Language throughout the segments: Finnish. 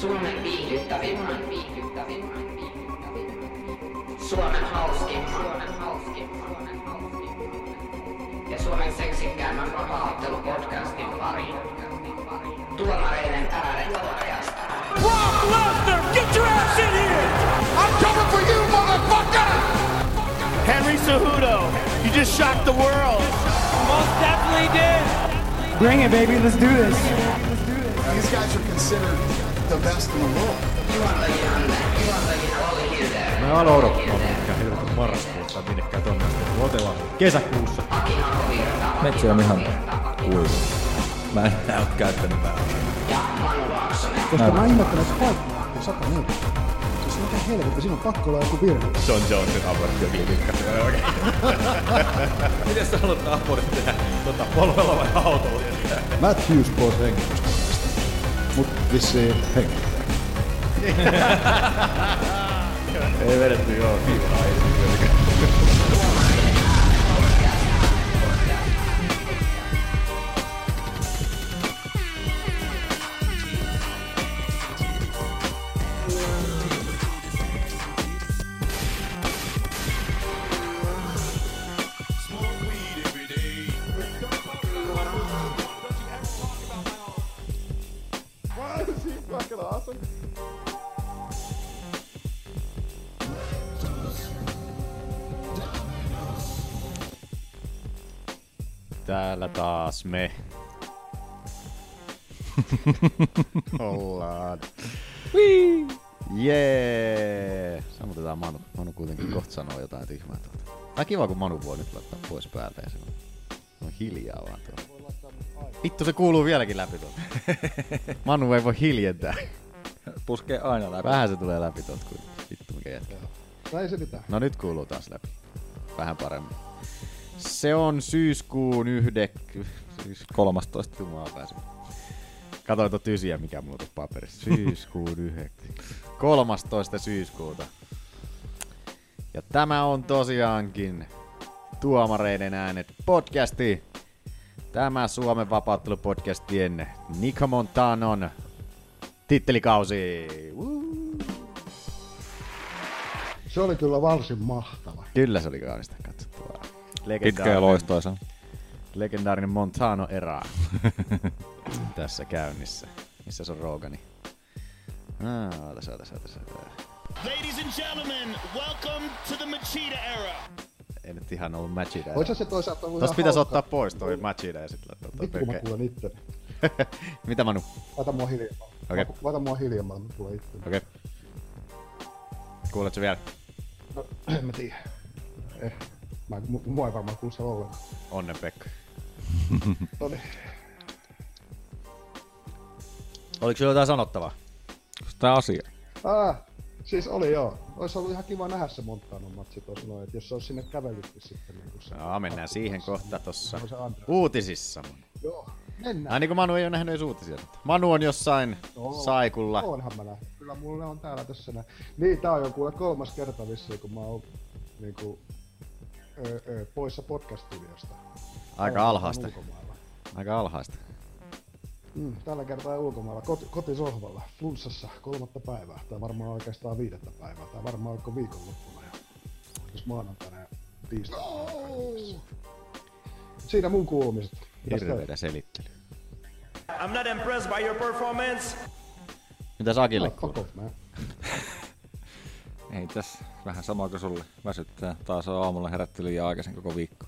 Suomen viihdyttävimmän, viihdyttävimmän, viihdyttävimmän. Suomen hauskimman, Suomen hauskimman, Suomen hauskimman. Ja Suomen seksikkäimmän vapaaottelupodcastin pariin. Tuomareiden ääreen korjasta. Brock Lesnar, get your ass in here! I'm coming for you, motherfucker! Henry Cejudo, you just shocked the world. Most definitely did. Bring it, baby. Let's do this. These guys are considered the best in the world. Mä aloin odottaa mikä helvetin marraskuussa tai minnekään tonne asti. Otellaan kesäkuussa. Metsi on ihan kuiva. Mä en nää oo käyttänyt päälle. Koska mä ihmettelen, että kaikki lähtee 140. Siis mikä helvetti, siinä on pakko olla joku virhe. John Jonesin abortti on viitikkä. Miten sä haluat abortin tehdä? Tota, polvella vai autolla? Matthews pois hengitystä. Mut vissiin henki. Ei vedetty joo. Täällä taas me. Ollaan. Jee! Sammutetaan Manu. Manu kuitenkin kohta sanoo jotain tyhmää tuolta. Tää on kiva, kun Manu voi nyt laittaa pois päältä ja se on, on hiljaa vaan tuolla. Vittu, se kuuluu vieläkin läpi tuolta. Manu ei voi hiljentää. Puskee aina läpi. Vähän se tulee läpi tuolta kuin vittu mikä jätkä. Tai ei se mitään. No nyt kuuluu taas läpi. Vähän paremmin. Se on syyskuun yhde... Syys... 13. Jumaa pääsin. Katoin tuota tysiä, mikä mulla tuossa paperissa. Syyskuun yhde... 13. syyskuuta. Ja tämä on tosiaankin Tuomareiden äänet podcasti. Tämä Suomen vapauttelupodcastien Niko Montanon tittelikausi. Woo! Se oli kyllä varsin mahtava. Kyllä se oli kaunista katsottavaa. Pitkä ja loistoisa. legendaarinen Montano era tässä käynnissä. Missä se on Rogani? Ah, tässä, on, tässä, on, tässä. on. Ladies and gentlemen, welcome to the Machida era. Ei nyt ihan ollut Machida. Oisa se toisaalta ollut Tuossa ihan pitäisi hauska. ottaa pois toi Machida ja sitten laittaa toi Vittu kun mä pelkkä- kuulen itteni. Mitä Manu? Laita mua hiljemmalle. Okei. Okay. Laita mua hiljemmalle, mä kuulen itteni. Okei. Okay. Kuuletko vielä? No, en mä tiedä. Eh, mä, mu- mua ei varmaan kuulu se ollenkaan. No niin. Onnen Pekka. Noniin. Oliko sinulla jotain sanottavaa? Tää asia. Ah, siis oli joo. Ois ollut ihan kiva nähdä se Montanon matsi tuossa noin, että jos se olisi sinne kävellytkin sitten. Niin kuin se, niin No, mennään siihen kohta tossa Uh. Se on se uutisissa. Manu. Joo, mennään. Ai niin kuin Manu ei ole nähnyt edes uutisia. Manu on jossain Joo. saikulla. Onhan mä nähnyt. Kyllä mulla ne on täällä tässä näin. Niin, tää on jo kuule kolmas kerta vissiin, kun mä oon niin kuin, öö, öö, poissa podcast-studiosta. Aika alhaista. Ulkomailla. Aika alhaista. Mm, tällä kertaa ulkomailla, Kot, kotisohvalla, flunssassa kolmatta päivää, tai varmaan oikeastaan viidettä päivää, tai varmaan onko viikonloppuna jo. Jos maanantaina ja tiistaina. Oh. Siinä mun kuulumiset. Mitäs Hirveitä selittely. I'm not impressed by your performance. Mitä Sakille teillä? Fuck kuuluu? off, man. Ei tässä. Vähän sama kuin sulle. Väsyttää. Taas on aamulla herätty liian aikaisin koko viikko.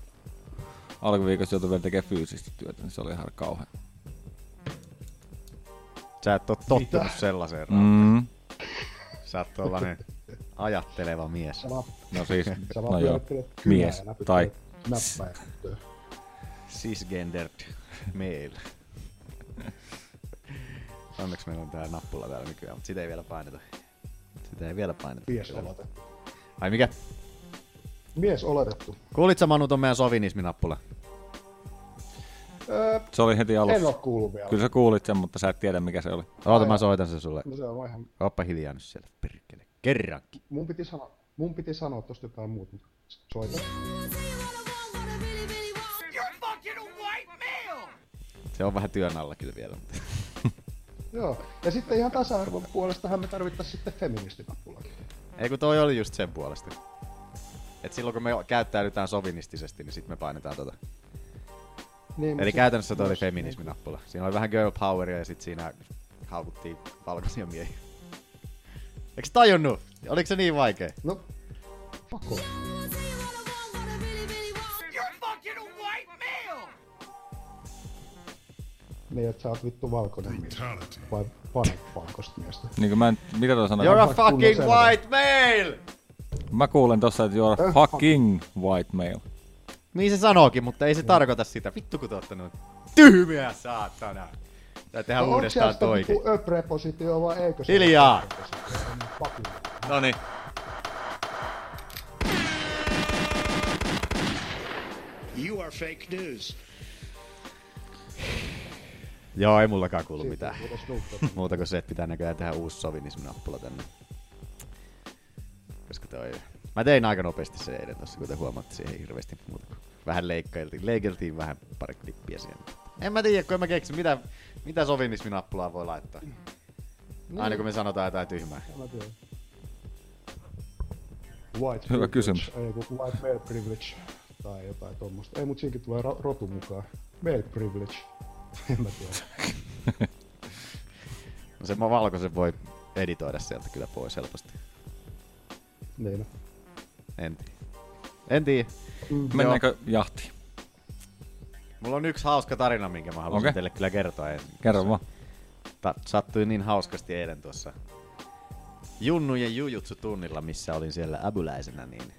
Alkuviikossa joutui vielä tekemään fyysistä työtä, niin se oli ihan kauhean. Sä et oo tottunut sellaiseen mm. Mm. Sä oot tollanen ajatteleva mies. Sä vaan, No siis, sä vaan no joo. pyörittelet kynää Mies. ja näpyttelet Tai Näppäin. tyttöä. Cisgendered male. Onneksi meillä on tää nappula täällä nykyään, mutta sitä ei vielä paineta. Sitä ei vielä paineta. Mies oletettu. Ai mikä? Mies oletettu. Kuulit sä Manu ton meidän sovinisminappula? Öö, Se oli heti en oo alussa. kuullut vielä. Kyllä sä kuulit sen, mutta sä et tiedä mikä se oli. Oota mä soitan sen sulle. No se on ihan... Oppa hiljaa nyt siellä, perkele. Kerrankin. Mun piti sanoa, mun piti sanoa tosta jotain muuta, mutta soita. You're fucking a white male! Se on vähän työn alla kyllä vielä. mutta Joo. Ja sitten ihan tasa-arvon puolestahan me tarvittaisiin sitten feministinappulakin. Ei kun toi oli just sen puolesta. Et silloin kun me käyttäydytään sovinistisesti, niin sitten me painetaan tota. Niin, mut Eli sit- käytännössä toi oli myös- feminisminappula. Siinä oli vähän girl poweria ja sitten siinä haukuttiin valkoisia miehiä. Eikö tajunnut? Oliko se niin vaikea? No, fuck off. Niin, että sä oot vittu valkoinen mies. Vai panet valkoista miestä. Niin kuin mä en, mitä toi sanoi? You're a Fuck, kunnon fucking selvä. white male! Mä kuulen tossa, että you're a fucking white male. Niin se sanookin, mutta ei se tarkoita sitä. Vittu kun te ootte noin tyhmiä saatana. Tää tehdään No, onko siellä uudestaan sitä toikin. niinku ö-prepositio vai eikö se? Hiljaa! Fuck you. Noniin. You are fake news. Joo, ei mullakaan kuulu mitään. Kuulos nuuhtelta. Muuta kuin se, että pitää näköjään tehdä uusi sovinisminappula tänne. Koska toi... Mä tein aika nopeasti se eilen tossa, kuten huomaatte siihen hirveästi muuta. kuin Vähän leikkailtiin, leikeltiin vähän pari klippiä siihen. En mä tiedä, kun en mä keksi, mitä, mitä sovinisminappulaa voi laittaa. Aina kun me sanotaan jotain tyhmää. Mä tiedän. White Hyvä privilege, kysymys. Ei, kun white male privilege tai jotain tuommoista. Ei, mutta siinkin tulee ro- rotu mukaan. Male privilege. En mä tiedä. No sen mä valkoisen voi editoida sieltä kyllä pois helposti. Niin. En tiedä. En tiedä. Mennäänkö jahtiin? Mulla on yksi hauska tarina, minkä mä haluaisin Okei. okay. teille kyllä kertoa ensin. Kerro vaan. Ta- sattui niin hauskasti eilen tuossa Junnu ja Jujutsu tunnilla, missä olin siellä äbyläisenä, niin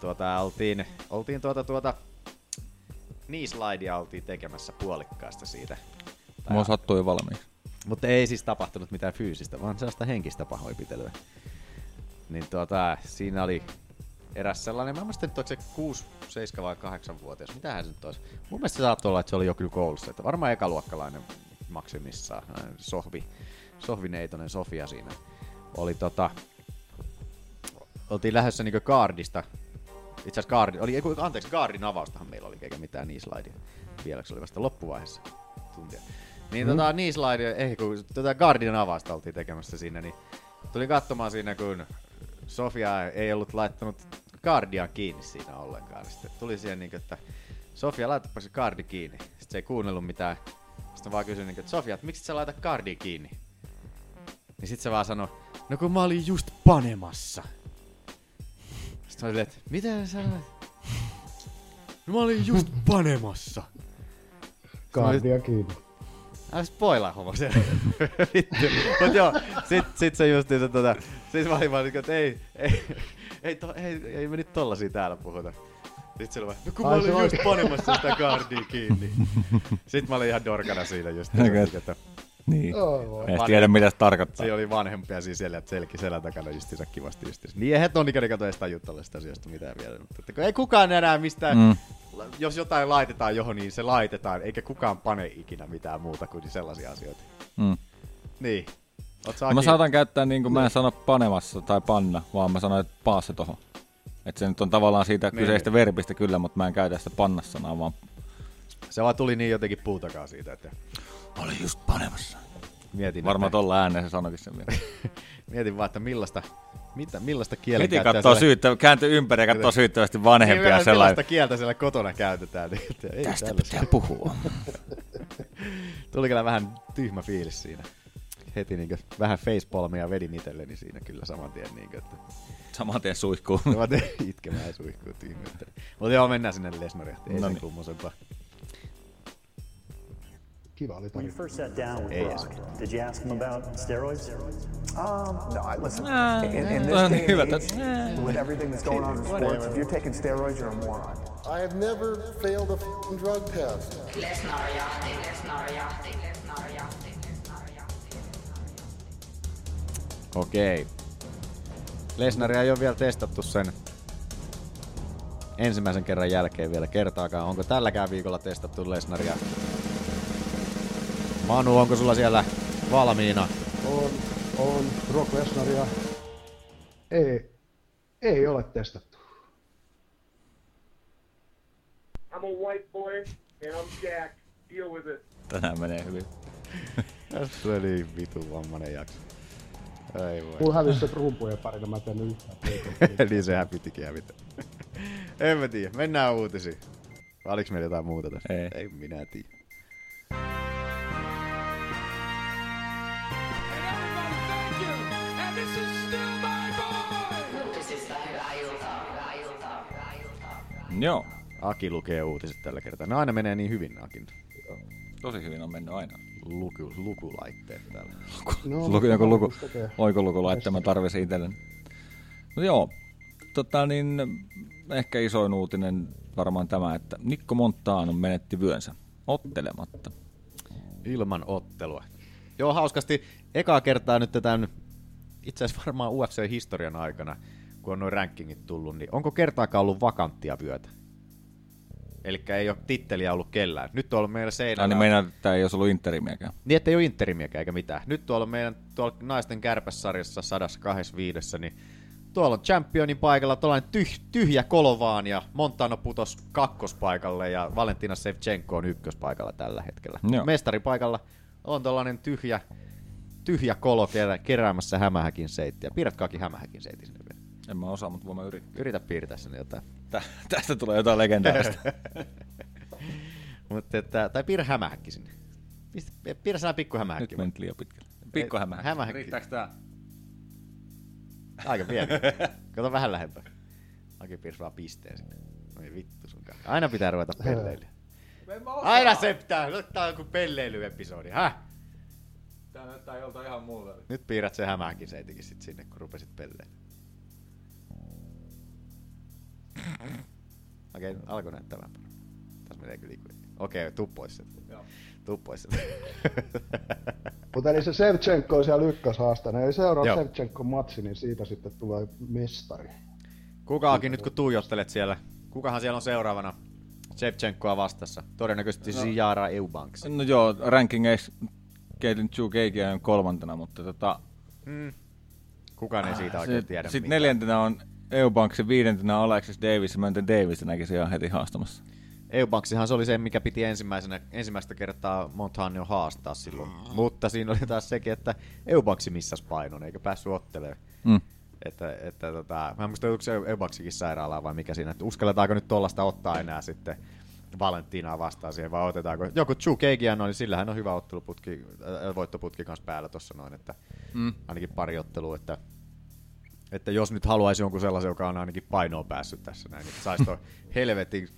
tuota, oltiin, oltiin tuota, tuota, niin slidea oltiin tekemässä puolikkaasta siitä. Mulla sattui valmiiksi. Mutta ei siis tapahtunut mitään fyysistä, vaan sellaista henkistä pahoinpitelyä. Niin tuota, siinä oli eräs sellainen, mä en muista nyt onko se 6, 7 vai 8 vuotias, mitähän se nyt olisi. Mun mielestä se saattoi olla, että se oli joku koulussa, että varmaan ekaluokkalainen maksimissaan, äh, sohvi, sohvineitonen Sofia siinä. Oli tota, oltiin lähdössä niinku kaardista, itse asiassa kaardi, oli, ei kun, anteeksi, kaardin avaustahan meillä oli eikä mitään niin slidea. Vielä kun se oli vasta loppuvaiheessa tuntia. Niin tota niin slidea, ei kun tota Guardian avausta oltiin tekemässä siinä, niin tulin katsomaan siinä kun Sofia ei ollut laittanut Guardian kiinni siinä ollenkaan. Sitten tuli siihen niinku, että Sofia laitapa se kaardi kiinni. Sitten se ei kuunnellut mitään. Sitten mä vaan kysyin niinku, että Sofia, että miksi et sä laita kaardi kiinni? Niin sit se vaan sanoi, no kun mä olin just panemassa. Sitten mä olin, että mitä sä olet? No mä olin just panemassa. Kaardia kiinni. Älä spoilaa homma se. Vittu. Mut joo, sit, sit se just se tota, sit mä olin vaan niinku, että ei, ei, ei, to, ei, ei me nyt tollasia täällä puhuta. Sit se oli vaan, no kun mä Ai, olin se just oikein. panemassa sitä kaardia kiinni. Sit mä olin ihan dorkana siinä just. niinku, Okei. että Niin. Joo, voi. En edes tiedä, mitä se tarkoittaa. se oli vanhempia siis siellä selki selän takana justiinsa kivasti justiinsa. Miehet on ikäinen kato edes tajua tällaista asioista mitään vielä. Mutta että kun ei kukaan enää mistään, mm. jos jotain laitetaan johon, niin se laitetaan. Eikä kukaan pane ikinä mitään muuta kuin sellaisia asioita. Mm. Niin. Oot Mä saakin... saatan käyttää niin kuin mä en sano panemassa tai panna, vaan mä sanon, että paa se tohon. Että se nyt on tavallaan siitä Niin. kyseistä verbistä kyllä, mutta mä en käytä sitä panna-sanaa, vaan Se vaan tuli niin jotenkin puutakaa siitä, että oli just panemassa. mietin, Varmaan että, tolla ääneen se sanokin sen vielä. mietin vaan, että millaista, mitä, millaista kielen Heti katsoo syyttä, kääntyy ympäri ja katsoo syyttävästi vanhempia sellaista sellainen. Niin, kieltä siellä kotona käytetään. Niin, että ei Tästä tällaista. pitää puhua. Tuli kyllä vähän tyhmä fiilis siinä. Heti niin vähän facepalmia vedin itselleni siinä kyllä saman tien. Niin kuin, että Saman tien suihkuu. mä tein itkemään ja suihkuun tyhmyyttä. Mutta joo, mennään sinne Lesnaria. Ei No sen niin. kummosempaa. Kiva oli When tarina. you first sat down with Hey, Brock, did you ask him about steroids? Um, no, I listen. Ah, in, in toi this on day hyvä, and age, että- with everything that's going on in sports, if you're taking steroids, you're a moron. I have never failed a f***ing drug test. Lesnar jahti, Lesnar jahti, Lesnar jahti, Lesnar jahti. Okei. Lesnaria ei ole vielä testattu sen ensimmäisen kerran jälkeen vielä kertaakaan. Onko tälläkään viikolla testattu Lesnaria? Manu, onko sulla siellä valmiina? On, on Brock Lesnaria. Ei, ei ole testattu. I'm a white boy and I'm jacked. Deal with it. Tänään menee hyvin. Tästä tulee niin vitu vammanen jakso. Ei voi. Mulla hävisi se rumpujen parina, mä en tehnyt yhtään. peliä. niin sehän pitikin hävitä. en mä tiedä, mennään uutisiin. Vai Oliks meillä jotain muuta tässä? Ei. Ei minä tiedä. Uutisista hyvää iltaa, hyvää iltaa, hyvää iltaa. Joo, Aki lukee uutiset tällä kertaa. Ne aina menee niin hyvin, ne Akin tosi hyvin on mennyt aina. luku, lukulaitteet täällä. No, Luku, joku luku, joskus tekee. oikoluku laittaa, mä tarvisin itselleni. No joo, tota niin, ehkä isoin uutinen varmaan tämä, että Nikko Montano menetti vyönsä ottelematta. Ilman ottelua. Joo, hauskasti. Ekaa kertaa nyt tämän, itse asiassa varmaan UFC-historian aikana, kun on noin rankingit tullut, niin onko kertaakaan ollut vakanttia vyötä? Eli ei ole titteliä ollut kellään. Nyt tuolla meillä Ai seinällä... niin meinaa, että tämä ei olisi ollut interimiäkään. Niin, ettei ole interimiäkään eikä mitään. Nyt tuolla meidän tuolla naisten kärpässarjassa 125, niin tuolla on championin paikalla tuollainen tyh, tyhjä kolovaan ja Montano putos kakkospaikalle ja Valentina Sevchenko on ykköspaikalla tällä hetkellä. Joo. Mestaripaikalla on tuollainen tyhjä, tyhjä kolo kerä, keräämässä hämähäkin seittiä. Piirrätkaakin hämähäkin seitti sinne vielä. En mä osaa, mutta voin mä yrittää. Yritä piirtää sinne jotain. Tä, tästä tulee jotain legendaarista. Mut että, tai piirrä hämähäkki sinne. Pistä- Piirrä sana pikku hämähäkki. Nyt menit liian pitkälle. Pikku hämähäkki. hämähäkki. Riittääks tää? Aika pieni. Kato vähän lähempää. Aki piirsi vaan pisteen sinne. No Ei vittu sunkaan. Aina pitää ruveta pelleilyä. Aina se pitää. Nyt tää on joku pelleilyepisodi. Häh? Tää näyttää joltain ihan muuta. Nyt piirrät se hämähäkin seitikin sit sinne, kun rupesit pelleilyä. Okei, okay, alkoi näyttää vähän paremmin. Tässä menee kyllä ikuin. Okei, okay, tuu pois sieltä. Tuu pois sieltä. Mutta eli se Sevchenko on siellä ykköshaasteena. Ei seuraa Joo. Sevchenkon matsi, niin siitä sitten tulee mestari. Kukaakin nyt kun tuijottelet siellä, kukahan siellä on seuraavana? Shevchenkoa vastassa. Todennäköisesti no. Ziara Eubanks. No joo, rankingeissa Caitlyn Chukeiki on kolmantena, mutta tota, Kukaan ei Ah, siitä oikein tiedä. Sitten mitään. neljäntenä on Eubanksin, viidentenä Alexis Davis, ja mä en Davis näkisin ihan heti haastamassa. Eubanksihan se oli se, mikä piti ensimmäisenä, ensimmäistä kertaa Montanio haastaa silloin. Mutta siinä oli taas sekin, että Eubanksi missas painon, eikä päässyt ottelemaan. Mm. Että, että tota, mä en muista, onko se Eubanksikin sairaalaa vai mikä siinä, että uskalletaanko nyt tollasta ottaa enää sitten Valentinaa vastaan siihen, vai otetaanko. Joku Chu Keikian oli, sillä hän on hyvä otteluputki, äh, voittoputki kanssa päällä tuossa noin, että mm. ainakin pari ottelua, että että jos nyt haluaisi jonkun sellaisen, joka on ainakin painoon päässyt tässä näin, niin saisi tuon helvetin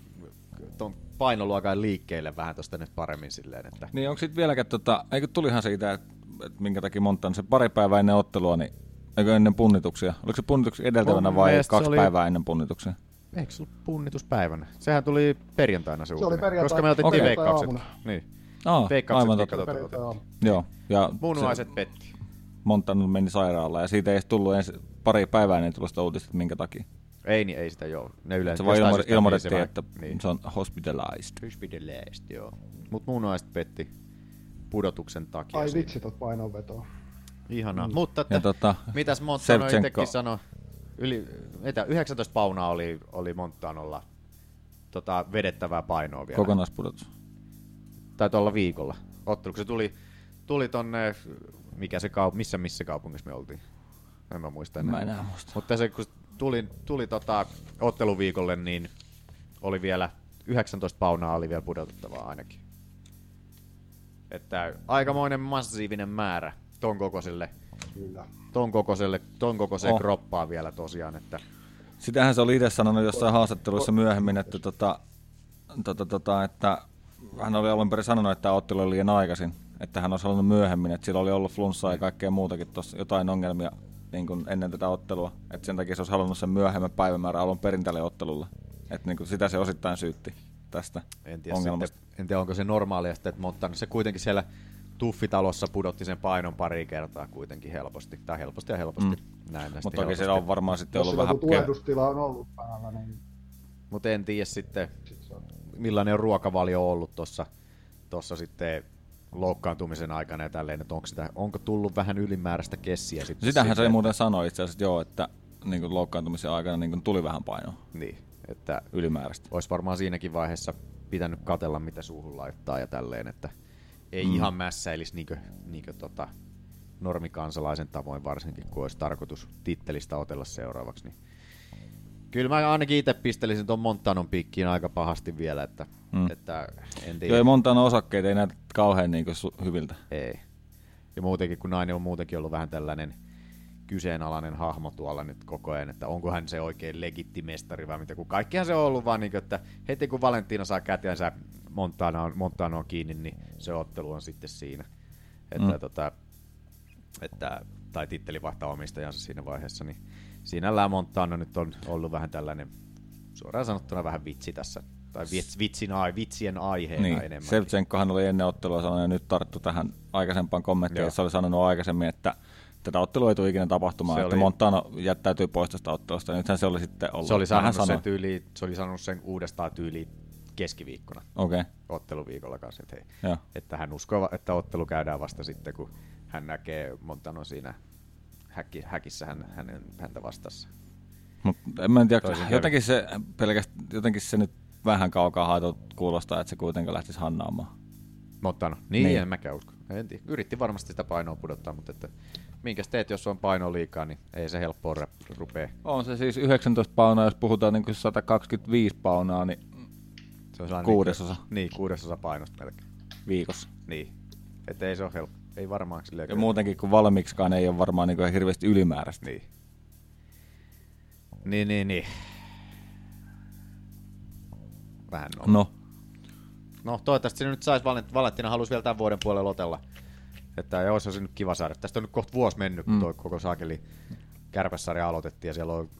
ton painoluokan liikkeelle vähän tosta nyt paremmin silleen, että Niin onko sitten vieläkään, tota, eikö tulihan siitä, että et minkä takia Montan se pari päivää ennen ottelua, niin eikö ennen punnituksia? Oliko se punnituksia edeltävänä Mun vai mielestä se kaksi oli- päivää ennen punnituksia? eikö sulla punnituspäivänä? Sehän tuli perjantaina se, oli uutinen, perjantai- koska me otettiin Okei. veikkaukset. aamuna. Niin, Aa, Ah, aivan veikkaukset totta. katsotaan. Perjantai aamu. Joo, ja Munuaiset petti. Montan meni sairaalaan, ja siitä ei edes tullut ensi pari päivää ennen tulosta uutista, että minkä takia. Ei niin, ei sitä joo. Ne yleensä Se vaan jostain ilmo- syystä ilmoitettiin, niin että Niin. se on hospitalized. Hyspideleest, joo. Mut munuaiset petti pudotuksen takia. Ai siinä. vitsi, tot painonvetoa. Ihanaa. Mm. Mutta että, Ja tota, mitäs Montano Shevchenko- itsekin sanoi? Yli, mitä, 19 paunaa oli, oli Montanolla tota, vedettävää painoa vielä. Kokonaispudotus. Tai tuolla viikolla. Ottelu, kun se tuli, tuli tonne, mikä se kaup- missä missä kaupungissa me oltiin? En mä muista enää. Mä enää muista. Mutta se, kun tuli, tuli tota, otteluviikolle, niin oli vielä 19 paunaa oli vielä pudotettavaa ainakin. Että aikamoinen massiivinen määrä ton kokoiselle Kyllä. ton kokoiselle, ton kokoiseen oh. Oh. kroppaan vielä tosiaan, että Sitähän se oli itse sanonut jossain haastattelussa myöhemmin, että, tota, tota, tota, että hän oli alun perin sanonut, että ottelu oli liian aikaisin. Että hän olisi halunnut myöhemmin, että sillä oli ollut flunssaa ja kaikkea muutakin tuossa jotain ongelmia niin kuin ennen tätä ottelua. Että sen takia se olisi halunnut sen myöhemmän päivämäärän alun perin tälle ottelulle. Että niin kuin sitä se osittain syytti tästä en tiedä, ongelmasta. sitten, en tiedä onko se normaalia sitten, että Montana se kuitenkin siellä tuffitalossa pudotti sen painon pari kertaa kuitenkin helposti, tai helposti ja helposti, mm. näin näistä Mutta toki helposti. siellä on varmaan sitten Jos ollut sillä vähän... kun tulehdustila on ollut päällä, niin Mutta en tiedä sitten, sit se on millainen on ruokavalio on ollut tuossa tossa sitten loukkaantumisen aikana ja tälleen, että onko, sitä, onko tullut vähän ylimääräistä kessiä sitten. Sitähän se sinne, muuten sanoi itse asiassa, että joo, että niin kuin loukkaantumisen aikana niin kuin tuli vähän painoa Niin, että ylimääräistä. olisi varmaan siinäkin vaiheessa pitänyt katella, mitä suuhun laittaa ja tälleen, että ei mm. ihan mässäilisi niinkö, niinkö tota, normikansalaisen tavoin varsinkin, kun olisi tarkoitus tittelistä otella seuraavaksi. Niin. Kyllä mä ainakin itse pistelisin tuon Montanon piikkiin aika pahasti vielä, että, mm. että en tiedä. Joo, ei montaan osakkeita, ei näytä kauhean niin hyviltä. Ei. Ja muutenkin, kun nainen on muutenkin ollut vähän tällainen kyseenalainen hahmo tuolla nyt koko ajan, että onko hän se oikein legittimestari vai mitä, kun kaikkihan se on ollut vaan niin kuin, että heti kun Valentina saa kätiänsä Montana on, Montana on kiinni, niin se ottelu on sitten siinä. Että, mm. tota, että, tai titteli vaihtaa omistajansa siinä vaiheessa, niin sinällään Montana nyt on ollut vähän tällainen, suoraan sanottuna vähän vitsi tässä, tai vits, vitsin, ai- vitsien aiheena Niin. enemmän. Sevtsenkohan oli ennen ottelua sanonut ja nyt tarttu tähän aikaisempaan kommenttiin, Joo. jossa oli sanonut aikaisemmin, että tätä ottelua ei tule ikinä tapahtumaan, Se että oli- oli... Montano jättäytyy pois tästä ottelusta. Ja Nythän se oli sitten ollut. se oli Vähän sanonut sen, sanoi. tyyli, se oli sanonut sen uudestaan tyyli keskiviikkona Okei, okay. otteluviikolla kanssa, että, hei, Joo. että hän uskoo, että ottelu käydään vasta sitten, kun hän näkee Montano siinä häkki, häkissä hän, hänen, häntä vastassa. Mut en mä en tiedä, Toisin jotenkin se, pelkästään, jotenkin se nyt vähän kaukaa haetut kuulostaa, että se kuitenkin lähtisi hannaamaan. Montano. Niin, niin. Niin. en mäkään usko. En tiedä. Yritti varmasti sitä painoa pudottaa, mutta että minkäs teet, jos on painoa liikaa, niin ei se helppoa rep- rupee. On se siis 19 paunaa, jos puhutaan niin 125 paunaa niin Se on sellainen- Kuudesosa. Niin, kuudesosa painosta melkein. viikossa. Niin. Että ei se ole helppo. Ei varmaan silleen. Ja muutenkin, kun valmiiksikaan ei ole varmaan niin hirveästi ylimääräistä. Niin. Niin, niin, niin. Vähän no. No, No toivottavasti se nyt saisi, Valent- Valentina halusi vielä tämän vuoden puolella otella. Että ja olisi se nyt kiva saada. Tästä on nyt kohta vuosi mennyt, kun toi koko saakeli kärpässarja aloitettiin ja siellä on,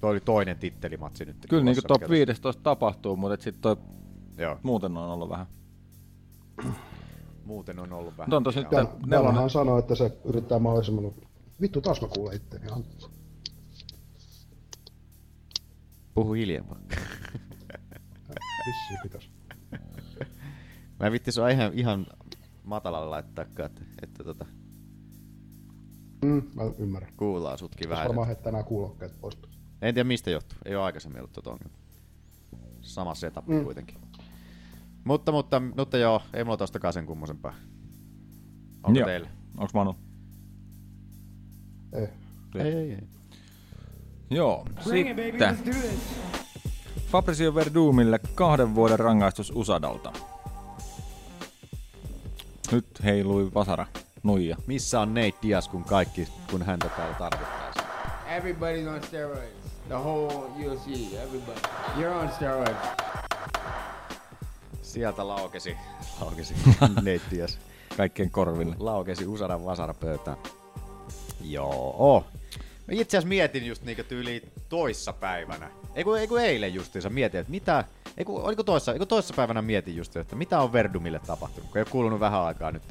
toi oli toinen tittelimatsi nyt. kyllä niin tulossa, top mikä 15 tapahtuu, mutta sitten toi tässä- Joo, muuten on ollut vähän. muuten on ollut vähän. Mutta on tosi nyt Joo. tää nelonen. Vanhahan sanoi, että se yrittää mahdollisimman... Vittu, taas mä kuulen itteni. anteeksi. Puhu hiljaa. Vissiin pitäisi. Mä en vitti sua ihan, ihan matalalla laittaa, että, että tota, Mm, mä ymmärrän. kuullaan sutkin vähän. Varmaan heittää nämä kuulokkeet pois. En tiedä mistä johtuu. Ei ole aikaisemmin ollut tota ongelmaa. Sama setup mm. kuitenkin. Mutta, mutta, mutta joo, ei mulla tostakaan sen kummosempaa. Onko Joo. teillä? Onks Manu? Ei. Niin Ei, ei, ei. Joo, sitten. Fabrizio Verdumille kahden vuoden rangaistus Usadalta. Nyt heilui vasara. Nuija. Missä on Nate Diaz, kun kaikki, kun häntä täällä tarvittaisiin? Everybody's on steroids. The whole UFC, everybody. You're on steroids. Sieltä laukesi, laukesi Nate Diaz. Kaikkien korville. Laukesi Usadan vasara pöytään. Joo. Mä itse asiassa mietin just niinkö tyyli toissa päivänä. Eiku, eiku eilen justiinsa mietin, että mitä... Eiku, oliko toissa, eiku toissa päivänä mietin just, että mitä on Verdumille tapahtunut, kun ei ole kuulunut vähän aikaa nyt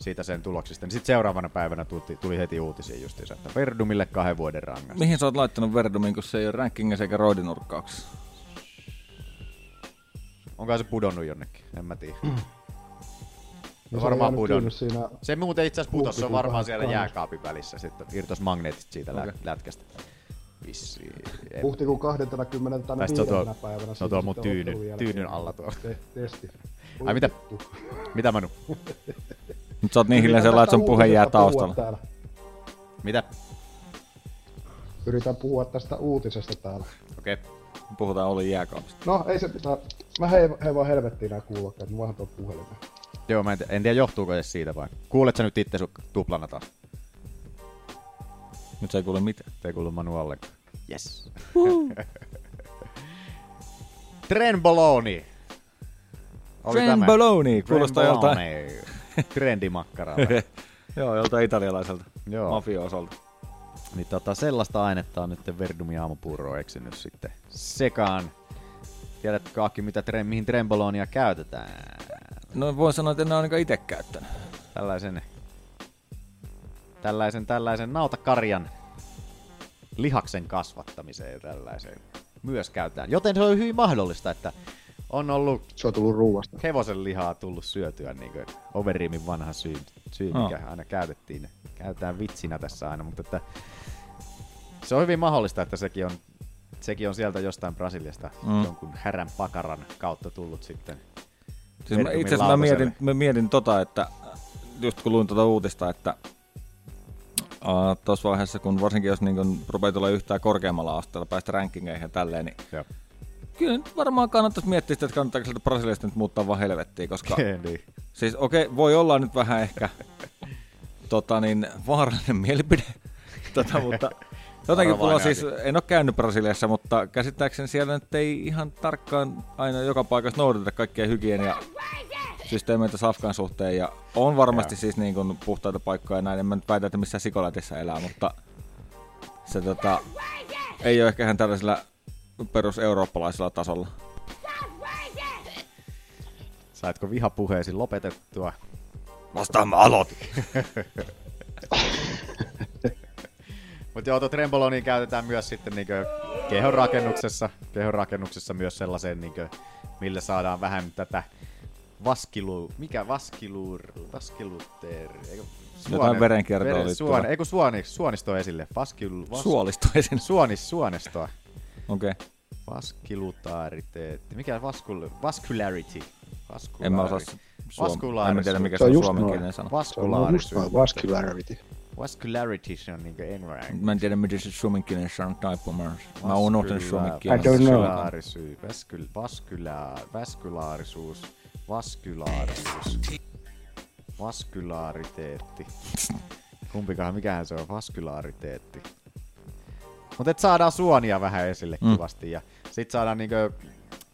siitä sen tuloksista. Niin sitten seuraavana päivänä tuli, tuli heti uutisia justiinsa, että Verdumille kahden vuoden rangaistus. Mihin sä oot laittanut Verdumin, kun se ei ole rankingeissa eikä roidinurkkauksessa? Onko se pudonnut jonnekin? En mä tiedä. Ja Mm. se varmaan on jäänyt pudonnut. kiinni Siinä Se muuten itse asiassa putosi, se on Kumpikin varmaan kahden- siellä kahden- jääkaapin välissä. Sitten irtos magneetit siitä lä- Okei. lätkästä. Vissiin. En- huhtikuun 20. tänä Tai sit se on tuo- viidenä päivänä. no se on tuo siinä mun sitten tyynyn- ottelun jälkeen tyynyn alla tuo. te- Testi. Ai mitä? Vittu. Mitä Manu? Nyt sä oot niin hiljaisella, että sun puhe Yritän jää tästä puhua taustalla. täällä. Mitä? Yritän puhua tästä uutisesta täällä. Okei. Okay. Puhutaan Olin jääkaapista. No, ei se pitää. Mä hei, hei vaan helvettiin nää kuulokkeet, mä vaihdan tuon puhelimen. Joo, mä en, en tiedä johtuuko edes siitä vai. Kuulet sä nyt itse sun tuplana taas? Nyt se ei kuule mitään. Te ei kuulu Manu ollenkaan. Yes. Tren Bologna. Oli Tren tämä. Bologna, Tren kuulostaa joltain, Bologna. Trendimakkaralta. joo, joltain italialaiselta Joo. mafiosolta. niin tota, sellaista ainetta on nyt Verdumi aamupuuro eksynyt sitten sekaan. Tiedätkö Aki, mitä, tre- mihin Trembolonia käytetään? No voi sanoa, että en ole ainakaan itse käyttänyt. Tällaisen, tällaisen, tällaisen nautakarjan lihaksen kasvattamiseen ja tällaiseen myös käytetään. Joten se on hyvin mahdollista, että on ollut Se on tullut ruuasta. hevosen lihaa tullut syötyä, niin kuin Overimin vanha syy, syy Joo. mikä aina käytettiin. Käytetään vitsinä tässä aina, mutta että se on hyvin mahdollista, että sekin on, sekin on sieltä jostain Brasiliasta mm. jonkun härän pakaran kautta tullut sitten Siis mä, Merkumin itse asiassa mä lautaselle. mietin, mä mietin tota, että just kun luin tuota uutista, että uh, tuossa vaiheessa, kun varsinkin jos niin kun rupeaa tulla yhtään korkeammalla asteella, päästä rankingeihin ja tälleen, niin Joo. kyllä nyt varmaan kannattaisi miettiä sitä, että kannattaako sieltä brasiliasta nyt muuttaa vaan helvettiin, koska niin. siis okei, okay, voi olla nyt vähän ehkä tota niin, vaarallinen mielipide, tota, mutta jotenkin Arvaa mulla siis, näytin. en ole käynyt Brasiliassa, mutta käsittääkseni siellä nyt ei ihan tarkkaan aina joka paikassa noudateta kaikkia hygienia systeemeitä safkan suhteen ja on varmasti siis niin kuin puhtaita paikkoja ja näin, en mä nyt väitä, että missä sikolätissä elää, mutta se tota, ei ole ehkä ihan tällaisella perus eurooppalaisella tasolla. Saitko vihapuheesi lopetettua? Vastaan mä aloitin. Mutta joo, tuota tremboloniin käytetään myös sitten niinkö kehon rakennuksessa, kehon rakennuksessa myös sellaisen, niinkö, millä saadaan vähän tätä vaskilu... Mikä vaskiluur... Vaskiluteer... Eikö, No, verenkiertoon veren- liittyvää. suone, eiku suoni, suonistoa esille. Vaskil, vas, Suolisto esiin. Suonis, suonistoa. Okei, Vaskilutaariteetti. Mikä vaskul, vascularity? Vaskulari. en mä osaa su- suomea. En mä tiedä, Vaskulaaris- mikä Se se on on just suomenkielinen noin. sana. Se on just Vaskulaaris- noin vascularity. Vascularity, se on niinku englanniksi. Mä en tiedä, miten se suomenkielinen sana taipumars. Mä oon unohtanut I don't suomenkielinen. know. Vaskulaarisyy, väskyl, vaskylää, vaskulaarisuus, vaskulaarisuus, vaskylaariteetti. Kumpikahan, mikähän se on, vaskylaariteetti. Mutta et saadaan suonia vähän esille Mm. kivasti ja sit saadaan niinkö,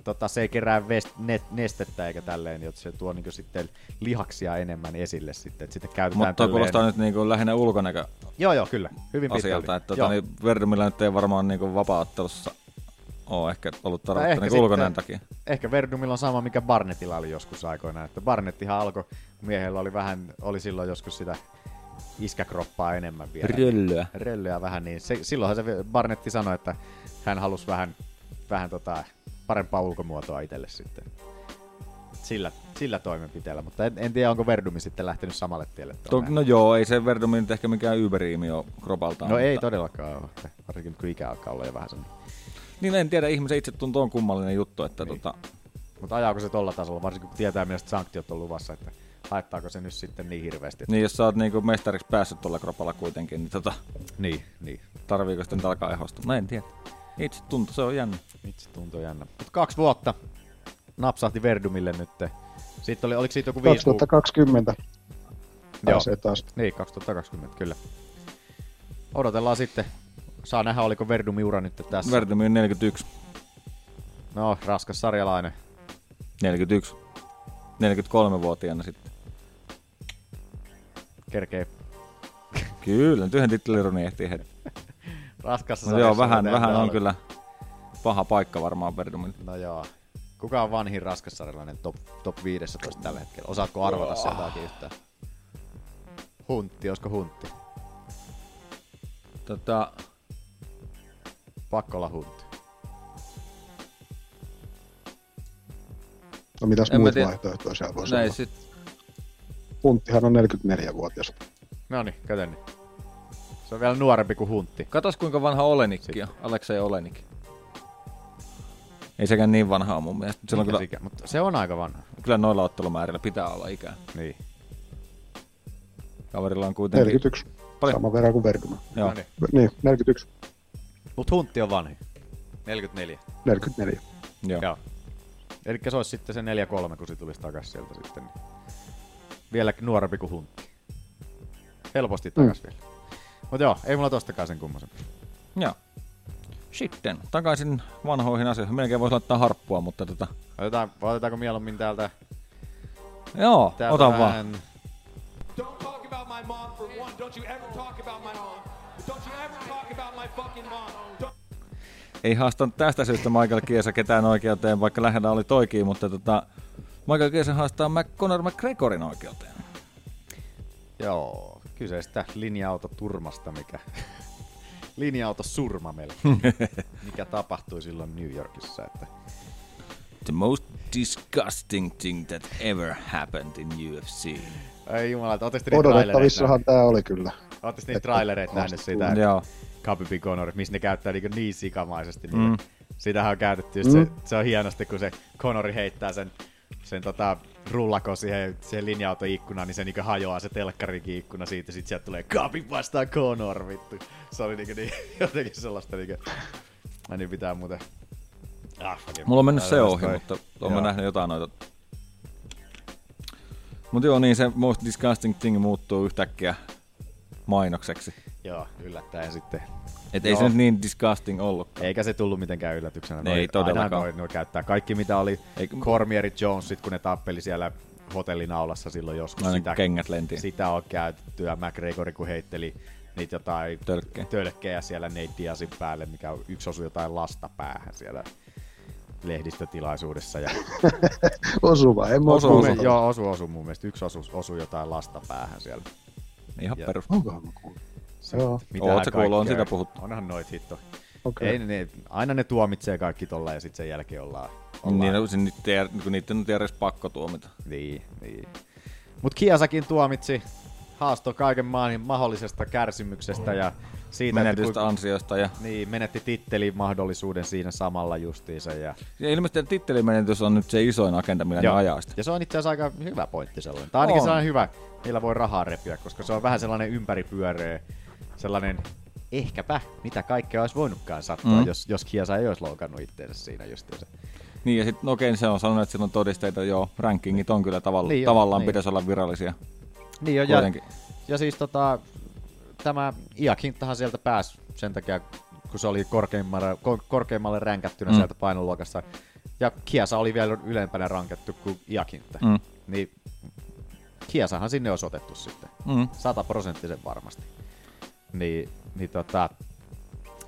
tota, se ei kerää vest, net, nestettä eikä tälleen, jotta se tuo niinkö sitten lihaksia enemmän esille sitten, että sitten käytetään Mutta toi tälleen- kuulostaa nyt niinku lähinnä ulkonäkö Joo joo, kyllä, hyvin asialta. pitkälti. Että Joo. tota, niin Verdumilla nyt ei varmaan niinku vapaa-ottelussa ole ehkä ollut Tai tarvetta ehkä niinku ulkonäön sitten- takia. Ehkä Verdumilla on sama, mikä Barnettilla oli joskus aikoinaan. Että Barnettihan alkoi, miehellä oli vähän, oli silloin joskus sitä iskäkroppaa enemmän vielä. Röllyä. Röllyä vähän, niin se, silloinhan se Barnetti sanoi, että hän halusi vähän, vähän tota, parempaa ulkomuotoa itselle sitten. Sillä, sillä toimenpiteellä, mutta en, en tiedä, onko Verdumi sitten lähtenyt samalle tielle. To, tuonne. no joo, ei se Verdumi nyt ehkä mikään yberiimi ole kropaltaan. no ei mutta- todellakaan ole, että varsinkin nyt kun ikä alkaa olla jo vähän semmoinen. Niin en tiedä, ihmisen itse tuntuu on kummallinen juttu, että Niin. tota, Mutta ajaako se tolla tasolla, varsinkin kun tietää, mistä sanktiot on luvassa, että haittaako se nyt sitten niin hirveästi. niin jos sä oot niinku mestariksi päässyt tuolla kropalla kuitenkin, niin tota, Niin, niin. tarviiko sitten alkaa ehostua? No en tiedä. Itse tuntuu, se on jännä. Itse tuntuu jännä. Mut kaksi vuotta napsahti Verdumille nyt. Sitten oli, oliko siitä joku viisi kuuk- 2020 Joo. pääsee taas. Niin, 2020, kyllä. Odotellaan sitten. Saa nähdä, oliko Verdumi ura nyt tässä. Ver- Verdumi on 41. no, raskas sarjalainen. 41. 43-vuotiaana sitten. Kerkee Kyllä, nyt yhden titteliruni ehtii heti. raskassa No joo, sarjassa vähän, tehdään vähän on alku. kyllä paha paikka varmaan Verdumille. No joo. Kuka on vanhin raskas sarjalainen top, top 15 tällä hetkellä? Osaatko arvata oh. sieltäkin yhtään? Huntti, olisiko huntti? Tota, Pakko olla huntti. No mitäs En mä muut tiedä. vaihtoehtoja siellä voisi näin olla? sit, Punttihan on 44-vuotias. No niin, kato nyt. Se on vielä nuorempi kuin huntti. katos kuinka vanha Olenikki on, Aleksei Olenik. Ei sekään niin vanha ole mun mielestä. Silloin kyllä, Mikä, mutta se on aika vanha. kyllä noilla ottelumäärillä pitää olla ikää. Niin. Kaverilla on kuitenkin... 41. Paljon? Sama verran kuin Verduma. Joo. No niin. Niin, 41. Mut huntti on vanhin. 44. 44. Joo. niin. Joo. Eli se olisi sitten se 43, kun se tulisi takas sieltä sitten. Niin. Vielä nuorempi kuin huntti. Helposti takas Mm. vielä. Mut joo, ei mulla tostakaan sen kummosen. Joo. Sitten takaisin vanhoihin asioihin. Melkein voisi laittaa harppua, mutta tota... Otetaan, otetaanko mieluummin täältä? Joo, täältä ota vaan. vähän- Don't talk about my mom for one. Don't you ever talk about my mom. Don't you ever talk about my fucking mom. Don't ei haastanut tästä syystä Michael Kiesa ketään oikeuteen, vaikka lähellä oli toikin, mutta tota, Michael Kiesa haastaa Mac Conor McGregorin oikeuteen. Joo, kyseistä linja-autoturmasta, mikä... linja-autosurma meillä. mikä tapahtui silloin New Yorkissa, että The most disgusting thing that ever happened in UFC. Ai jumala, ootteko te niitä trailereita Odotettavissahan nähnyt? tää oli kyllä. Ootteko niitä trailereita nähnyt sitä, että Joo. Cubby B. Connor, missä ne käyttää niin, niin Mm. sikamaisesti niitä. Sitähän on käytetty, just se, se on hienosti, kun se Connori heittää sen sen tota, rullako siihen, siihen linja-autoikkunaan, niin se niinku hajoaa se telkkarikin ikkuna siitä, sit sieltä tulee kaapin vastaan Connor, vittu. Se oli niinku niin, jotenkin sellaista niinku... Mä niin pitää muuten... Ah, fuck it. Mulla on mennyt Tää se ohi, toi. mutta oon mä Joo. nähnyt jotain noita. Mut joo, niin se Most Disgusting Thing muuttuu yhtäkkiä mainokseksi. Joo, yllättäen sitten. Et ei se Joo. nyt niin disgusting ollutkaan. Eikä se tullut mitenkään yllätyksenä. Ei Noi- todellakaan. Aina noin käyttää. Kaikki mitä oli Cormieri Jonesit, kun ne tappeli siellä hotellinaulassa silloin joskus. Aina kengät lentiin. Sitä on käytetty ja McGregor kun heitteli niitä jotain Tölkkejä. tölkkejä siellä Nate Diazin päälle, mikä on- yksi osui jotain lasta päähän siellä lehdistötilaisuudessa. Ja... Osu vai? En mä oo osu, osu, kuullut. joo, osu, osu mun mielestä. Yksi osu, osu jotain lasta päähän siellä. Ihan Ja- perus. Onkohan mä kuullut? Joo. Mitähän Oot sä kuullut, on kaikkea. siitä puhuttu. Onhan noit hitto. Okei. Ei, ne, aina ne tuomitsee kaikki tolla ja sitten sen jälkeen ollaan. ollaan. Niin, no, se nyt ei, kun niitä nyt ei edes pakko tuomita. Niin, niin. Mut Kiasakin tuomitsi haasto kaiken maan mahdollisesta kärsimyksestä ja siitä, että Menetystä ansiosta ja... Niin, menetti tittelin mahdollisuuden siinä samalla justiinsa. Ja... ja ilmeisesti tittelimenetys on nyt se isoin agenda, millä ne Joo. ajaa sitä. Ja se on itse asiassa aika hyvä pointti sellainen. Tämä on ainakin On. sellainen hyvä, millä voi rahaa repiä, koska se on vähän sellainen ympäripyöreä, sellainen ehkäpä, mitä kaikkea olisi voinutkaan sattua, Mm. mm. jos, jos Kiasa ei olisi loukannut itteensä siinä justiinsa. Niin, ja sitten no okei, se on sanonut, että sillä on todisteita, joo, rankingit on kyllä tavalla, Niin niin, on, tavallaan niin. niin. pitäisi olla virallisia. Niin jo, ja, Kuitenkin. ja siis tota, tämä Iakintahan sieltä pääsi sen takia, kun se oli korkeimmalle, ko- korkeimmalle ränkättynä mm. Mm. sieltä painoluokasta. Ja Kiasa oli vielä ylempänä rankattu kuin Iakinta. Mm. Niin Kiasahan sinne on otettu sitten. Mm. Sataprosenttisen varmasti. Niin, niin tota,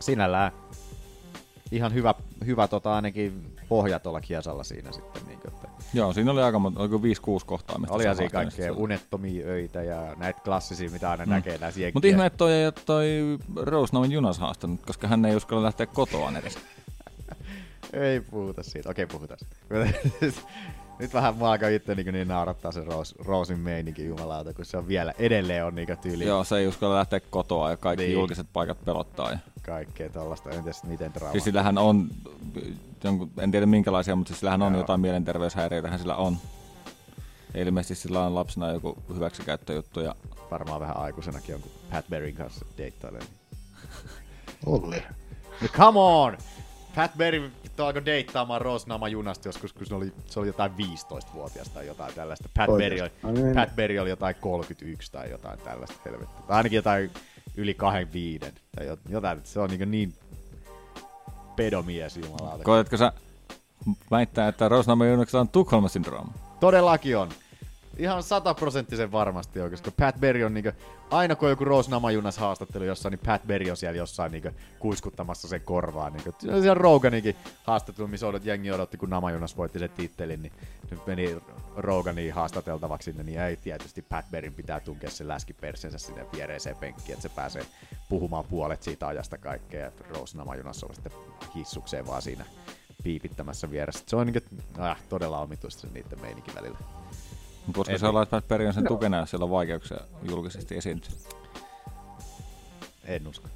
sinällään ihan hyvä, hyvä tota, ainakin pohja tuolla Kiasalla siinä sitten. Niin, että Joo, siinä oli aika monta, oliko 5-6 kohtaa. mistä Olihan se siinä haastoi, kaikkea niin unettomia öitä ja näitä klassisia, mitä aina Mm. näkee näissä Mutta ihme, että toi, toi Rosenaumin junas haastanut, koska hän ei uskalla lähteä kotoaan edes. Ei puhuta siitä. Okei, puhutaan siitä. Nyt vähän mua alkaa itse niin, niin naurattaa se Roos, Roosin meininki jumalauta, kun se on vielä edelleen on niin tyyli Joo, se ei uskalla lähteä kotoa ja kaikki Niin. niin. julkiset paikat pelottaa. Ja. kaikkea tällaista. En tiedä sit miten drama. Siis sillähän on, jonkun, en tiedä minkälaisia, mutta siis sillähän on jotain mielenterveyshäiriöitähän sillä on. Ja ilmeisesti sillä on lapsena joku hyväksikäyttöjuttu ja Varmaan vähän aikuisenakin jonkun Pat Berryn kanssa deittailee. Olli. No come on! Pat Berry vittu alkoi deittaamaan Rosnaama junasta joskus, kun se oli, se oli jotain 15-vuotias tai jotain tällaista. Pat Oikeesti? Berry, oli, No niin. Pat Berry oli jotain 31 tai jotain tällaista helvettiä. Tai ainakin jotain yli 25 tai jot- jotain. Se on niin, niin pedomies jumalauta. koetatko sä väittää, että Rosenaumin junaksella on Tukholma-syndrooma? Todellakin on. Ihan sataprosenttisen varmasti on, koska Pat Berry on niinku, aina kun on joku Rose Namajunas haastattelu jossain, niin Pat Berry on siellä jossain niinku kuiskuttamassa sen korvaa. Niinku. Se oli siellä Roganikin haastattelu, missä odot, jengi odotti, kun Namajunas voitti sen tittelin, niin nyt meni Roganiin haastateltavaksi sinne, niin ei tietysti Pat Berryn pitää tunkea sen läskipersensä sinne viereiseen penkkiin, että se pääsee puhumaan puolet siitä ajasta kaikkea, ja Rose Namajunas on sitten hissukseen vaan siinä piipittämässä vieressä. Se on niinku, äh, todella omituista se niiden meininkin välillä. Mut Voisiko Ei se niin. olla, että Perri on sen tukena, jos siellä on vaikeuksia julkisesti esiintyä? En usko.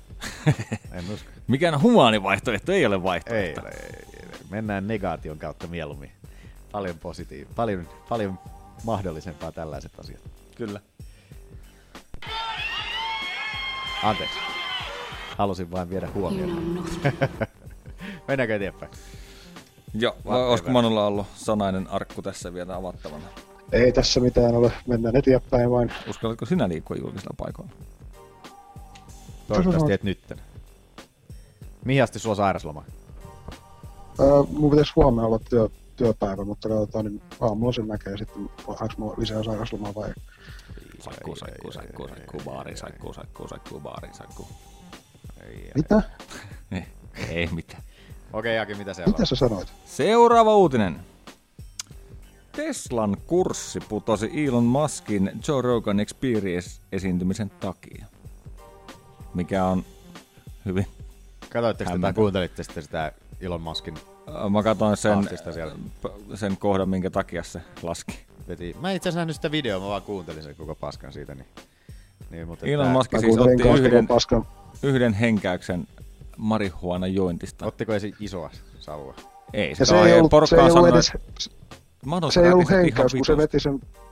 en usko. Mikään humaani vaihtoehto ei ole Ei, vaihtoehto. ole, ei, ole. mennään negaation kautta mieluummin. Paljon positiivista, paljon, paljon mahdollisempaa tällaiset asiat. Kyllä. Anteeksi. Halusin vain viedä huomioon. Mennäänkö eteenpäin? Joo, vai olisiko Manulla ollut sanainen arkku tässä vielä avattavana? Ei tässä mitään ole. Mennään eteenpäin vain. Uskallatko sinä liikkua julkisilla paikoilla? Toivottavasti et nytten. Mihin asti sulla on sairasloma? Äh, mun pitäisi huomenna olla työ, työpäivä, mutta katsotaan, niin aamulla sen näkee sitten, onko mulla lisää sairauslomaa vai... Sakkuu, sakkuu, sakkuu, sakkuu, baari, sakkuu, sakkuu, sakkuu, baari, sakkuu. Mitä? Ei mitään. Okei, Aki, mitä siellä Mitä sä sanoit? Seuraava uutinen. Teslan kurssi putosi Elon Muskin Joe Rogan Experience-esiintymisen takia. Mikä on hyvin... on? Katoitteko te tai Hämmentävä. kuuntelitte sitten sitä Elon Muskin Äh, Mä katsoin sen, Haastista siellä. p- sen kohdan, minkä takia se laski. veti? Mä en itse asiassa nähnyt sitä videoa, mä vaan kuuntelin sen koko paskan siitä. Niin, niin, mutta Elon tää- Musk Mä siis kuuntelin otti kanssa yhden, koko paskan. yhden henkäyksen marihuana jointista. Ottiko esi isoa sauvaa? Ei, Ja sitä se ei ollut, se porukka ei on ollut sanonut, edes, että- Manu se ei rätisit ollut ihan henkäys, kun se vitosta. veti sen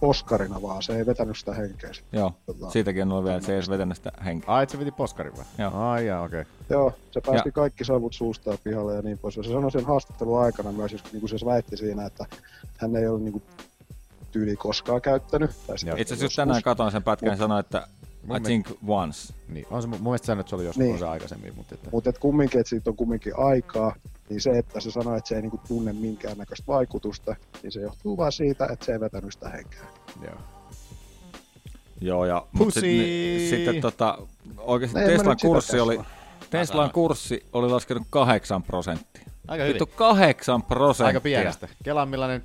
poskarina vaan, se ei vetänyt sitä henkeä. sitten. Joo, siitäkin on vielä, että se ei edes vetänyt sitä henkeä. Ai, että se veti poskarin vai? Joo. Ai jaa, okei. Joo, se päästi Ja- kaikki savut suustaan pihalle ja niin pois. Se sanoi sen haastattelun aikana myös, jos niin kuin se väitti siinä, että hän ei ole niin kuin tyyli koskaan käyttänyt. Tai sitten Itse asiassa just joskus. tänään katon sen pätkän ja sanoin, että I mielestä- think once. Niin, on se, mun mun mielestä sä nyt se oli joskus Niin. niin. aikaisemmin, mutta että... Mutta et kumminkin, että siitä on kumminkin aikaa, niin se, että se sanoi, että se ei niinku tunne minkäännäköistä vaikutusta, niin se johtuu vaan siitä, että se ei vetänyt sitä henkeä. Joo. Joo, ja mut sit, Pussy! ni, sitten tota, oikeasti No en mä Teslan nyt sitä kurssi tässä oli, sano. Teslan kurssi oli laskenut 8 prosenttia. Aika Vittu hyvin. 8 prosenttia. Aika pienestä. Kela on millainen...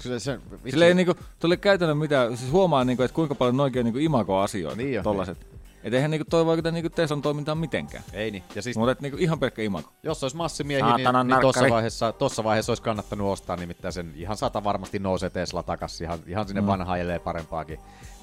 Se, se, vitsi, Sillä ei niinku, tuolla ei käytännön mitään, siis huomaa niinku, että kuinka paljon noikin on niinku imago-asioita, Niin jo, niin tollaset. Et eihän niinku toi vaikuta niinku Teslan toimintaan mitenkään. Ei niin. Ja siis, Mutta et niinku ihan pelkkä imago. jos olisi massimiehiä, niin, Saatanan niin tuossa narkkari. vaiheessa, tossa vaiheessa olisi kannattanut ostaa, nimittäin sen ihan sata varmasti nousee Tesla takaisin ihan, ihan sinne mm. Mm. vanhaan elee parempaakin,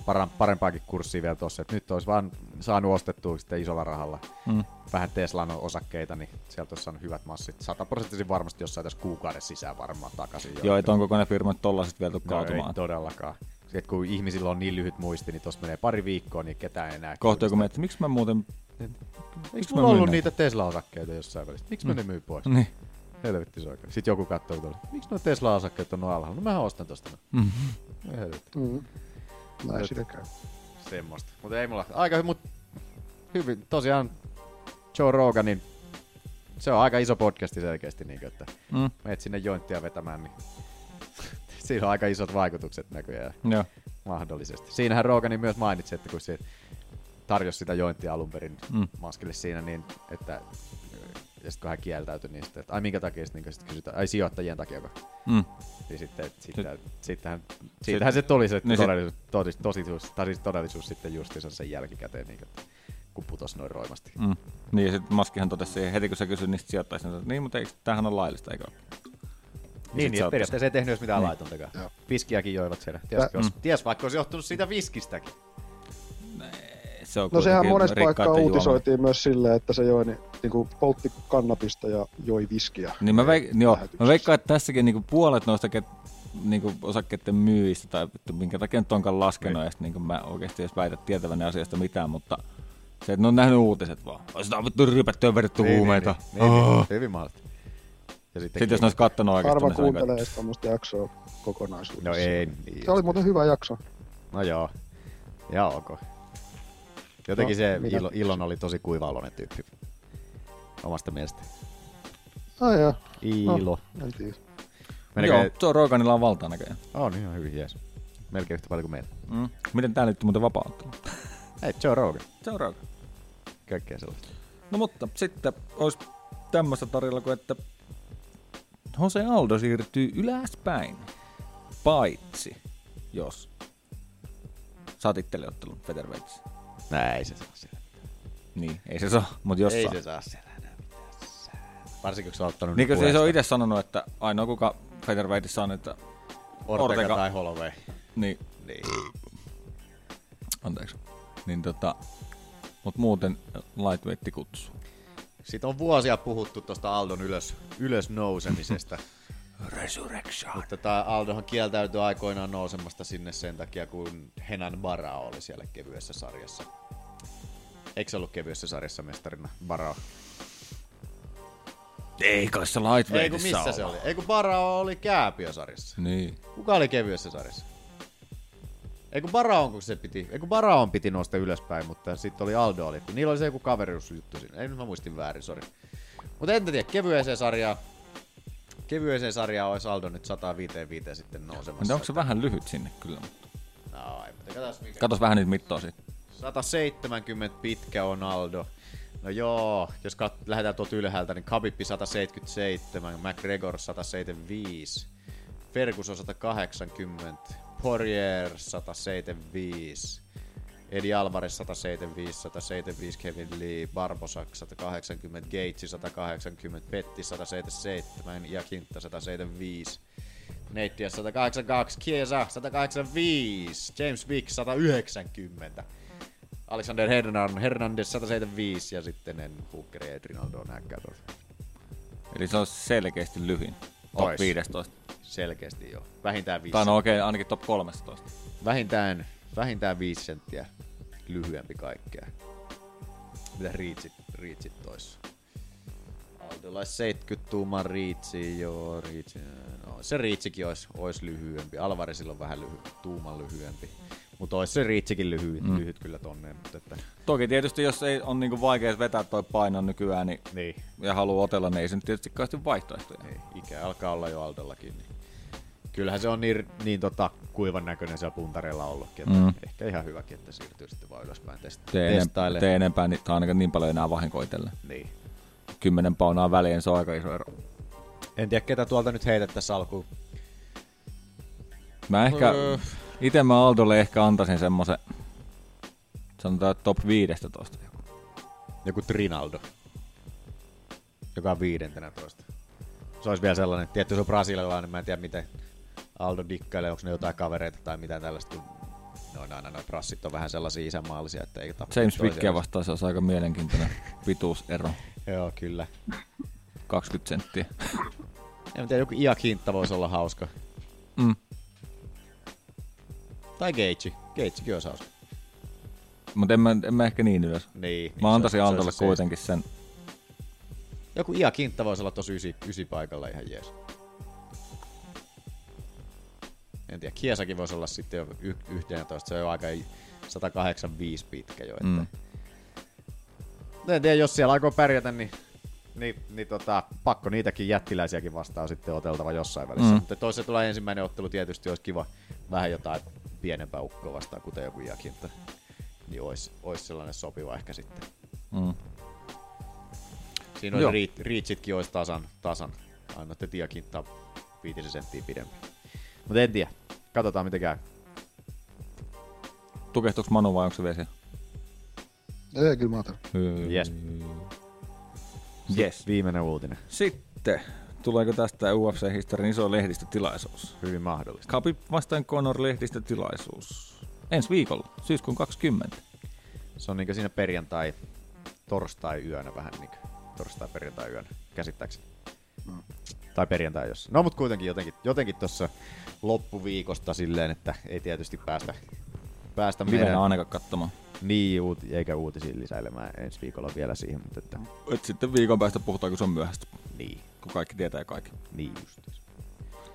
paran, parempaakin kurssiin vielä tossa. Et nyt olisi vaan saanut ostettua sitten isolla rahalla mm. Mm. vähän Teslan osakkeita, niin sieltä olisi saanut hyvät massit. Sataprosenttisesti varmasti jossain tässä kuukauden sisään varmaan takaisin. jo. Joo, et onko kone firma tollaset vielä tuu No ei kaatumaan. todellakaan. Se, että kun ihmisillä on niin lyhyt muisti, niin tuossa menee pari viikkoa, niin ketään ei enää. Kohta kiinnosta. kun miettii, miksi mä muuten... Eikö miksi mulla ollut myin niitä Tesla-osakkeita jossain välissä? Miksi mä ne myy pois? Niin. Helvetti se oikein. Sitten joku katsoo tuolla, miksi nuo Tesla-osakkeet on noin alhaalla? No mä ostan tosta. Mhm. Ei helvetti. Mm. Näin Nyt. sitä käy. Semmosta. Mutta ei mulla. Aika hyvin, mut hyvin. Tosiaan Joe Roganin, se on aika iso podcasti selkeästi. Niin että Mm. menet sinne jointtia vetämään, niin siinä on aika isot vaikutukset näköjään. Joo. mahdollisesti. Siinähän Rogani myös mainitsi, että kun se tarjosi sitä jointia alun perin mm. Mm. maskille siinä, niin että ja sitten kun hän kieltäytyi, niin sitten, että ai minkä takia, sitten niin sit kysytään, ai sijoittajien takia, kun. Mm. Niin sitten, että sitten, sittenhän, siitähän se tuli se Niin sit- todellisuus, todis, todellisuus, tai siis todellisuus sitten justiinsa sen jälkikäteen, niin, että kun putosi noin roimasti. Mm. Niin, ja sitten Maskihan totesi siihen, heti kun sä kysyit niistä sijoittajista, niin sanoi, niin, mutta eikö, tämähän on laillista, eikö ole? Niin, niin sä että oot- periaatteessa ei tehnyt edes mitään niin. Niin. Mm. laitontakaan. Joo. Viskiäkin joivat siellä. Ties, Tä- jos, ties vaikka olisi johtunut siitä viskistäkin. Se on No sehän kuitenkin monesta paikkaa rikkaiden uutisoitiin myös silleen, että se joi, niin, niin kuin poltti kannabista ja joi viskiä. juoma. Niin mä, veik- joo, mä Lähetyksessä. veikkaan, että tässäkin niinku puolet noista ket, niinku osakkeiden myyjistä, tai vittu, minkä takia nyt onkaan Niin. laskenut, ja sit niinku mä oikeasti edes väitän tietäväni asiasta mitään, mutta se, että ne on nähnyt uutiset vaan. Sitä on vittu rypätty ja vedetty huumeita. Niin, niin, niin, niin, Oh. hyvin mahdollista. Ja sitten Sitten jos ne olisi kattonut niin oikeasti, Harva ne sanoo, kuuntelee että- edes tämmöistä jaksoa kokonaisuudessa. No ei. Niin. Se oli muuten hyvä jakso. No joo. Ihan ok. Jotenkin no, No, se mitä? Ilon, Ilon oli tosi kuivaaloinen tyyppi. Omasta mielestä. Ai No joo, Iilo. en tiedä. No. Joo, Joe Roganilla on valtaa näköjään. On ihan hyvin, jees. Melkein yhtä paljon kuin meillä. Mm. Miten tää liittyy muuten vapauttaa? Hei, Joe Rogan. Joe Rogan. Kaikkea sellaista. No mutta sitten olisi tämmöistä tarjolla kuin, että Jose Aldo siirtyy ylöspäin, paitsi jos saat itselle ottelun Featherweightissä. Nää, ei se saa siellä. Niin, ei se saa, mutta jos Ei saa. se saa siellä enää mitään sää. Varsinkin kun sä oot ottanut niinku Niin nyt kuin se- se on puheesta itse sanonut, että ainoa kuka Featherweightissä on, että Ortega, Ortega. tai Holloway. niin, Niin. anteeksi, niin tota, mutta muuten lightweight kutsuu. Sitten on vuosia puhuttu tuosta Aldon ylös, ylös nousemisesta. Resurrection. Mutta tämä Aldohan kieltäytyi aikoinaan nousemasta sinne sen takia, kun Henan Bara oli siellä kevyessä sarjassa. Eikö se ollut kevyessä sarjassa mestarina Bara? Ei kai se Ei kun lightweightissa missä se oli? Ei kun Bara oli kääpiösarjassa. Niin. Kuka oli kevyessä sarjassa? Ei kun Baraon, kun se piti, ei kun Baraon piti nousta ylöspäin, mutta sitten oli Aldo oli, kun niillä oli se joku kaveruusjuttu siinä. Ei nyt mä muistin väärin, sori. Mutta en tiedä, kevyeseen sarjaan, kevyeseen sarjaan olisi Aldo nyt 155 sitten nousemassa. Mutta onko se Että- vähän lyhyt sinne kyllä? mutta No, ei, mutta katsos mikä. Katos vähän niitä mittoa siitä. 170 pitkä on Aldo. No joo, jos kat- lähdetään tuolta ylhäältä, niin Khabib 177, McGregor 175, Ferguson 180, Poirier 175, Edi Alvarez 175, 175 Kevin Lee, Barbosa 180, Gates 180, Petti 177 ja Kintta 175. Nate Diaz 182, Kiesa 185, James Wick 190, Alexander Hernan, Hernandez 175 ja sitten en Hooker ja Rinaldo näkään tuolta. Eli se olisi selkeästi lyhin. Top Ois. 15. Selkeästi joo. Vähintään 5 Tai no okei, okay, ainakin top 13. Vähintään, vähintään 5 senttiä lyhyempi kaikkea. Mitä riitsit, riitsit toissa? Aldelais 70 tuuman riitsi, joo, riitsi. No, se riitsikin olisi, ois lyhyempi. Alvarisilla on vähän lyhy, tuuman lyhyempi. Mutta olisi se riitsikin lyhyt, Mm. mm. lyhyt kyllä tonneen. Mutta että, Toki tietysti, jos ei on niinku vaikea vetää toi paino nykyään niin, niin. ja haluaa otella, niin ei se nyt tietysti kauheasti vaihtoehtoja. Ei, ikä alkaa olla jo Aldellakin. Niin. Kyllähän se on niin, niin tota, kuivan näköinen siellä puntareilla ollutkin. Että Mm. mm. Ehkä ihan hyväkin, että siirtyy sitten vaan ylöspäin testa- Tee, enem- testailemaan. tee enempää, niin, tai ainakaan niin paljon enää vahinkoitelle. Niin. Kymmenen paunaa väliin, se on aika iso ero. En tiedä, ketä tuolta nyt heitettäisiin alkuun. Mä ehkä, Öö. ite mä Aldolle ehkä antaisin semmosen, sanotaan että top 15. joku. Joku Trinaldo, joka on viidentenä toista. Se olisi vielä sellainen, tietty se on brasilialainen, mä en tiedä miten Aldo dikkailee, onko ne jotain kavereita tai mitään tällaista. Ne on aina, noin brassit on vähän sellaisia isänmaallisia, että ei tapaa James toisiaan. Wickia vastaan se olisi aika mielenkiintoinen pituusero. Joo, kyllä. 20 senttiä. En tiedä, joku Iak Hintta voisi olla hauska. Mm. Tai Gage. Gagekin olisi hauska. Mutta en mä, en mä ehkä niin ylös. Niin, niin, se mä antaisin on- se on Aldolle se seis- kuitenkin sen. Joku Iak Hintta voisi olla tosi ysi, ysi paikalla ihan jees. En tiedä, Kiesakin voisi olla sitten jo y- 11, se on jo aika 185 pitkä jo. Että. Mm. Mm. En tiedä, jos siellä aikoo pärjätä, niin, niin, niin tota, pakko niitäkin jättiläisiäkin vastaan sitten oteltava jossain välissä. Mm. Mm. Mutta toisaalta tulee ensimmäinen ottelu tietysti olisi kiva vähän jotain pienempää ukkoa vastaan, kuten joku Iakin, että niin olisi, olisi sellainen sopiva ehkä sitten. Mm. Siinä Joo. olisi riit, riitsitkin olisi tasan, tasan. Annatte Iakin viitisen senttiä pidempi. Mutta en tiedä. Katsotaan miten käy. Tukehtuuko Manu vai onko se vielä siellä? Ei, No kyllä mä otan. Yes. Yes. Viimeinen uutinen. Sitten, tuleeko tästä UFC-historian iso lehdistötilaisuus? Hyvin mahdollista. Khabib vastaan Conor lehdistötilaisuus. Ensi viikolla, syyskuun 20. Se on niinkö siinä perjantai, torstai yönä vähän niinkö. Torstai, perjantai yönä, käsittääkseni. Mm. Tai perjantai jos. No mut kuitenkin jotenkin, jotenkin tuossa loppuviikosta silleen, että ei tietysti päästä, päästä Livenä meidän- ainakaan katsomaan. Niin, uut, eikä uutisiin lisäilemään ensi viikolla vielä siihen, mutta että Et sitten viikon päästä puhutaan, kun se on myöhäistä. niin, Kun kaikki tietää ja kaikki. niin just.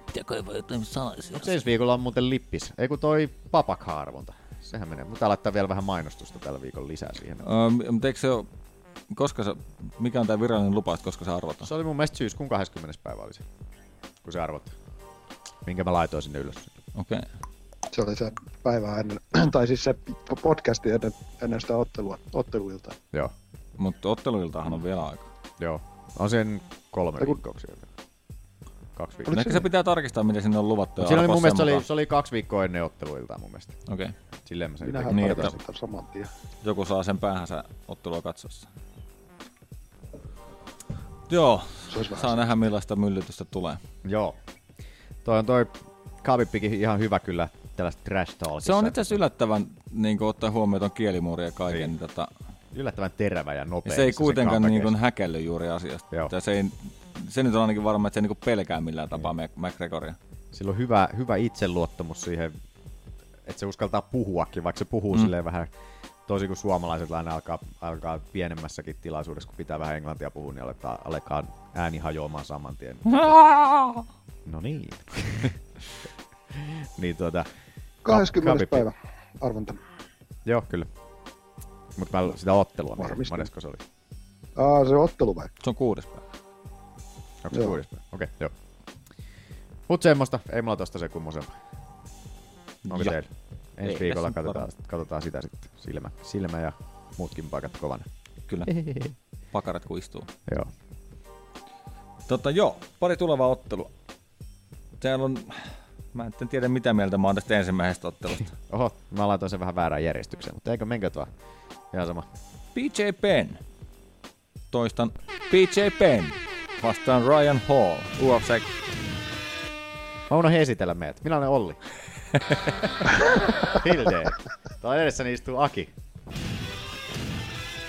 Pitää kaivaa jotain salaisia. Mutta ensi viikolla on muuten lippis. Ei kun toi papakhaarvonta. Sehän menee. Mutta laittaa vielä vähän mainostusta tällä viikolla lisää siihen. Ähm, mutta eikö se ole, koska se, mikä on tämä virallinen lupa, että koska se arvotaan? Se oli mun mielestä syyskuun 20. päivä oli se, kun se arvot. Minkä mä laitoin sinne ylös. Okei. Okay. Se oli se päivä ennen, tai siis se podcasti ennen, ennen sitä ottelua, otteluilta. Joo. Mutta otteluiltahan on vielä aika. Joo. On sen kolme Ei kun- viikkoa. kun sieltä. Kaksi Oliko viikkoa. Ehkä se pitää tarkistaa, miten sinne on luvattu. ja Mut Siinä oli arpoa mun mielestä se sen oli, mukaan. se oli kaksi viikkoa ennen otteluiltaa mun mielestä. Okei. Silleen mä sen Minähän Niin, niin, että- sitä saman tien. Joku saa sen päähänsä ottelua katsossa. Joo, Se olisi vähän saa nähdä millaista myllytystä tulee. Joo. Toi on toi Kavippikin ihan hyvä kyllä tällaista trash talkissa. Se on itse asiassa yllättävän, niin ottaa huomioon ton kielimuuri ja kaiken. Niin. Tota, yllättävän terävä ja ja nopea. se ei missä kuitenkaan kanta niin kuin, kestää. häkelly juuri asiasta. Joo. Tai Se, ei, se nyt on ainakin varma, että se ei niin pelkää millään tapaa Niin. Mac- McGregoria. Sillä on hyvä, hyvä itseluottamus siihen, että se uskaltaa puhuakin, vaikka se puhuu mm. Mm. silleen vähän toisin kuin suomalaiset aina alkaa, alkaa pienemmässäkin tilaisuudessa, kun pitää vähän englantia puhua, niin aletaan, aletaan ääni hajoamaan saman tien. no niin. niin tuota, 20. Kapi- päivä arvonta. joo kyllä. Mutta mä sitä ottelua, Varmistin. monesko se oli? Aa, se on ottelu vai? Se on kuudes päivä. Onko se Joo. kuudes päivä? Okei, okay, joo. Mut semmoista, ei mulla tosta se kummosempaa. No, Onko Ja. teillä? Ensi Ei tässä viikolla nyt katsotaan, varmaan. katsotaan sitä sitten. Silmä, silmä ja muutkin paikat kovana. Kyllä. Pakarat kun istuu. Joo. Tota joo, pari tulevaa ottelua. Täällä on, mä en tiedä mitä mieltä mä oon tästä ensimmäisestä ottelusta. Oho, mä laitoin sen vähän väärään järjestykseen, mutta eikö menkö tuo? Ihan sama. PJ Penn. Toistan PJ Penn vastaan Ryan Hall. UFC. Mä unohdin esitellä meidät. Minä olen Olli. Hilde. Tuolla edessäni istuu Aki.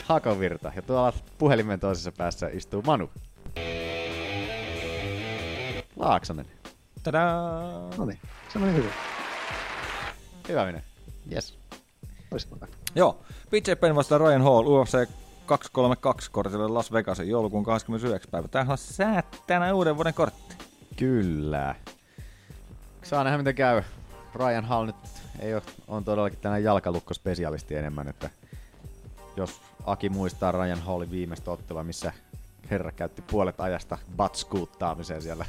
Hakovirta. Ja tuolla puhelimen toisessa päässä istuu Manu. Laaksonen. Tadaa! No niin, se meni hyvin. Hyvä minä. Yes. Loistavaa. Joo, BJ Penn vastaa Ryan Hall UFC 232 kortille Las Vegasin joulukuun 29. päivä. Tämähän on säättänä uuden vuoden kortti. Kyllä. Saa nähdä miten käy. Ryan Hall nyt ei ole, on todellakin tänään jalkalukkospesialisti enemmän, että jos Aki muistaa Ryan Hallin viimeistä ottelua, missä herra käytti puolet ajasta batskuuttaamiseen siellä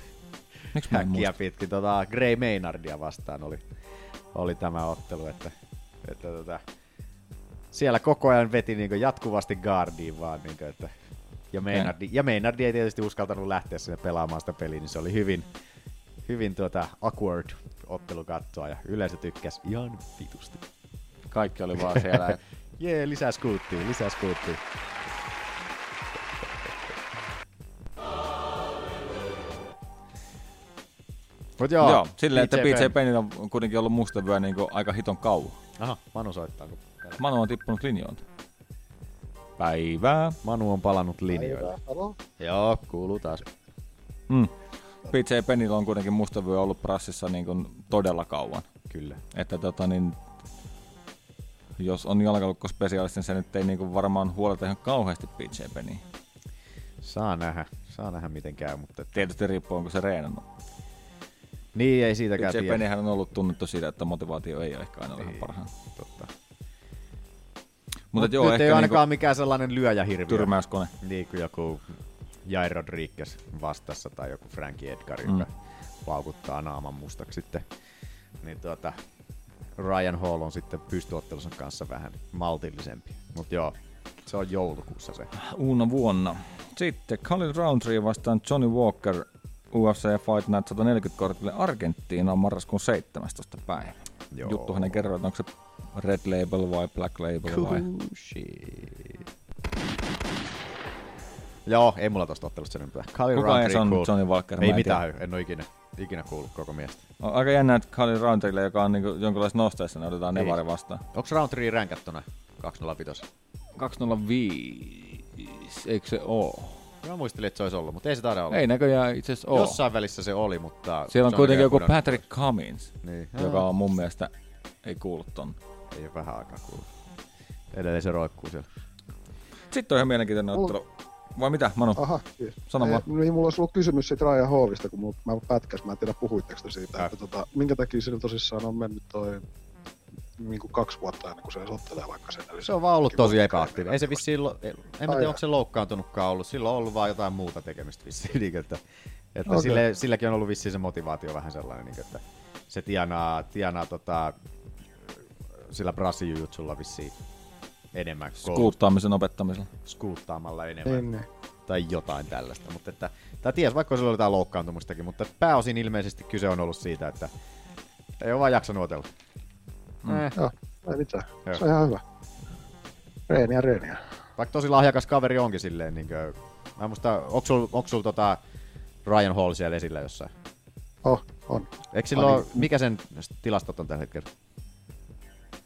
Miksi mä en häkkiä muista? pitkin tota Gray Maynardia vastaan oli, oli tämä ottelu, että, että tota, siellä koko ajan veti niin jatkuvasti guardiin vaan, niin kuin, että, ja, Maynardi, ja Maynardi ei tietysti uskaltanut lähteä sinne pelaamaan sitä peliä, niin se oli hyvin, hyvin tuota awkward ottelu katsoa ja yleisö tykkäsi ihan vitusti. Kaikki oli vaan siellä, että Jee, lisää skuuttia, lisää skuuttia. Mut joo, Joo, silleen, että BJ BJ Pennin on kuitenkin ollut mustavyö niin aika hiton kauan. Aha, Manu soittaa. kun- Manu on tippunut linjoilta. Päivää. Manu on palannut linjoille. Halo? Joo, kuuluu taas. Mm. BJ Pennillä on kuitenkin mustavyö ollut prassissa niin kuin todella kauan. Kyllä. Että tota niin, jos on jalkalukkospesiaalisti, niin se nyt ei niin kuin varmaan huoleta ihan kauheasti BJ Penniä. Saa nähdä, saa nähdä miten käy, mutta Tietysti riippuu, onko se reenannut. niin ei siitäkään BJ tiedä. Pennihän on ollut tunnettu siitä, että motivaatio ei ole ehkä aina ihan parhaan. Totta. Mutta Mut joo, nyt ehkä ei ole niinku ainakaan mikään sellainen lyöjähirviö. tyrmäyskone. Niin kuin joku Jair Rodriguez vastassa tai joku Frankie Edgar, Mm. joka paukuttaa naaman mustaksi sitten. Niin tuota, Ryan Hall on sitten pystyottelunsa kanssa vähän maltillisempi. Mutta joo, se on joulukuussa se. uuna vuonna. Sitten Khalid Roundtree vastaan Johnny Walker UFC Fight Night 140 kortille Argentiinaan marraskuun 17. päivä. Joo. Juttu hänen kerroin, että onko se Red Label vai Black Label vai... Cool shit. Joo, ei mulla tosta ottelusta sen enempää. Khalil Kuka Roundtree, edes on cool. Johnny Walker? Mä Ei en mitään, hyö, en ole ikinä, ikinä kuullut koko miestä. On No, aika jännä, että Khalid Roundtree, joka on niinku jonkinlaisessa nosteessa, niin otetaan Ei. Nevari vastaan. Onks Roundtree ränkättynä 205? 205, eikö se oo? Mä muistelin, että se olisi ollut, mutta ei se taida olla. Ei näköjään itse asiassa oo. Jossain välissä se oli, mutta... Siellä on Johnny kuitenkin joku Walker on- Patrick Cummins, Niin. joka on mun mielestä ei kuulu ton. Ei ole vähän aikaa kuullut. Edelleen se roikkuu siellä. Sitten on ihan mielenkiintoinen Mulla- ottelu. Vai mitä, Manu? Aha, kiitos. Sano vaan. Ei, niin, mulla olisi ollut kysymys siitä Ryan Hallista, kun mut- mä pätkäs, mä en tiedä puhuitteko te Äh. siitä, että tota, minkä takia sillä tosissaan on mennyt toi niin kuin kaksi vuotta ennen kuin se edes ottelee vaikka sen. Eli Se on vaan ollut kiva- tosi epäaktiivinen. Ei se vissiin, lo- en mä tiedä, Ai- onko se loukkaantunutkaan ollut. Sillä on ollut vaan jotain muuta tekemistä vissiin. Niin, että, että Okei. sille, silläkin on ollut vissiin se motivaatio vähän sellainen, niin, että se tienaa, tienaa tota, sillä brassijujutsulla vissiin enemmän kuin Skuuttaamisen opettamisella. skuuttaamalla enemmän. Ennen. tai jotain tällaista. Mutta että, tai ties, vaikka sillä oli jotain loukkaantumistakin, mutta pääosin ilmeisesti kyse on ollut siitä, että ei ole vaan jaksanut otella. Mm. Joo, ei mitään. Joo. Se on ihan hyvä. Reeniä, reeniä. Vaikka tosi lahjakas kaveri onkin silleen, niin kuin, mä en muista, onko sul, onko sul tota Ryan Hall siellä esillä jossain? Oh, on. Eikö silloin, Ai niin. mikä sen tilastot on tällä hetkellä?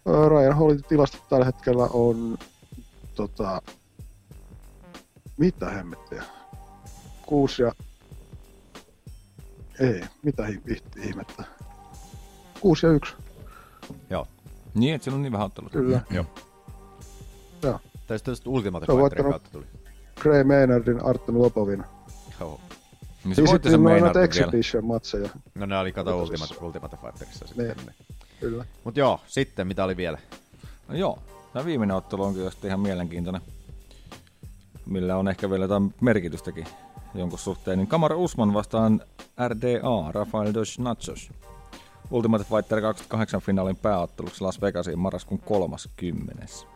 Öö, Ryan Hallin tilastot tällä hetkellä on tota, mitä hemmettiä? Kuusi ja... Ei, mitä hi- hi- ihmettä? Kuusi ja yksi, Joo. Niin, että sillä on niin vähän otteluita. kyllä. Joo. Tai sitten Ultimate Se on Fighterin voittanut- kautta tuli. Gray Maynardin, Artem Lopovin. Joo. Niin se Niin voitti sitten sen on näitä Maynardin vielä. Exhibition-matseja. No ne oli kato Mitä siis? Ultimate, Ultimate Fighterissa Niin. sitten. Niin. Kyllä. Mut joo, sitten mitä oli vielä? No joo, tämä viimeinen ottelu on kyllä sitten ihan mielenkiintoinen, millä on ehkä vielä jotain merkitystäkin jonkun suhteen. Niin Kamara Usman vastaan RDA, Rafael dos Nachos. Ultimate Fighter 28 finaalin pääotteluksi Las Vegasiin marraskuun 30.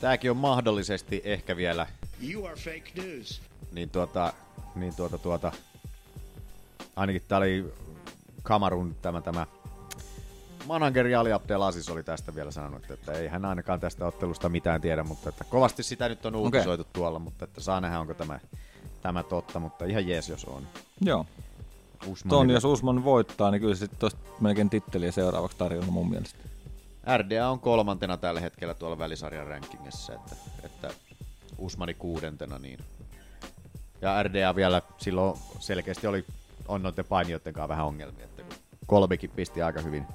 Tääkin on mahdollisesti ehkä vielä You are fake news. niin tuota, niin tuota, tuota, ainakin tää oli Kamarun tämä, tämä manageri Ali Abdelaziz oli tästä vielä sanonut, että ei hän ainakaan tästä ottelusta mitään tiedä, mutta että kovasti sitä nyt on uutisoitu okay. tuolla, mutta että saa nähdä, onko tämä, tämä totta, mutta ihan jees, jos on. Joo, Usman ton jos Usman voittaa, niin kyllä se sitten olisi melkein titteliä seuraavaksi tarjolla mun mielestä. RDA on kolmantena tällä hetkellä tuolla välisarjan rankingissa, että, että Usmani kuudentena niin. Ja RDA vielä silloin selkeästi oli on noiden painijoiden kanssa vähän ongelmia. Että kun kolmikin pisti aika hyvin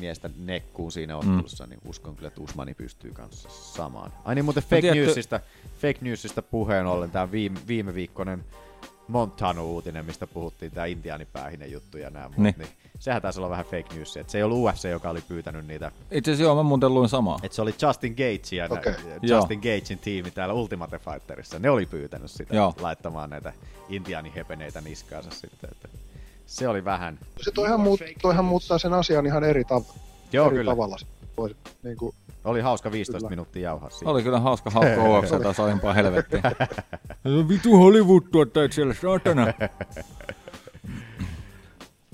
miestä nekkuun siinä ottelussa, mm. niin uskon kyllä, että Usmani pystyy kanssa samaan. Ai niin, muuten fake, tiedätkö- newsista, fake newsista puheen ollen, tämä viime, viime viikkoinen Montano-uutinen, mistä puhuttiin, tämä intiaanipäähinen juttu ja nämä muut, Niin. niin. niin sehän taisi olla vähän fake news, että se ei ollut UFC, joka oli pyytänyt niitä Itse asiassa joo, mä muuten luin samaa. et se oli Justin Gage ja Okei. okay. Justin Gagein tiimi täällä Ultimate Fighterissa. Ne oli pyytänyt sitä Joo. Joo. laittamaan näitä intiaanihepeneitä niskaansa sitten. Että se oli vähän. Se toihan, muut, toihan muuttaa sen asian ihan eri, tav- Joo, eri kyllä. tavalla. Voi, niin kuin, Oli hauska 15 Kyllä. kyllä. minuuttia jauhaa siitä. Oli kyllä hauska hauska UFC taas aiempaa helvettiä. Vitu Hollywood tuottajat siellä, saatana. Mitä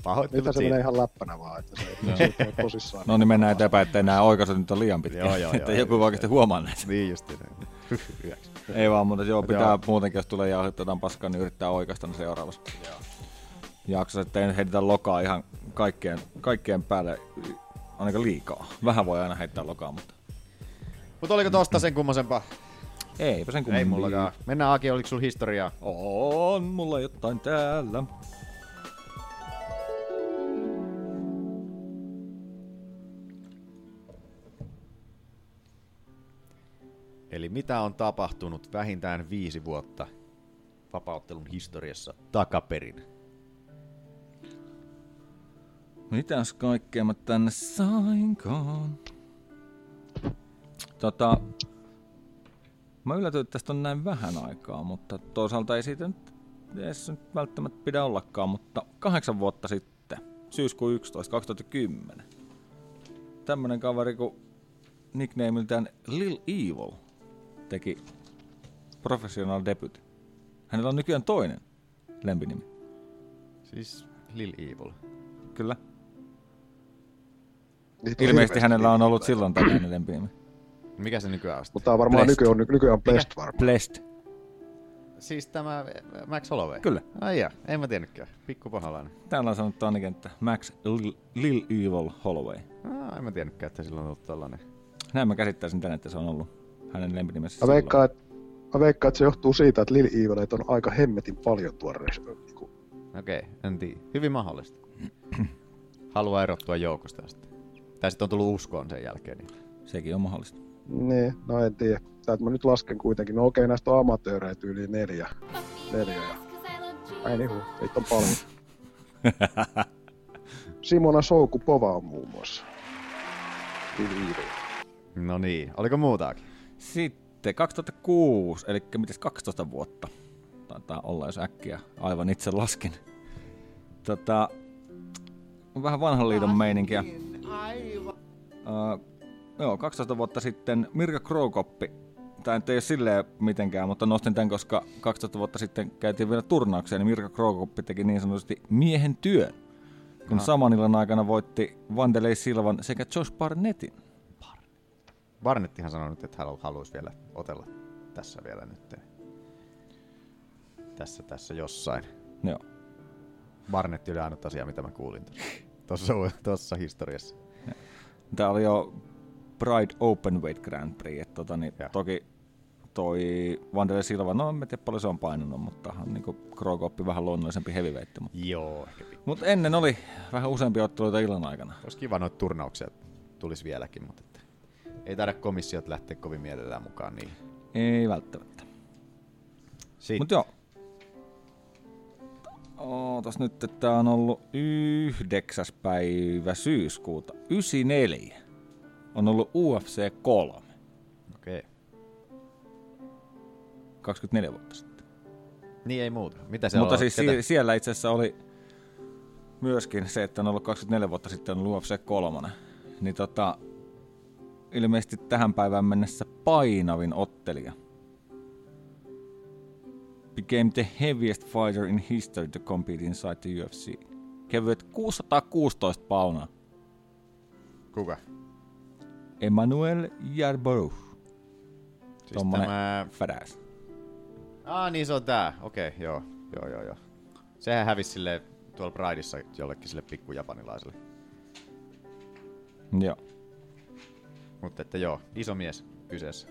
Pahoittelut se menee siitä. ihan läppänä vaan, että se ei Joo. se ei ole tosissaan. No niin mennään eteenpäin, ettei nämä oikaisut nyt ole liian pitkiä. Joo, joo, Että joo, joku just oikeasti huomaa näitä. Niin justiin. Hyväksi. Ei vaan, mutta joo, Joo. pitää muutenkin, jos tulee jauhittetaan paskaa, niin yrittää oikaista ne seuraavassa. Joo. Jaksossa, ettei nyt heitetä lokaa ihan kaikkien, kaikkien päälle y- ainakaan liikaa. Vähän voi aina heittää lokaa, mutta Mutta oliko tosta sen kummosempaa? eipä sen Ei kummemmin. mullakaan. Mennään Aki, oliko sulla historiaa? On mulla jotain täällä. Eli mitä on tapahtunut vähintään viisi vuotta vapauttelun historiassa takaperin? Mitäs kaikkea mä tänne sainkaan? Tota, mä yllätyin, että tästä on näin vähän aikaa, mutta toisaalta ei siitä nyt edes nyt välttämättä pidä ollakaan, mutta kahdeksan vuotta sitten, syyskuun 11, 2010, tämmönen kaveri kuin nicknameiltään Lil Evil teki professional debut. Hänellä on nykyään toinen lempinimi. Siis Lil Evil. Kyllä. Niitä on Ilmeisesti hirveästi hänellä on niitä. ollut silloin tällainen lempinimi. Mikä se nykyään on? Mutta tää varmaan Blessed. nyky on, nykyään Mikä? Blessed varmaan. Blessed. Siis tämä Max Holloway? Kyllä. Ai jaa, en mä tiennytkään. Pikku pahalainen. Täällä on sanottu ainakin, että Max Lil, Lil Evil Holloway. Ah, en mä tiennytkään, että sillä on ollut tällainen. Näin mä käsittäisin tänne, että se on ollut hänen lempinimensä. Mä veikkaan, että, mä veikkaan, että se johtuu siitä, että Lil Evileitä on aika hemmetin paljon niin tuoreessa. Okei, okay, en tiedä. Hyvin mahdollista. Haluaa erottua joukosta sitten. Tai sitten on tullut uskoon sen jälkeen. Niin. Sekin on mahdollista. Niin, no en tiedä. Täältä mä nyt lasken kuitenkin. No okei, näistä on amatöörejä tyyli neljä. Neljä. ja- Ai niin, huu, niitä on paljon. Simona Soukupova on muun muassa. Lil Evil. No niin, oliko muutaakin? Sitten 2006, eli mitäs 12 vuotta. Taitaa olla, jos äkkiä aivan itse laskin. Tota, on vähän vanhan liiton meininkiä. Uh, joo, 12 vuotta sitten Mirka Krokoppi. Tämä nyt ei ole silleen mitenkään, mutta nostin tämän, koska 12 vuotta sitten käytiin vielä turnauksia, niin Mirka Krokoppi teki niin sanotusti miehen työn, kun Aha. saman illan aikana voitti Vandelei Silvan sekä Josh Barnettin. Barnettihan sanoi nyt, että hän haluaisi vielä otella tässä vielä nyt. Tässä, tässä jossain. Joo. Barnetti oli ainut asia, mitä mä kuulin tuossa, tuossa historiassa. Tämä oli jo Pride Openweight Grand Prix. Et tota, niin toki toi Vandele Silva, no en tiedä paljon se on painanut, mutta hän niin Krokoppi vähän luonnollisempi heavyweight. Mutta Joo, ehkä Mut ennen oli vähän useampia otteluita illan aikana. Olisi kiva noita turnauksia tulisi vieläkin, mutta että ei taida komissiot lähteä kovin mielellään mukaan niin- niihin. Ei välttämättä. Sitten. Mut joo. Ootas nyt, että tää on ollut 9. päivä syyskuuta. 94. On ollut UFC 3. Okei. 24 vuotta sitten. Niin ei muuta. Mitä se Mutta on? siis Ketä? sie- siellä itse asiassa oli myöskin se, että on ollut 24 vuotta sitten on UFC 3. Niin tota, ilmeisesti tähän päivään mennessä painavin ottelija. Became the heaviest fighter in history to compete inside the UFC. Kevyet 616 paunaa. Kuka? Emmanuel Jarboruch. Siis Tommonen tämä- färäs. Ah, niin se on tää. Okei, okay, joo. Joo, joo, joo. Sehän hävisi sille tuolla Prideissa jollekin sille pikku japanilaiselle. Joo. Mutta että joo, iso mies kyseessä.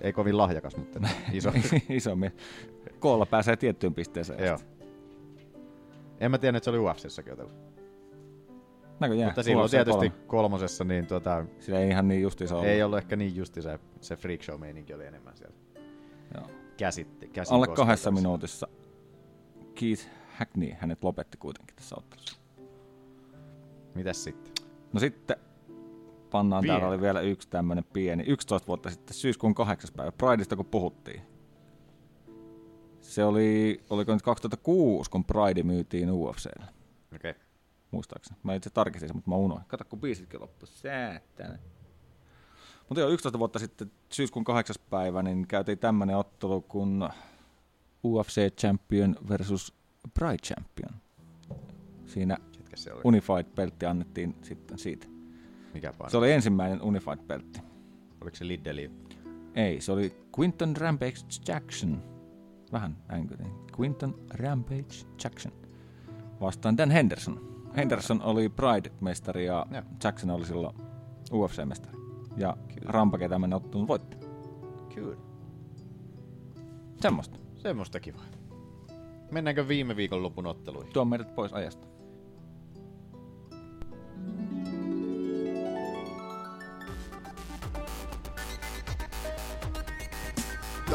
Ei kovin lahjakas, mutta iso. iso mies. Koolla pääsee tiettyyn pisteeseen. Joo. asti. En mä tiedä, että se oli UFCssäkin jotenkin. Näköjään. Mutta silloin UFC tietysti kolme. kolmosessa niin tota... Sillä ei ihan niin justiinsa ollut. Ei ollut ehkä niin justi se, se freak show meininki oli enemmän siellä. Joo. Käsitti, käsin Alle kosketus. kahdessa minuutissa Keith Hackney hänet lopetti kuitenkin tässä ottelussa. Mitäs sitten? No sitten pannaan, Vielä. Vielä. täällä oli vielä yksi tämmönen pieni, 11 vuotta sitten syyskuun 8. päivä, Prideista kun puhuttiin. Se oli, oliko nyt 2006, kun Pride myytiin UFClle. Okei. Okay. Muistaakseni. Mä itse tarkistin sen, mutta mä unoin. Kato, kun biisitkin loppu. Säätänä. Mutta joo, 11 vuotta sitten syyskuun 8. päivä, niin käytiin tämmönen ottelu kuin UFC Champion versus Pride Champion. Siinä se oli? Unified-peltti annettiin sitten siitä. Mikä paino? Se oli ensimmäinen Unified-peltti. Oliko se Liddeli? Ei, se oli Quinton Rampage Jackson. Vähän änkytin. Quinton Rampage Jackson. Vastaan Dan Henderson. Henderson oli Pride-mestari ja Jackson oli silloin UFC-mestari. Ja Rampage tämän ottelun voitti. Kyllä. Semmosta. Semmosta kivaa. Mennäänkö viime viikon lopun otteluihin? Tuo meidät pois ajasta. The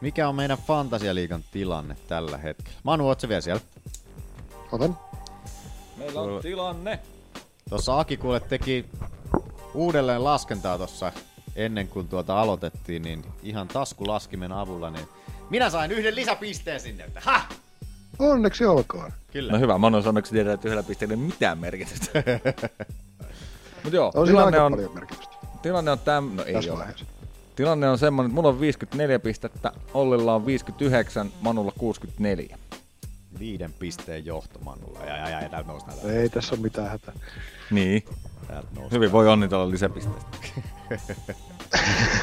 Mikä on meidän Fantasialiikan tilanne tällä hetkellä? Manu, oot sä vielä siellä? Otan. Meillä on Tuolla- tilanne. Tuossa Aki kuule teki uudelleen laskentaa tuossa ennen kuin tuota aloitettiin, niin ihan taskulaskimen avulla, niin minä sain yhden lisäpisteen sinne. että Ha! Onneksi olkoon. Kyllä. No hyvä, mä annan onneksi tiedä, että yhdellä pisteellä ei ole mitään merkitystä. Mut joo, On sillä tilanne aika on, paljon merkitystä. tilanne on täm... No ei Tässä ole. vaiheessa. Tilanne on semmonen, että mulla on 54 pistettä, Ollilla on 59, Manulla 64. Viiden pisteen johto Manulla. Ja, ja, ja, ja täältä noustaan. Täältä. Ei tässä ole mitään hätää. Niin. Täältä noustaan. Hyvin voi onnitella lisäpisteistä.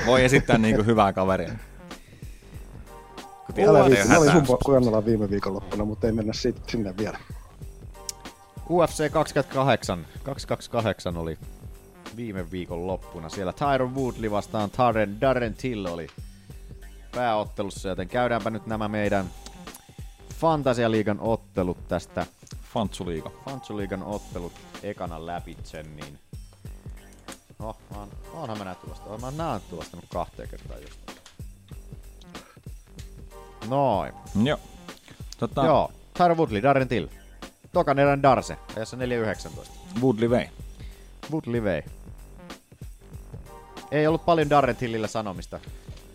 voi esittää niinku hyvää kaveria. Kun Mä tiedetään, olin, ei ole mä olin hätää. sun Kujannolla viime viikonloppuna, mutta ei mennä siitä sinne vielä. UFC 228, 228 oli viime viikon loppuna. Siellä Tyron Woodley vastaan Taren Darren Till oli pääottelussa, joten käydäänpä nyt nämä meidän Fantasialiigan ottelut tästä. Fantsuliiga. Fantsuliigan ottelut ekana läpitse, niin... No, mä oon, oonhan mä nää tulostanut. Mä oon nää tulostanut kahteen kertaan just. Noin. Joo. Tota, Joo. Tyron Woodley, Darren Till. Tokan erän Darse, ajassa 4.19. Woodley vei. Woodley vei. Ei ollut paljon Darren Tillillä sanomista.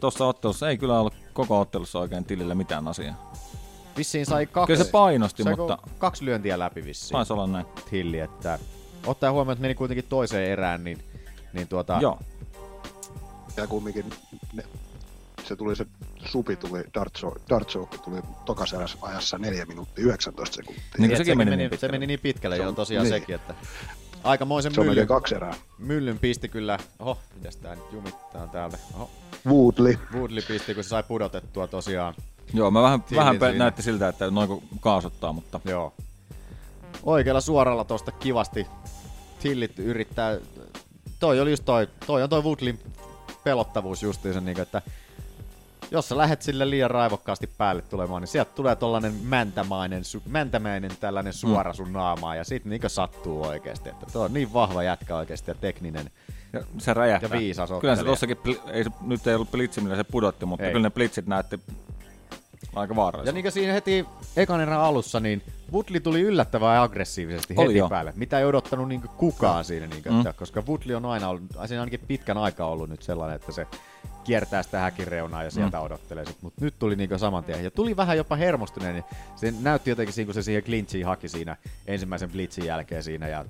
Tuossa ottelussa ei kyllä ollut koko ottelussa oikein tilillä mitään asiaa. Vissiin sai kaksi... Kyllä se painosti, saiko mutta- Kaksi lyöntiä läpi vissiin. Taisi olla näin. Tilli, että... Ottaen huomioon, että meni kuitenkin toiseen erään, niin, niin tuota... Joo. Ja kumminkin ne, se tuli se supi tuli, Dartso, Dartso tuli tokaisessa ajassa 4 minuuttia 19 sekuntia. Niin Et kuin sekin meni niin se pitkälle. meni niin pitkälle, Se on- joo tosiaan niin. sekin, että aikamoisen Se on melkein myllyn, kaksi erää. myllyn pisti kyllä. Oho, mitäs tää nyt jumittaa täältä? Oho. Woodley. Woodley pisti, kun se sai pudotettua tosiaan. Joo, mä vähän, Tillin vähän pe- siinä. näytti siltä, että noin kun kaasuttaa, mutta Joo. Oikealla suoralla tosta kivasti tillit yrittää. Toi oli just toi, toi on toi Woodlin pelottavuus justiinsa niinku, että jos sä lähet sille liian raivokkaasti päälle tulemaan, niin sieltä tulee tollanen mäntämäinen, su- mäntämäinen tällainen suora sun naamaa, ja sit niinkö sattuu oikeesti, että tuo on niin vahva jätkä oikeesti ja tekninen. ja se räjähtää. Ja viisas Kyllä se ottelija. tossakin, pl- ei, se- nyt ei ollut blitsi, millä se pudotti, mutta Ei. ei. kyllä ne blitsit näytti aika Ja niin vaarallisilta. niinkö siinä heti ekan erän alussa, niin Woodley tuli yllättävän aggressiivisesti Oli heti joo. päälle, mitä ei odottanut niinkö kukaan siinä, niinkö, Mm. että, koska Woodley on aina ollut, siinä ainakin pitkän aikaa ollut nyt sellainen, että se kiertää sitä häkin reunaa ja sieltä Mm. odottelee sit. Mutta nyt tuli niinkö saman tien. Ja tuli vähän jopa hermostuneen. Niin se näytti jotenkin siinä, kun se siihen clinchiin haki siinä ensimmäisen blitzin jälkeen siinä ja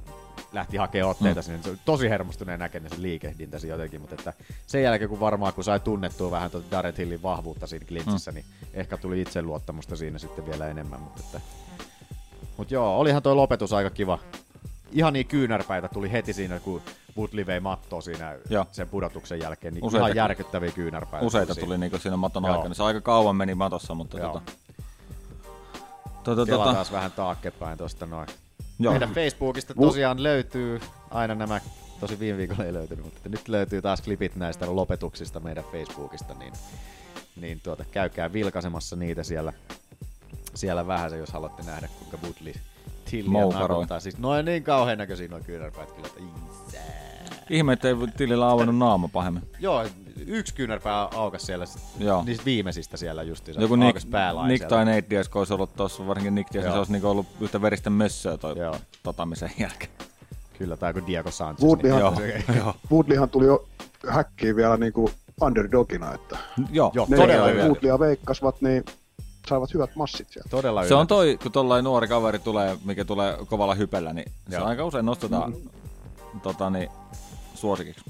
lähti hakemaan otteita mm. sinne. Se oli tosi hermostuneen näköinen se liikehdintä siinä jotenkin, mutta että sen jälkeen kun varmaan kun sai tunnettua vähän tuota Darren Hillin vahvuutta siinä clinchissä, mm. niin ehkä tuli itseluottamusta siinä sitten vielä enemmän, mutta että Mut joo, olihan toi lopetus aika kiva. Ihan niin kyynärpäitä tuli heti siinä, kun Woodley vei mattoa siinä Joo. sen pudotuksen jälkeen. Niin Useita- ihan järkyttäviä kyynärpäitä. Useita siinä. tuli niinku siinä maton Joo. aikana. Se aika kauan meni matossa, mutta Joo. tota... Tota, Kela tota- taas vähän taakkepäin tosta noin. Joo. Joo. Meidän Facebookista Mu- tosiaan löytyy aina nämä, tosi viime viikolla ei löytynyt, mutta nyt löytyy taas klipit näistä lopetuksista meidän Facebookista, niin, niin tuota, käykää vilkaisemassa niitä siellä, siellä vähän se, jos haluatte nähdä, kuinka Woodley tilliä Moukaroi. naruttaa. Siis noin niin kauhean näköisiä nuo kyynärpäät kyllä, että isää. Ihme, ettei tilillä auennut naama pahemmin. Joo, yksi kyynärpää aukas siellä sit- Joo. niistä viimeisistä siellä justiinsa. Joku Nick, aukas päälain Nick siellä. tai Nate Diasko olisi ollut tuossa, varsinkin Nick Diaz, Joo. se olisi niinku ollut yhtä veristä mössöä toi tatamisen jälkeen. Kyllä, tai kun Diego Sanchez. niin, Woodleyhan, joo, joo. Woodleyhan tuli jo häkkiin vielä niinku underdogina, että Joo, ne, No, todella jotka hyvä. Woodleya veikkasivat, niin saivat hyvät massit sieltä. Todella Se on toi, kun tollain nuori kaveri tulee, mikä tulee kovalla hypellä, niin se Joo. aika usein nostetaan tota, niin, suosikiksi.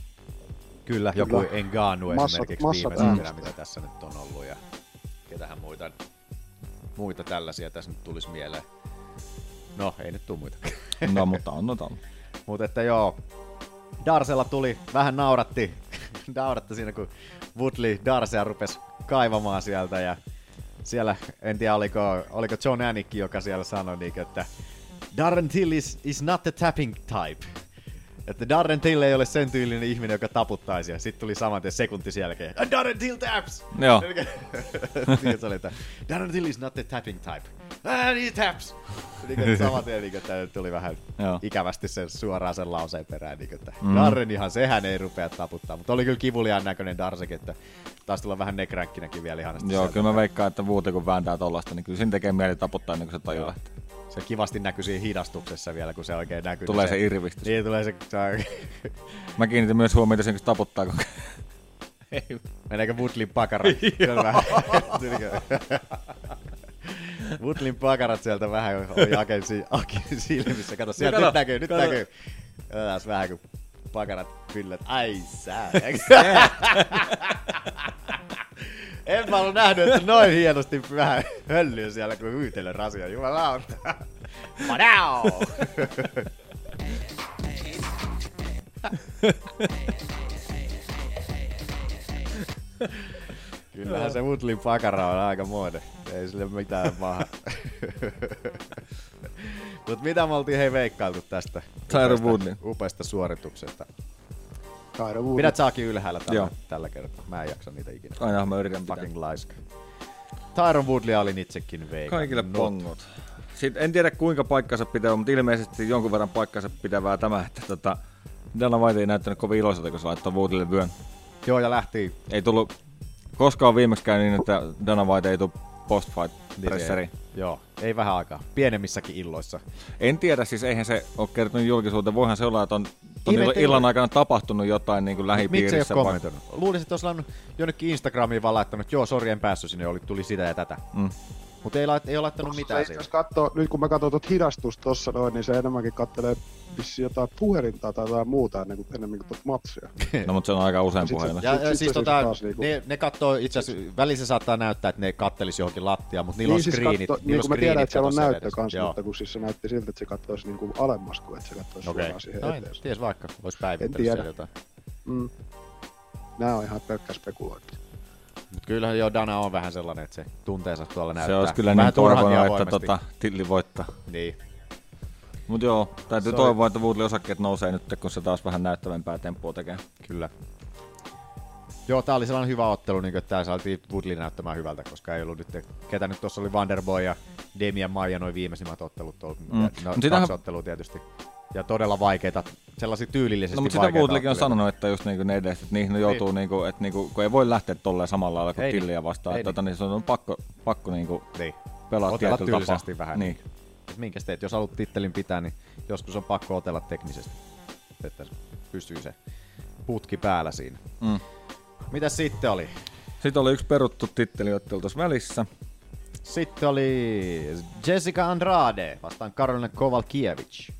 Kyllä, joku Kyllä. Engano Massat- esimerkiksi massat viimeisimpänä, äänestää. mitä tässä nyt on ollut ja ketähän muita, muita tällaisia tässä nyt tulisi mieleen. No, ei nyt tule muita. No, mutta on noita. Mutta että joo, Darsella tuli, vähän nauratti, nauratti siinä kun Woodley Darsea rupesi kaivamaan sieltä ja siellä, en tiedä oliko, oliko John Anikki, joka siellä sanoi, niin, että Darren Till is, is not the tapping type. Että Darren Till ei ole sen tyylinen ihminen, joka taputtaisi. Ja sitten tuli saman tien sekunti sen jälkeen. "And Darren Till taps! Joo. Niin, se oli, että Darren Till is not the tapping type. And he taps! Niin, että saman tien, niin, kuin, että tuli vähän Joo. ikävästi sen suoraan sen lauseen perään. Niin, kuin, että Mm. Darren ihan sehän ei rupea taputtaa. Mutta oli kyllä kivuliaan näköinen Darsekin, että taas tulla vähän nekränkkinäkin vielä ihanasti. Joo, sieltä. kyllä mä veikkaan, että vuote kun vääntää tollasta, niin kyllä sen tekee mieli taputtaa ennen kuin se tajuaa. että Se kivasti näkyy siinä hidastuksessa vielä, kun se oikein näkyy. Tulee se irvistys. Niin, tulee se... se Mä kiinnitin myös huomiota siihen, kun se taputtaa. Kun... Ei. Meneekö Woodlin pakarat? Se on vähän- Tuliko- Woodlin pakarat sieltä vähän oli Aken, si- Aken silmissä. Kato, sieltä Kato, nyt näkyy, nyt kato. näkyy. Katsotaan vähän, kun pakarat pyllät. Ai sää. en mä ollut nähnyt, että noin hienosti vähän höllyy siellä, kun hyytelee rasia. Jumalauta. Padao! Kyllähän se Woodlin pakara on aika muode. Ei sille mitään maha. Mut mitä me oltiin hei veikkailtu tästä Tyron upeasta- Woodley. upeasta suorituksesta? Tyron Woodley. Pidät saakin ylhäällä tällä, Joo. tällä kertaa. Mä en jaksa niitä ikinä. Ainahan mä yritän pitää. Fucking laiska. Tyron Woodley olin itsekin veikannut. Kaikille pongot. Sitten en tiedä kuinka paikkansa pitää, mutta ilmeisesti jonkun verran paikkansa pitävää tämä, että tota, Dana White ei näyttänyt kovin iloiselta, kun se laittoi Woodille vyön. Joo, ja lähti. Ei tullut koskaan viimeksi käy niin, että Dana White ei tule post-fight Niin se ei. presseri. Joo, ei vähän aikaa. Pienemmissäkin illoissa. En tiedä, siis eihän se ole kertonut julkisuuteen. Voihan se olla, että on, on Ihmettelen- illan aikana tapahtunut jotain niin kuin Miksi lähipiirissä. ei ole vai- kommentoinut? Luulisin, että olisi laittanut jonnekin Instagramiin vaan laittanut, että joo, sori, en päässyt sinne, oli, tuli sitä ja tätä. Mm. Mutta ei, lait, ei ole laittanut mitään Jos siihen. katsoo, nyt kun mä katson tuota hidastusta tuossa noin, niin se enemmänkin kattelee vissiin jotain puhelintaa tai jotain muuta ennen kuin, enemmän kuin tuota matsia. Niin, No, mutta se on aika usein Sitten se- puhelimessa. Ja, ja Sitten siis se tota, taas niinku- ne, ne kattoo itse asiassa, välissä saattaa näyttää, että ne kattelis johonkin lattiaan, mutta niillä on siis screenit. katso- niillä niin on kun mä tiedän, screenit että siellä on katossa näyttö edessä. kanssa, Joo. mutta kun siis se näytti siltä, että se katsoisi niinku alemmas kuin että se katsoisi Okei, suoraan siihen okay. eteen. ties No vaikka, voisi En päivittää tiedä. siellä jotain. Mm. Nämä on ihan pelkkä spekulointi. Mutta kyllähän jo Dana on vähän sellainen, että se tunteensa tuolla näyttää. Se olisi kyllä Vähän niin toivonut, turhan että avoimesti. tota, Tilli voittaa. Niin. Mut joo, täytyy Se oli- toivoa, että Woodley osakkeet nousee nyt, kun se taas vähän näyttävämpää temppua tekee. No, Kyllä. Joo, tää oli sellainen hyvä ottelu, niin että tää saatiin Woodley näyttämään hyvältä, koska ei ollut nyt, ketä nyt tuossa oli Vanderboy ja Demian Maija, noin viimeisimmät ottelut, ollut, Mm. mm. no, Mut sitähän- kaksi ottelua tietysti. Ja todella vaikeita, sellaisia tyylillisesti No, mutta sitä vaikeita Woodleykin on otteluita. sanonut, että just niinku ne edes, että niihin ne joutuu, Niin. niinku, että niinku, kun ei voi lähteä tolleen samalla lailla kuin Ei niin. Tilliä vastaan, Ei että niin. tota, niin se on pakko, pakko niinku niin. pelaa Otella tietyllä tapaa. tyylisesti vähän. Niin. Niin. Et minkäs teet, jos haluat tittelin pitää, niin joskus on pakko otella teknisesti, että pystyy se putki päällä siinä. Mm. Mitä sitten oli? Sitten oli yksi peruttu titteliottelu tuossa välissä. Sitten oli Jessica Andrade vastaan Karolina Kovalkiewicz.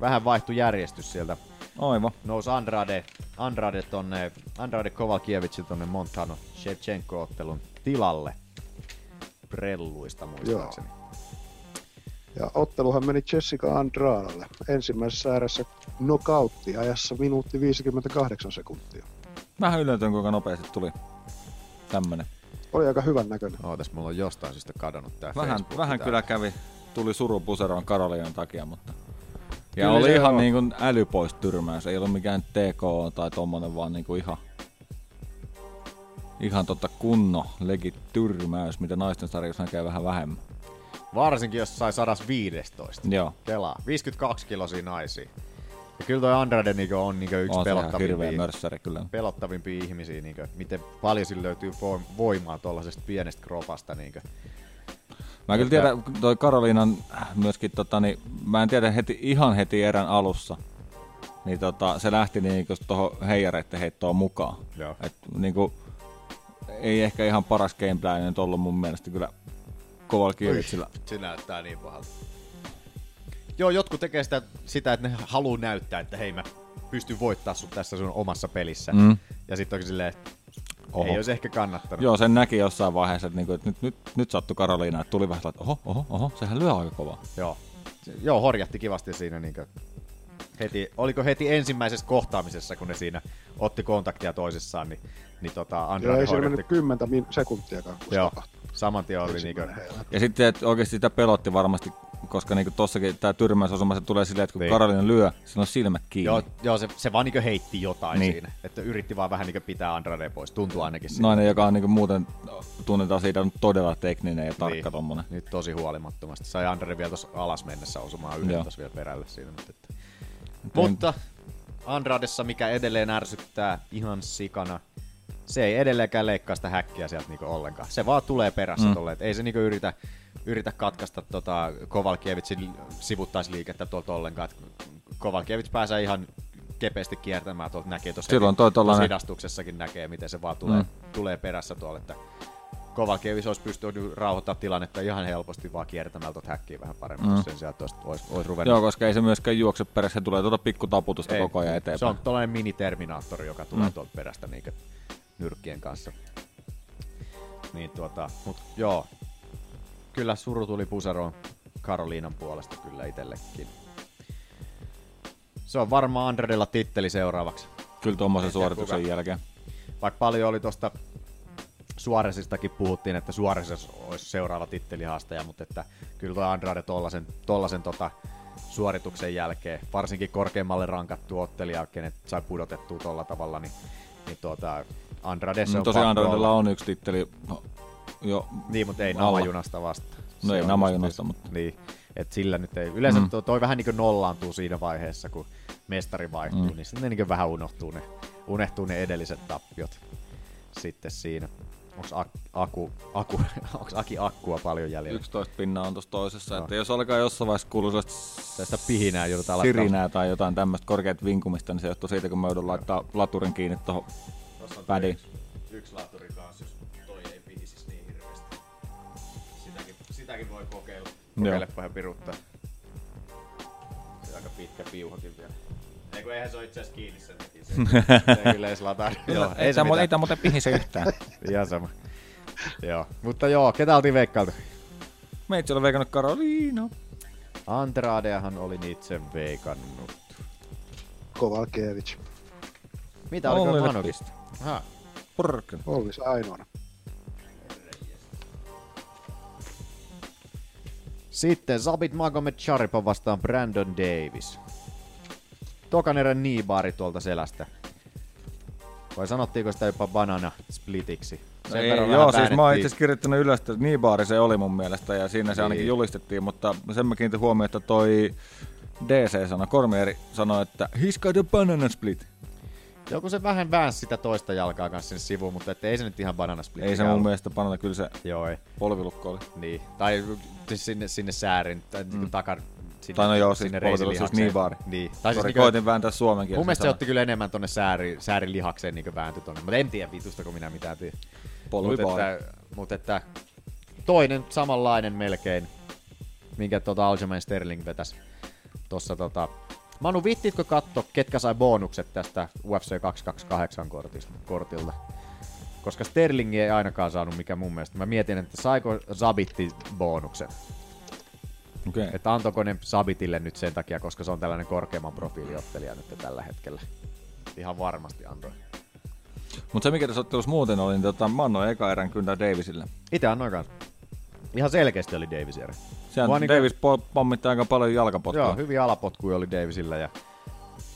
Vähän vaihtui järjestys sieltä. Aivan. Nousi Andrade, Andrade, tonne, Andrade Kovalkiewicz tonne Montano Shevchenko-ottelun tilalle. Prelluista muistaakseni. Ja otteluhan meni Jessica Andradalle ensimmäisessä ääressä knockoutti ajassa minuutti 58 sekuntia. Vähän yllätyin, kuinka nopeasti tuli tämmönen. Oli aika hyvän näköinen. Ootas, mulla on jostain syystä kadonnut tää Vähän, Facebook vähän tää. kyllä kävi, tuli suru puseroon Karolion takia, mutta... Ja Kyllä oli se ihan on. niin kuin äly pois tyrmäys, ei ollut mikään TKO tai tommonen, vaan niin kuin ihan... Ihan tota kunno legit tyrmäys, mitä naisten sarjassa näkee vähän vähemmän. Varsinkin jos sai 115. Joo. Kelaa. 52 kilosia naisia. Ja kyllä toi Andrade niinku on niinku yksi On se ihan hirveä pelottavimpia, mörssäri kyllä. pelottavimpia ihmisiä. Niinku, miten paljon sillä löytyy voim- voimaa tuollaisesta pienestä kropasta. Niinku. Mä kyllä tiedän, toi Karoliinan myöskin, tota, niin, mä en tiedä heti, ihan heti erän alussa, niin tota, se lähti niin tuohon heijareiden heittoon mukaan. Joo. Et, niin kuin, ei ehkä ihan paras gameplay nyt ollut mun mielestä kyllä kovalla kiiritsillä. Se näyttää niin pahalta. Joo, jotkut tekee sitä, sitä että ne haluaa näyttää, että hei mä pystyn voittaa sut tässä sun omassa pelissä. Mm. Ja sitten onkin silleen, Oho. Oho. ei olisi ehkä kannattanut. Joo, sen näki jossain vaiheessa, että, niinku, että nyt, nyt, nyt sattui Karoliina, että tuli vähän sellainen, että oho, oho, oho, sehän lyö aika kovaa. Joo. Se- Joo, horjatti kivasti siinä niinkö heti, oliko heti ensimmäisessä kohtaamisessa, kun ne siinä otti kontaktia toisissaan, niin, niin tota Ja Andrade ei siellä mennyt horjatti. 10 min- sekuntiakaan. kun se Joo, tapahtui. saman tien oli niinkö, Ja sitten että oikeasti sitä pelotti varmasti, koska niinku tossakin tämä tyrmäysosuma se tulee silleen, että kun Karoliina lyö, sillä on silmät kiinni. Niin. joo, joo se, se vaan niinkö heitti jotain Niin. niin. siinä, että yritti vaan vähän niinkö pitää Andrade pois, tuntuu ainakin siltä. nainen, joka on niinku muuten tunnetaan siitä on todella tekninen ja tarkka Niin. niin. tommonen. Nyt tosi huolimattomasti. Sai Andrade vielä tuossa alas mennessä osumaan yhden Joo. tuossa vielä perälle siinä. Mutta, että. mutta Andradessa, mikä edelleen ärsyttää ihan sikana, se ei edelleenkään leikkaa sitä häkkiä sieltä niinku ollenkaan. Se vaan tulee perässä Mm. mm. tolleen, et ei se niinku yritä, yritä katkaista tota Kovalkievitsin sivuttaisliikettä tuolta ollenkaan. Et Kovalkievits pääsee ihan kepeästi kiertämään tuolta näkee tuossa Silloin heti- toi tuossa tollanen- hidastuksessakin näkee, miten se vaan tulee, Mm. mm. tulee perässä tuolla, että Kovalkevis olisi pystynyt rauhoittamaan tilannetta ihan helposti vaan kiertämällä tuota häkkiä vähän paremmin, Mm. mm. sen sijaan, että olisi, olisi, olisi ruvennut. Joo, koska ei se myöskään juokse perässä, se tulee tuota pikkutaputusta Niin. Ei, koko ajan eteenpäin. Se on tuollainen mini-terminaattori, joka tulee Mm. mm. tuolta perästä niinkö nyrkkien kanssa. Niin tuota, mut joo, kyllä suru tuli puseroon Karoliinan puolesta kyllä itsellekin. Se on varmaan Andredella titteli seuraavaksi. Kyllä tuommoisen En tiedä, suorituksen kuka- jälkeen. Vaikka paljon oli tuosta Suoresistakin puhuttiin, että Suores olisi seuraava tittelihaastaja, mutta että kyllä toi Andrade tollasen, tollasen tota suorituksen jälkeen, varsinkin korkeammalle rankattu ottelija, kenet sai pudotettua tolla tavalla, niin, niin tuota, Andrade se Mutta on tosiaan pakko Mm, Androidilla olla. on yksi titteli no, jo Niin, mutta ei alla. namajunasta vasta. No Se ei on namajunasta, just- mutta- Niin, et sillä nyt ei. Yleensä Mm. mm. toi, toi vähän niin kuin nollaantuu siinä vaiheessa, kun mestari vaihtuu, Mm. mm. niin sitten ne niin vähän unohtuu ne, unohtuu ne edelliset tappiot sitten siinä. Onks, ak, aku, aku, onks Aki Akkua paljon jäljellä? 11 pinnaa on tuossa toisessa. Joo. Että jos alkaa jossain vaiheessa kuulua sellaista Tästä pihinää joudutaan sirinää laittamaan. tai jotain tämmöistä korkeat vinkumista, niin se johtuu siitä, kun mä joudun laittaa laturin kiinni tuohon pädiin. yksi laaturi kanssa, jos toi ei pihisisi niin hirveästi. Sitäkin, sitäkin voi kokeilla. Kokeilepa vähän piruttaa. Se on aika pitkä piuhakin vielä. Eikö eihän se ole itse asiassa kiinni sen takia. Se ei kyllä edes lataa. Joo, ei se tää mu- mitään. ei tää muuten pihise yhtään. Ihan sama. joo, mutta joo, ketä oltiin veikkailtu? Meitsi on veikannut Karoliina. Andradeahan olin itse veikannut. Kovalkiewicz. Mitä oliko Ollille Manokista? Aha. Porkkana. Olli se ainoana. Sitten Zabit Magomed Sharipov vastaan Brandon Davis. Tokan erän niibaari tuolta selästä. Vai sanottiinko sitä jopa banana splitiksi? No ei, verran vähän joo, siis mä oon väännettiin. itse asiassa kirjoittanut ylös, että niin baari se oli mun mielestä, ja siinä se Niin. ainakin julistettiin, mutta sen mä kiinnitin huomioon, että toi DC sanoi, Kormieri sanoi, että he's got a banana split. Joku se vähän väänsi sitä toista jalkaa kanssa sinne sivuun, mutta että ei se nyt ihan banana split. Ei se mun mielestä banana, kyllä se Joo, ei. polvilukko oli. Niin. Tai siis sinne, sinne säärin, tai mm. takan, sinne, Tai no joo, siis polvilukko, siis reisilihakseen. niin baari. Niin. Tai Tai siis siis niinku- koitin vääntää suomen kieltä. Mun mielestä se otti kyllä enemmän tonne sääri, säärilihakseen niin väänty tonne, mutta en tiedä vitusta, kun minä mitään tiedän. Polvi Mutta baari. että, mut että, toinen samanlainen melkein, minkä tota Aljamain Sterling vetäs tossa tota... Manu, viittiitkö katto, ketkä sai bonukset tästä UFC 228 kortista- kortilta? Koska Sterling ei ainakaan saanut mikä mun mielestä. Mä mietin, että saiko Zabitti bonuksen. Okay. Että antoiko ne Sabitille nyt sen takia, koska se on tällainen korkeamman profiiliottelija nyt tällä hetkellä. Ihan varmasti antoi. Mutta se mikä tässä ottelussa muuten oli, niin tota, mä annoin eka erän kyllä Davisille. Itse annoin kanssa. Ihan selkeästi oli Davis erä. Sehän Mua Davis niinku- niinku... pommitti aika paljon jalkapotkuja. Joo, hyviä alapotkuja oli Davisillä ja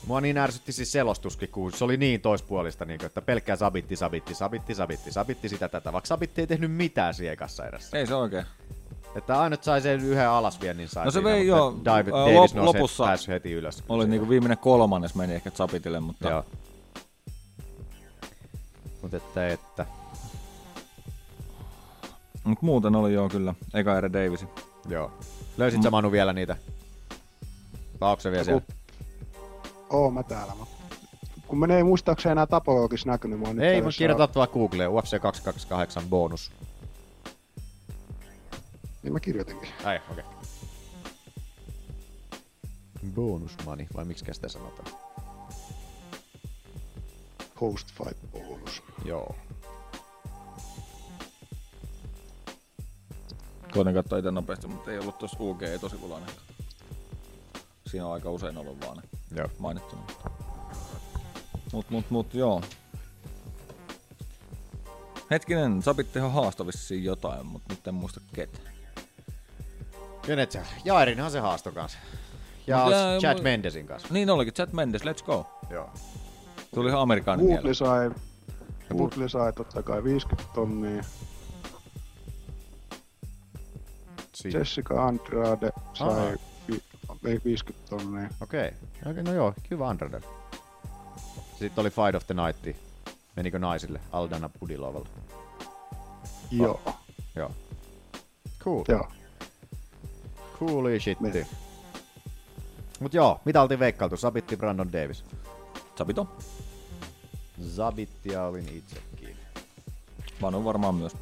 Mua niin ärsytti siis selostuskin, kun se oli niin toispuolista, niin että pelkkää sabitti, sabitti, sabitti, sabitti, sabitti sitä tätä, vaikka sabitti ei tehnyt mitään siinä ekassa erässä. Ei se oikein. Että ainut sai sen yhden alasviennin sai No se siinä, vei mutta joo, David, ö, Davis lop- nousi lopussa pääsi heti ylös. Oli niinku viimeinen kolmannes meni ehkä Zapitille, mutta... Joo. Mut että, että. Mut muuten oli joo kyllä, eka erä Davisi. Joo. Löysit sä Manu vielä niitä? Vai onko se vielä siellä? Joku- Oo, mä täällä, mutta kun menee muistaakseni enää tapologissa näkynyt, mä oon nyt Ei, täällä mä jossain- kirjoitan tuolla Googleen, UFC 228 bonus. Niin mä kirjoitinkin. Ai, okei. Okay. Bonus money, vai miksi sitä sanotaan? Host fight bonus. Joo. Koitan katsoa itse nopeasti, mutta ei ollut tuossa UG, ei tosi kulainen. Siinä on aika usein ollut vaan ne joo. mainittuna. Mut, mut, mut, joo. Hetkinen, Sapittehan haastoi vissiin jotain, mut nyt en muista ketä. Kenet sä? Jairinhan se haasto kanssa. Ja Mut jää- Chad mu- Mendesin kanssa. Niin olikin, Chad Mendes, let's go. Joo. Tuli ihan amerikaaninen Woodley mieleen. sai, Woodley sai totta kai 50 tonnia. Siitä. Jessica Andrade sai Aha. vi, ei, 50 tonnia. Okei. Okay. No joo, hyvä underdog. Sitten oli Fight of the Night. Menikö naisille? Aldana Pudilovalla. Joo. Joo. Cool. Joo. Cooli shitti. Mut joo, mitä oltiin veikkailtu? Sabitti Brandon Davis. Sabito. Zabittia olin itsekin. Manu varmaan myös.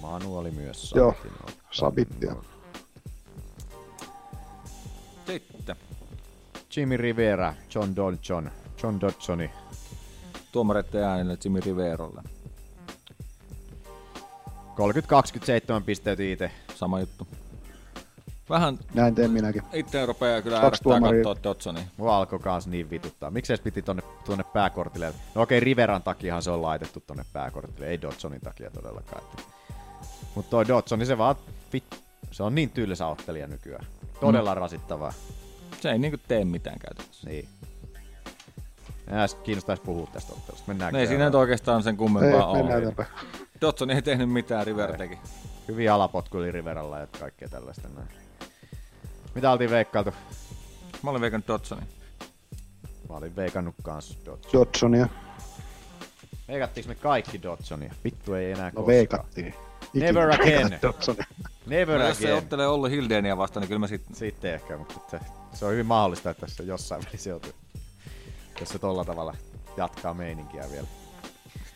Manu oli myös Joo, Sabitin ottanut. sabittia. Sitten. Jimmy Rivera, John Dodson, John Dodsoni. Tuomareiden äänellä Jimmy Riverolle. 30-27 pisteet itse. Sama juttu. Vähän Näin teen minäkin. itse rupeaa kyllä Kaksi ärsyttää tuomaria. katsoa Dodsoni. Mua alkoi kans niin vituttaa. Miksi edes piti tonne, tuonne pääkortille? No okei, Riveran takiahan se on laitettu tonne pääkortille, ei Dodsonin takia todellakaan. Mutta toi Dodsoni, se vaan vit... Se on niin tylsä ottelija nykyään. Todella rasittavaa. Se ei niinku tee mitään käytännössä. No Niin. Enää sit kiinnostaisi puhua tästä ottelusta. Mennään No ei siinä nyt oikeastaan sen kummempaa ole. Dodson ei tehnyt mitään, River teki. Hyvin alapotku oli Riveralla ja kaikkea tällaista näin. Mitä oltiin veikkailtu? Mä olin veikannut No, Dodsonin. Mä olin veikannut kans Dodsonia. Jotsonia. Veikattiinko me kaikki Dodsonia? Vittu ei enää No koskaan. veikattiin. Ikinä Never again. veikannut Dodsonia. Never No, again. jos se ottelee Olli Hildeniä vastaan, niin kyllä mä sitten... Sitten ehkä, mutta se, se on hyvin mahdollista, että se jossain välissä joutuu. Jos se tolla tavalla jatkaa meininkiä vielä.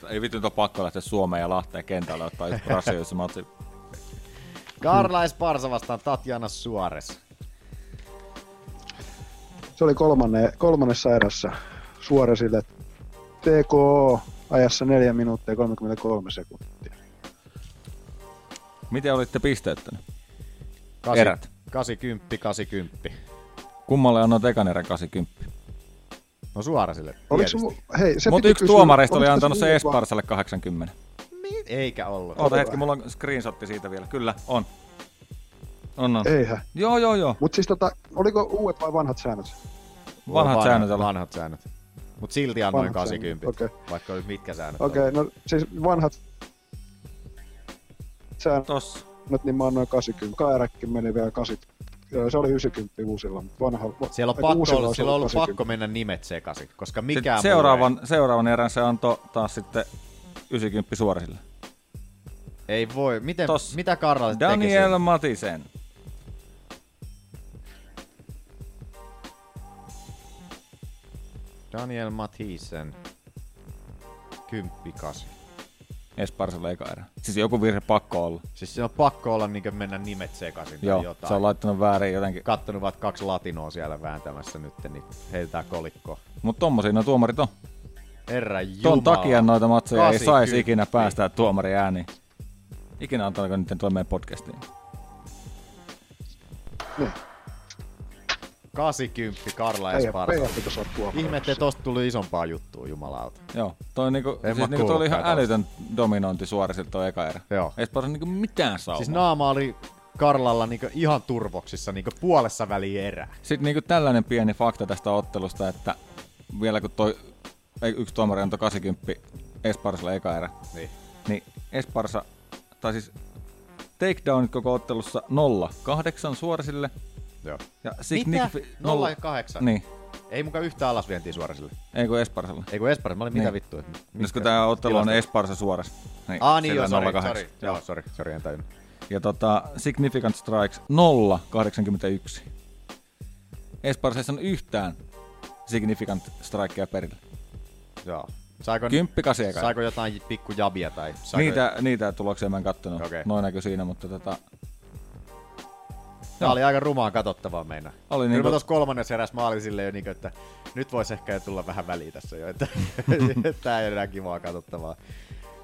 Ei vittu, nyt on pakko lähteä Suomeen ja Lahteen kentälle ottaa yksi rasio, jos mä otsin. Karla Esparsa vastaan Tatjana Suores. Se oli kolmanne, kolmannessa erässä Suoresille TKO ajassa 4 minuuttia 33 sekuntia. Miten olitte pisteyttänyt? Kasi- Erät. 80, 80. Kummalle annoit ekan erän 80? No Suoresille. Oliko se, tietysti. mu- hei, se Mutta piti yksi kysyä- tuomareista oli oliko antanut se sulla- Esparsalle 80. Eikä ollut. Oota hetki, mulla on screenshotti siitä vielä. Kyllä, on. On, on. Eihän. Joo, joo, joo. Mut siis tota, oliko uudet vai vanhat säännöt? Mulla on vanhat säännöt oli. Vanhat säännöt. Mut silti annoin Vanhat säännöt, 80, okei. vaikka oli mitkä säännöt. Okei, oli. okay, no siis vanhat säännöt, Tossa. niin mä annoin 80. Kairäkki meni vielä 80. Joo, Se oli 90 uusilla, mutta vanha... Siellä on ei, pakko, uusilla olla, olisi siellä on ollut 80. pakko mennä nimet sekaisin, koska Sitten mikään muu seuraavan, seuraavan erän se antoi taas sitten 90 suorisille. ei, ei voi. Miten, Tos. mitä Karlalle teki Daniel siellä? Matisen. Daniel Mathisen. Kymppi kasi. Esparsilla eka erä. Siis joku virhe pakko olla. Siis se on pakko olla niin mennä nimet sekaisin tai Joo, jotain. se on laittanut väärin jotenkin. Kattonut vaan kaksi latinoa siellä vääntämässä nyt, niin heitetään kolikko. Mutta tommosia no tuomarit on. Herra Jumala. Ton takia noita matseja ei Kasi saisi kymppi. ikinä päästää tuomari ääniin. Ikinä antaako niiden tulla meidän podcastiin. Niin. 80 Karla Ei oo Esparta. pelattu, kun sä oot tuomariksi. Ihme, ettei tosta tuli isompaa juttua, jumalauta. Joo, toi, niinku, En siis mä niinku, toi oli kuullutkaan ihan älytön dominointi suoraan siltä toi eka erä. Joo. Ei se niinku mitään saumaa. Siis naama oli Karlalla niinku ihan turvoksissa niinku puolessa väliin erää. Sitten niinku tällainen pieni fakta tästä ottelusta, että vielä kun toi ei, yksi tuomari antoi 80 Esparsalla eka erä, Niin. niin Esparsa, tai siis takedownit koko ottelussa nolla, kahdeksan suorisille. Joo. Ja Mitä? sit Nick Fi- Nolla ja kahdeksan? Niin. Ei muka yhtään alas vientiin suorasille. Ei kun Esparsalla. Ei kun Esparsalla, mä olin mitä vittua. Nyt kun tää ottelu on Tilasto. Esparsa suoras. Ah, niin sillä joo, sori, 08. sori. Joo, sori, sori, en tajunnut. Ja tota, Significant Strikes 0, 81. Esparsessa on yhtään Significant Strikea perillä. Joo. Saiko, Kymppi Niin, kasi eka. Saiko jotain pikku jabia tai saiko... Niitä, niitä tuloksia mä en kattonut. Okei. Noin näkyy siinä, mutta tota, Tää oli aika rumaa katsottavaa meinaa. Oli Kyllä niinku- mä tuossa kolmannes eräs mä olin silleen jo niinku, että nyt voisi ehkä jo tulla vähän väliä tässä jo, että tää ei ole enää kivaa katsottavaa.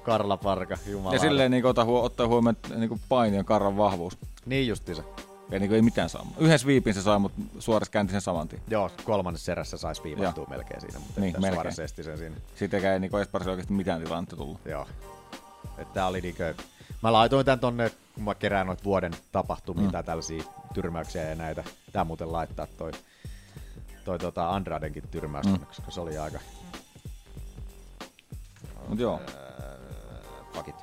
Karla Parka, jumala. ja silleen niin ota huo, ottaa huomioon että, niin paini on karran vahvuus. Niin justiinsa. Ja niin ei mitään saa. Yhden sviipin se sai, mutta suoras käänti sen saman tien. Joo, kolmannessa erässä saisi viivattua Joo. melkein siinä, mutta Niin, että melkein. suoraan se esti sen siinä. Siitäkään ei niin Esparsa oikeasti mitään tilannetta tullut. Joo. Että tää oli niinkö... Mä laitoin tän tonne, kun mä kerään noita vuoden tapahtumia Mm. mm. tai tällaisia tyrmäyksiä ja näitä. Tää muuten laittaa toi, toi tota Andradenkin tyrmäys, Mm. mm. koska se oli aika... Mut joo. Pakit.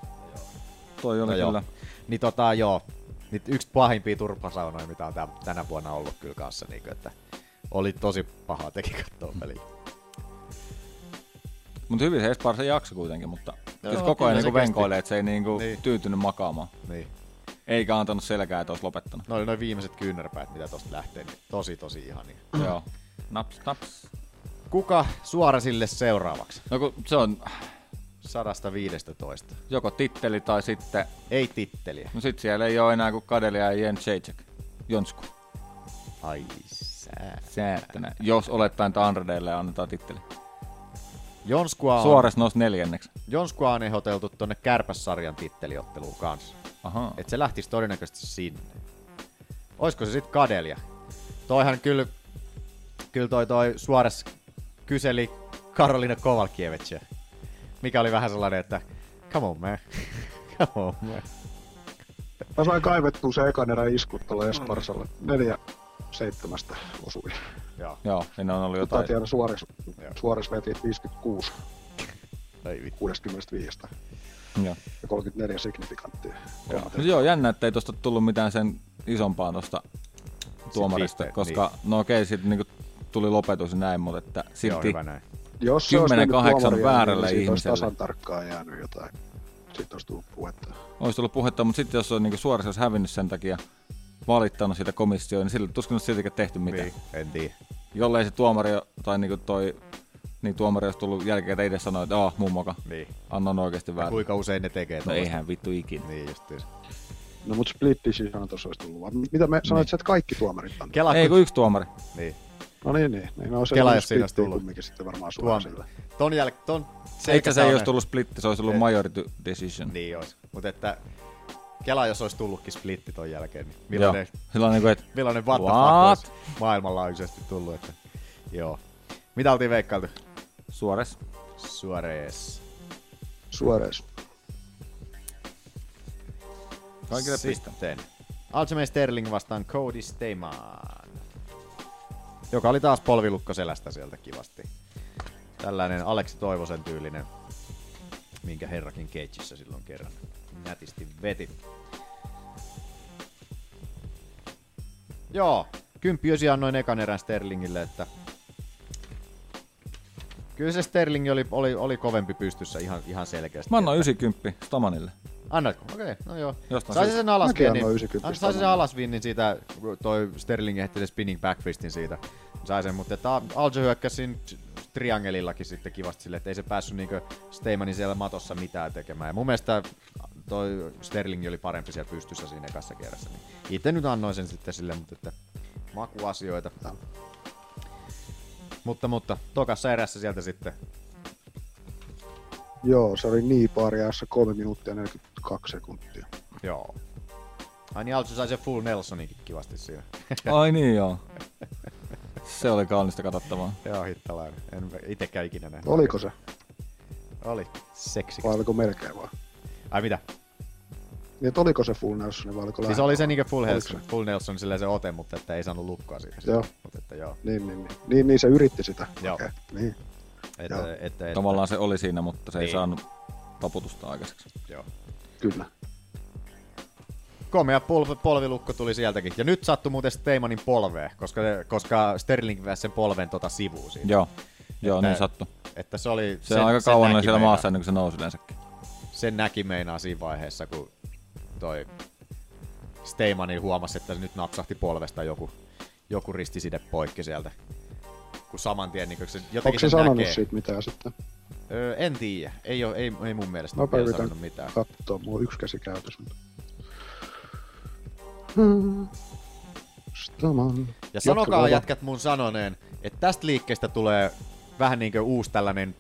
Toi oli kyllä. Niin tota joo, niin yksi pahimpia turpasaunoja, mitä on tä- tänä vuonna ollut kyllä kanssa, niin että oli tosi paha teki katsoa peliä. Mutta hyvin se Esparsa jakso kuitenkin, mutta Joo, Joo, siis koko kyllä ajan se niinku kesti. venkoilee, että se ei niinku Niin. niin. tyytynyt makaamaan. Niin. Eikä antanut selkää, että olisi lopettanut. No oli noin viimeiset kyynärpäät, mitä tosta lähtee, niin tosi tosi ihania. Joo. Naps, naps. Kuka suora sille seuraavaksi? No kun se on 115. joko titteli tai sitten... Ei titteliä. No sit siellä ei ole enää kuin Kadelia ja Jen Jacek. Jonsku. Ai sää. Säättänä. Jos olettaen, että Andredeille annetaan titteli. Jonskua on, Suores nousi neljänneksi. Jonskua on ehdoteltu tonne kärpässarjan titteliotteluun kanssa. Aha. Et se lähtisi todennäköisesti sinne. Oisko se sitten Kadelia? Toihan kyllä, kyllä toi, toi Suores kyseli Karolina Kovalkievetsiä, mikä oli vähän sellainen, että come on man, come on man. Mä sain kaivettua se ekan erän iskut tuolla Mm. Esparsalle. Neljä seitsemästä osui. Joo. Joo, niin on ollut jotain. Tatiana Suores, Suores veti 56 65 Joo. ja 34 signifikanttia. Mut joo, jännä, että ei tosta tullut mitään sen isompaa tosta tuomarista, pisteet, koska no okei, sitten niinku tuli lopetus ja näin, mutta että Joo, silti hyvä näin. Jos se olisi mennyt 10-8 tuomaria, väärälle niin siitä olisi ihmiselle. tasan tarkkaan jäänyt jotain. Siitä olisi tullut puhetta. olisi tullut puhetta, mutta sitten jos on niinku suorassa olisi hävinnyt sen takia, valittanut siitä komissioon, niin sillä tuskin olisi siltikään tehty mitään. Niin, en tiedä. Jollei se tuomari tai niinku toi niin tuomari olisi tullut jälkeen, että itse sanoi, että aah, mummoka, Niin. annan oikeasti Ja väärin. kuinka usein ne tekee No tuollaista? eihän vittu ikinä. Niin justiinsa. No mut split decision tuossa olisi tullut. vaan Mitä Niin. me sanoit, sä, että kaikki tuomarit on? Kela, Ei kun yksi tuomari. Niin. No niin, niin. niin no, se Kela, on jos siinä olisi splittiin tullut. kumminkin sitten varmaan Tuon, suoraan sillä. ton jäl... ton Se Itse asiassa ei olisi selkäsaunen- tullut splitti, se olisi ollut Ei. majority decision. Niin olisi. Mutta että Kela, jos olisi tullutkin splitti ton jälkeen, niin Joo. millainen, Silloin niinku, että millainen what the fuck What? olisi maailmanlaajuisesti tullut. Että, joo. Mitä oltiin veikkailtu? suores. Suorees. Suores. Kaikille piste. Sitten. Aljamain Sterling vastaan Cody Staman. Joka oli taas polvilukko selästä sieltä kivasti. Tällainen Aleksi Toivosen tyylinen, minkä herrakin Cageissa silloin kerran nätisti veti. Joo, kymppiösi annoin ekan erän Sterlingille, että kyllä se Sterling oli, oli, oli kovempi pystyssä ihan, ihan selkeästi. Mä annoin 90 Stamanille. Annatko? Okei, okay, no joo. Jostain Saisi syystä. sen Mäkin alasvinnin. annoin 90 Saisi sen samaan. alasvinnin siitä, kun toi Sterling ehti sen spinning backfistin siitä. Sai sen, mutta että Aljo hyökkäsin triangelillakin sitten kivasti sille, että ei se päässyt niinkö Steymanin siellä matossa mitään tekemään. Ja mun mielestä toi Sterling oli parempi siellä pystyssä siinä ekassa kerrassa. Niin itse nyt annoin sen sitten sille, mutta että makuasioita. Mutta, mutta tokassa erässä sieltä sitten Joo, se oli niin pari ajassa 3 minuuttia 42 sekuntia. Joo. Ai niin, Altsy sai sen full Nelsonikin kivasti siinä. Ai niin joo. Se oli kaunista katsottavaa. joo, hittalainen. En itekään ikinä nähnyt. Oliko se? Oli. Seksi. Vai oliko melkein vaan? Ai mitä? Niin, että oliko se Full Nelson vai oliko Siis lähellä? oli se niinku full, Oliko Nelson, full Nelson silleen se ote, mutta että ei saanut lukkoa siitä. Joo. Mut että joo. Niin, niin, niin. Niin, niin se yritti sitä. Joo. Okei, Niin. Että, Joo. että, että, Tavallaan se oli siinä, mutta se ei Niin. saanut taputusta aikaiseksi. Joo. Kyllä. Komea pol- polvilukko tuli sieltäkin. Ja nyt sattui muuten Steimanin polveen, koska, koska Sterling vei sen polven tota sivuun siitä. Joo, joo niin sattui. Että se oli... Se on aika kauan näki noin siellä meinaa- maassa ennen kuin se nousi yleensäkin. Sen näki meinaa siinä vaiheessa, kun toi Steimani huomasi, että se nyt napsahti polvesta joku, joku ristiside poikki sieltä. Kun saman tien niin se jotenkin Onko se sen sanonut näkee. siitä mitään sitten? Öö, en tiedä. Ei, oo, ei, ei mun mielestä Mä ole vielä yritän sanonut mitään. katsoa. Mulla on yksi käsi käytössä. nyt. Staman. Ja sanokaa Jatka- jätkät mun sanoneen, että tästä liikkeestä tulee vähän niin kuin uusi tällainen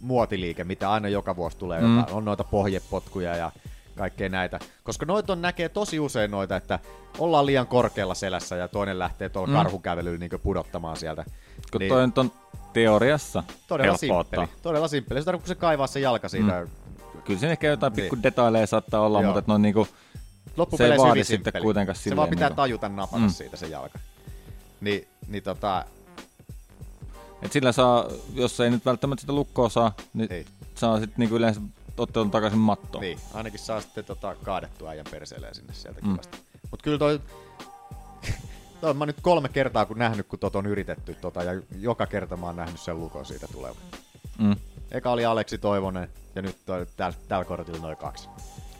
muotiliike, mitä aina joka vuosi tulee. Mm. Mm. Jotain. On noita pohjepotkuja ja kaikkea näitä. Koska noita on, näkee tosi usein noita, että ollaan liian korkealla selässä ja toinen lähtee tuolla Mm. mm. karhukävelyllä niin pudottamaan sieltä. Kun toi nyt on teoriassa Niin. todella helppo simppeli. ottaa. Todella simppeli. Se tarkoittaa, kun se kaivaa se jalka siitä. Mm. Kyllä siinä ehkä jotain pikku detaileja saattaa olla, Niin. Joo. mutta et noin niinku, se ei Loppupeleissä vaadi hyvin sitten simppeli. kuitenkaan Se silleen vaan pitää niinku- tajuta napata mm. siitä se jalka. Niin, niin tota, Et sillä saa, jos ei nyt välttämättä sitä lukkoa saa, niin ei. saa sitten niinku yleensä ottelun takaisin mattoon. Niin, ainakin saa sitten tota, kaadettua äijän perseelleen sinne sieltä Mm. mm. kivasti. Mut kyllä toi, toi on mä nyt kolme kertaa kun nähnyt, kun tot on yritetty tota, ja joka kerta mä oon nähnyt sen lukon siitä tulevan. Mm. Eka oli Aleksi Toivonen ja nyt toi, täällä, täällä kortilla noin kaksi.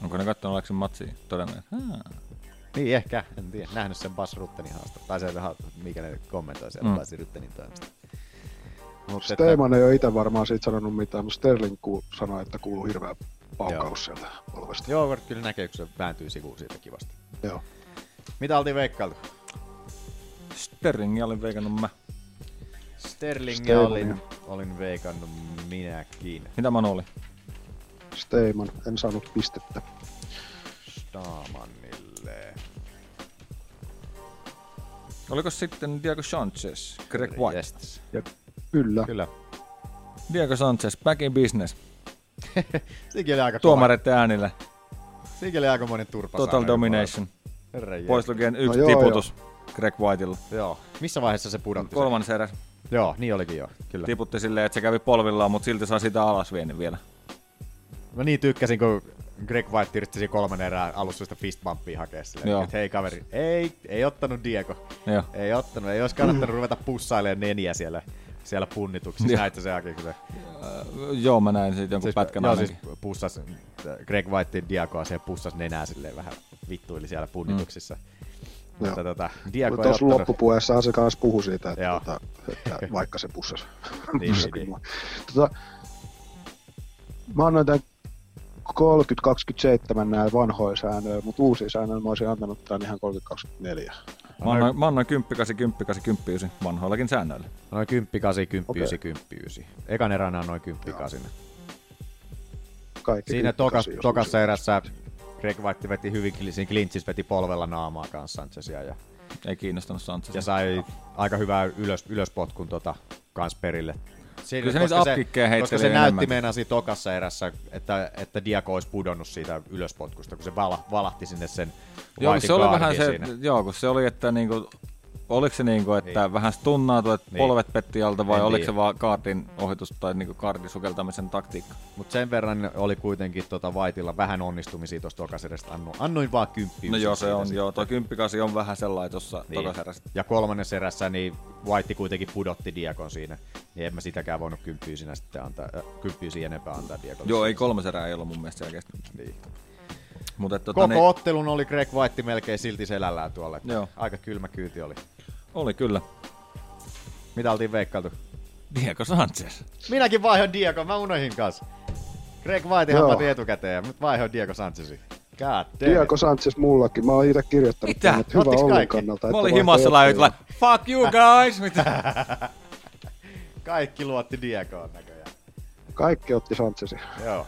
Onko ne kattonut Aleksin matsia? Todennäköisesti. Hmm. Niin ehkä, en tiedä. Nähnyt sen Bas Ruttenin haasta. Tai se, ha- mikä ne kommentoi sieltä Mm. mm. Bas Ruttenin toimesta. Mut että- Steiman ei ole itse varmaan siitä sanonut mitään, mutta Sterling ku- sanoi, että kuuluu hirveä paukkaus sieltä. Joo, kyllä näkee, kun se vääntyy sivuun siitä kivasti. Joo. Mitä oltiin veikkailtu? Sterlingia olin veikannut mä. Sterlingia Sterlingia. olin, olin veikannut minäkin. Mitä Manu oli? Steiman, en saanut pistettä. Stamanille. Oliko sitten Diego Sanchez, Greg White? Yes. Ja kyllä. Kyllä. Diego Sanchez, back in business. Sekin oli aika Tuomarit äänillä. kova. Sekin oli aikamoinen turpa. Total domination. Herran Pois jee. lukien yksi No no, joo, tiputus joo. Greg Whiteilla. Joo. Missä vaiheessa se pudotti? Kolmannes eräs. Joo, niin olikin joo. Kyllä. Tiputti silleen, että se kävi polvillaan, mutta silti saa sitä alas viennin vielä. Mä niin tykkäsin, kun Greg White yritti siinä kolmannen erään alussa sitä fist bumpia hakea silleen, Joo. että hei kaveri, ei, ei ottanut Diego. Joo. Ei ottanut, ei olisi kannattanut ruveta pussailemaan neniä siellä, siellä punnituksissa. Joo. Näitkö se Aki, kun se Joo, mä näin siitä Siis- jonkun siis, pätkän Joo, ainakin. siis pussas, Greg Whitein diakoa se pussas nenää silleen vähän vittuili siellä punnituksissa. Mm. Mutta tota, diako ei Tuossa ottanut- loppupuheessahan se kanssa puhui siitä, että, Joo. tota, että vaikka se pussasi. Niin, pussasi niin, mua. Tota, mä annoin tämän 30-27 näin vanhoja säännöillä, mutta uusia säännöillä mä olisin antanut tämän ihan 30-24. siis Mä annoin, mä annoin 10, 8, 10, 8, 10, 9 vanhoillakin säännöillä. Noin 10, 8, 10, Okei. 9, 10, 9. Ekan eränä on noin 10, 8. Kaikki Siinä kymppi tokas, kasi, jos tokassa erässä Greg White veti hyvin, kli- siinä klintsissä veti polvella naamaa kanssa Sanchezia. Ja, Ei kiinnostanut Sanchezia. ja sai aika hyvää ylös, ylöspotkun tota, kans perille. Siinä, Kyllä se koska niitä upkickkejä Koska heitteli se näytti enemmänkin. meinaa siinä tokassa erässä, että, että Diako olisi pudonnut siitä ylöspotkusta, kun se vala, valahti sinne sen Joo, kun Whitein se oli guardin vähän se, siinä. joo, kun se oli, että niinku, oliko se niinku, että niin. vähän stunnaatu, että Niin. niin. polvet petti alta vai En en oliko tiedä. se vaan kaardin ohitus tai niinku kaardin sukeltamisen taktiikka? Mutta sen verran oli kuitenkin tota Vaitilla vähän onnistumisia tuosta tokasedestä. Annoin, annoin vaan kymppi. No yksin joo, se siitä on, sitten. joo, toi kymppikasi on vähän sellainen tuossa niin. tokaserässä. Ja kolmannessa erässä niin White kuitenkin pudotti Diakon siinä. Niin en mä sitäkään voinut kymppiä sinä sitten antaa, äh, kymppiä siinä enempää antaa Diakolle. Joo, ei kolmas erää ei ollut mun mielestä selkeästi. Niin. Mutta tota, Koko niin, ottelun oli Greg White melkein silti selällään tuolla. että Joo. Aika kylmä kyyti oli. oli kyllä. Mitä oltiin veikkailtu? Diego Sanchez. Minäkin vaihoin Diakon, mä unohin kanssa. Greg White Joo. hampati etukäteen ja nyt vaihoin Diego Sanchezin. God damn. Diego Sanchez mullakin, mä oon itse kirjoittanut Mitä? tänne, että hyvä Ottiks ollun kaikki? kannalta. Mä että olin vaihto himassa otti. laajoit, fuck you guys! Mitä? Kaikki luotti Diegoon näköjään. Kaikki otti Sanchezin. Joo.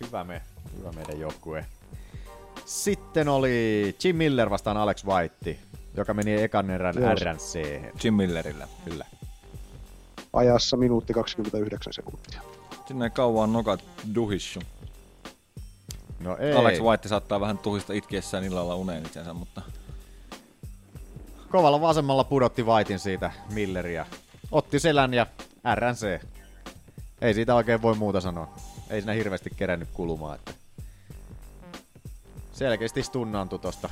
Hyvä, me, hyvä meidän joukkue. Sitten oli Jim Miller vastaan Alex White, joka meni ekan erän Joo. RNC. Jim Millerillä. Kyllä. Ajassa minuutti 29 sekuntia. Sinne ei kauan nokat duhissu. No ei. Alex White saattaa vähän tuhista itkiessään illalla uneen itsensä, mutta Kovalla vasemmalla pudotti Whitein siitä Milleriä. Otti selän ja RNC. Ei siitä oikein voi muuta sanoa. Ei siinä hirveästi kerännyt kulumaan. Että. Selkeästi stunnaantui tosta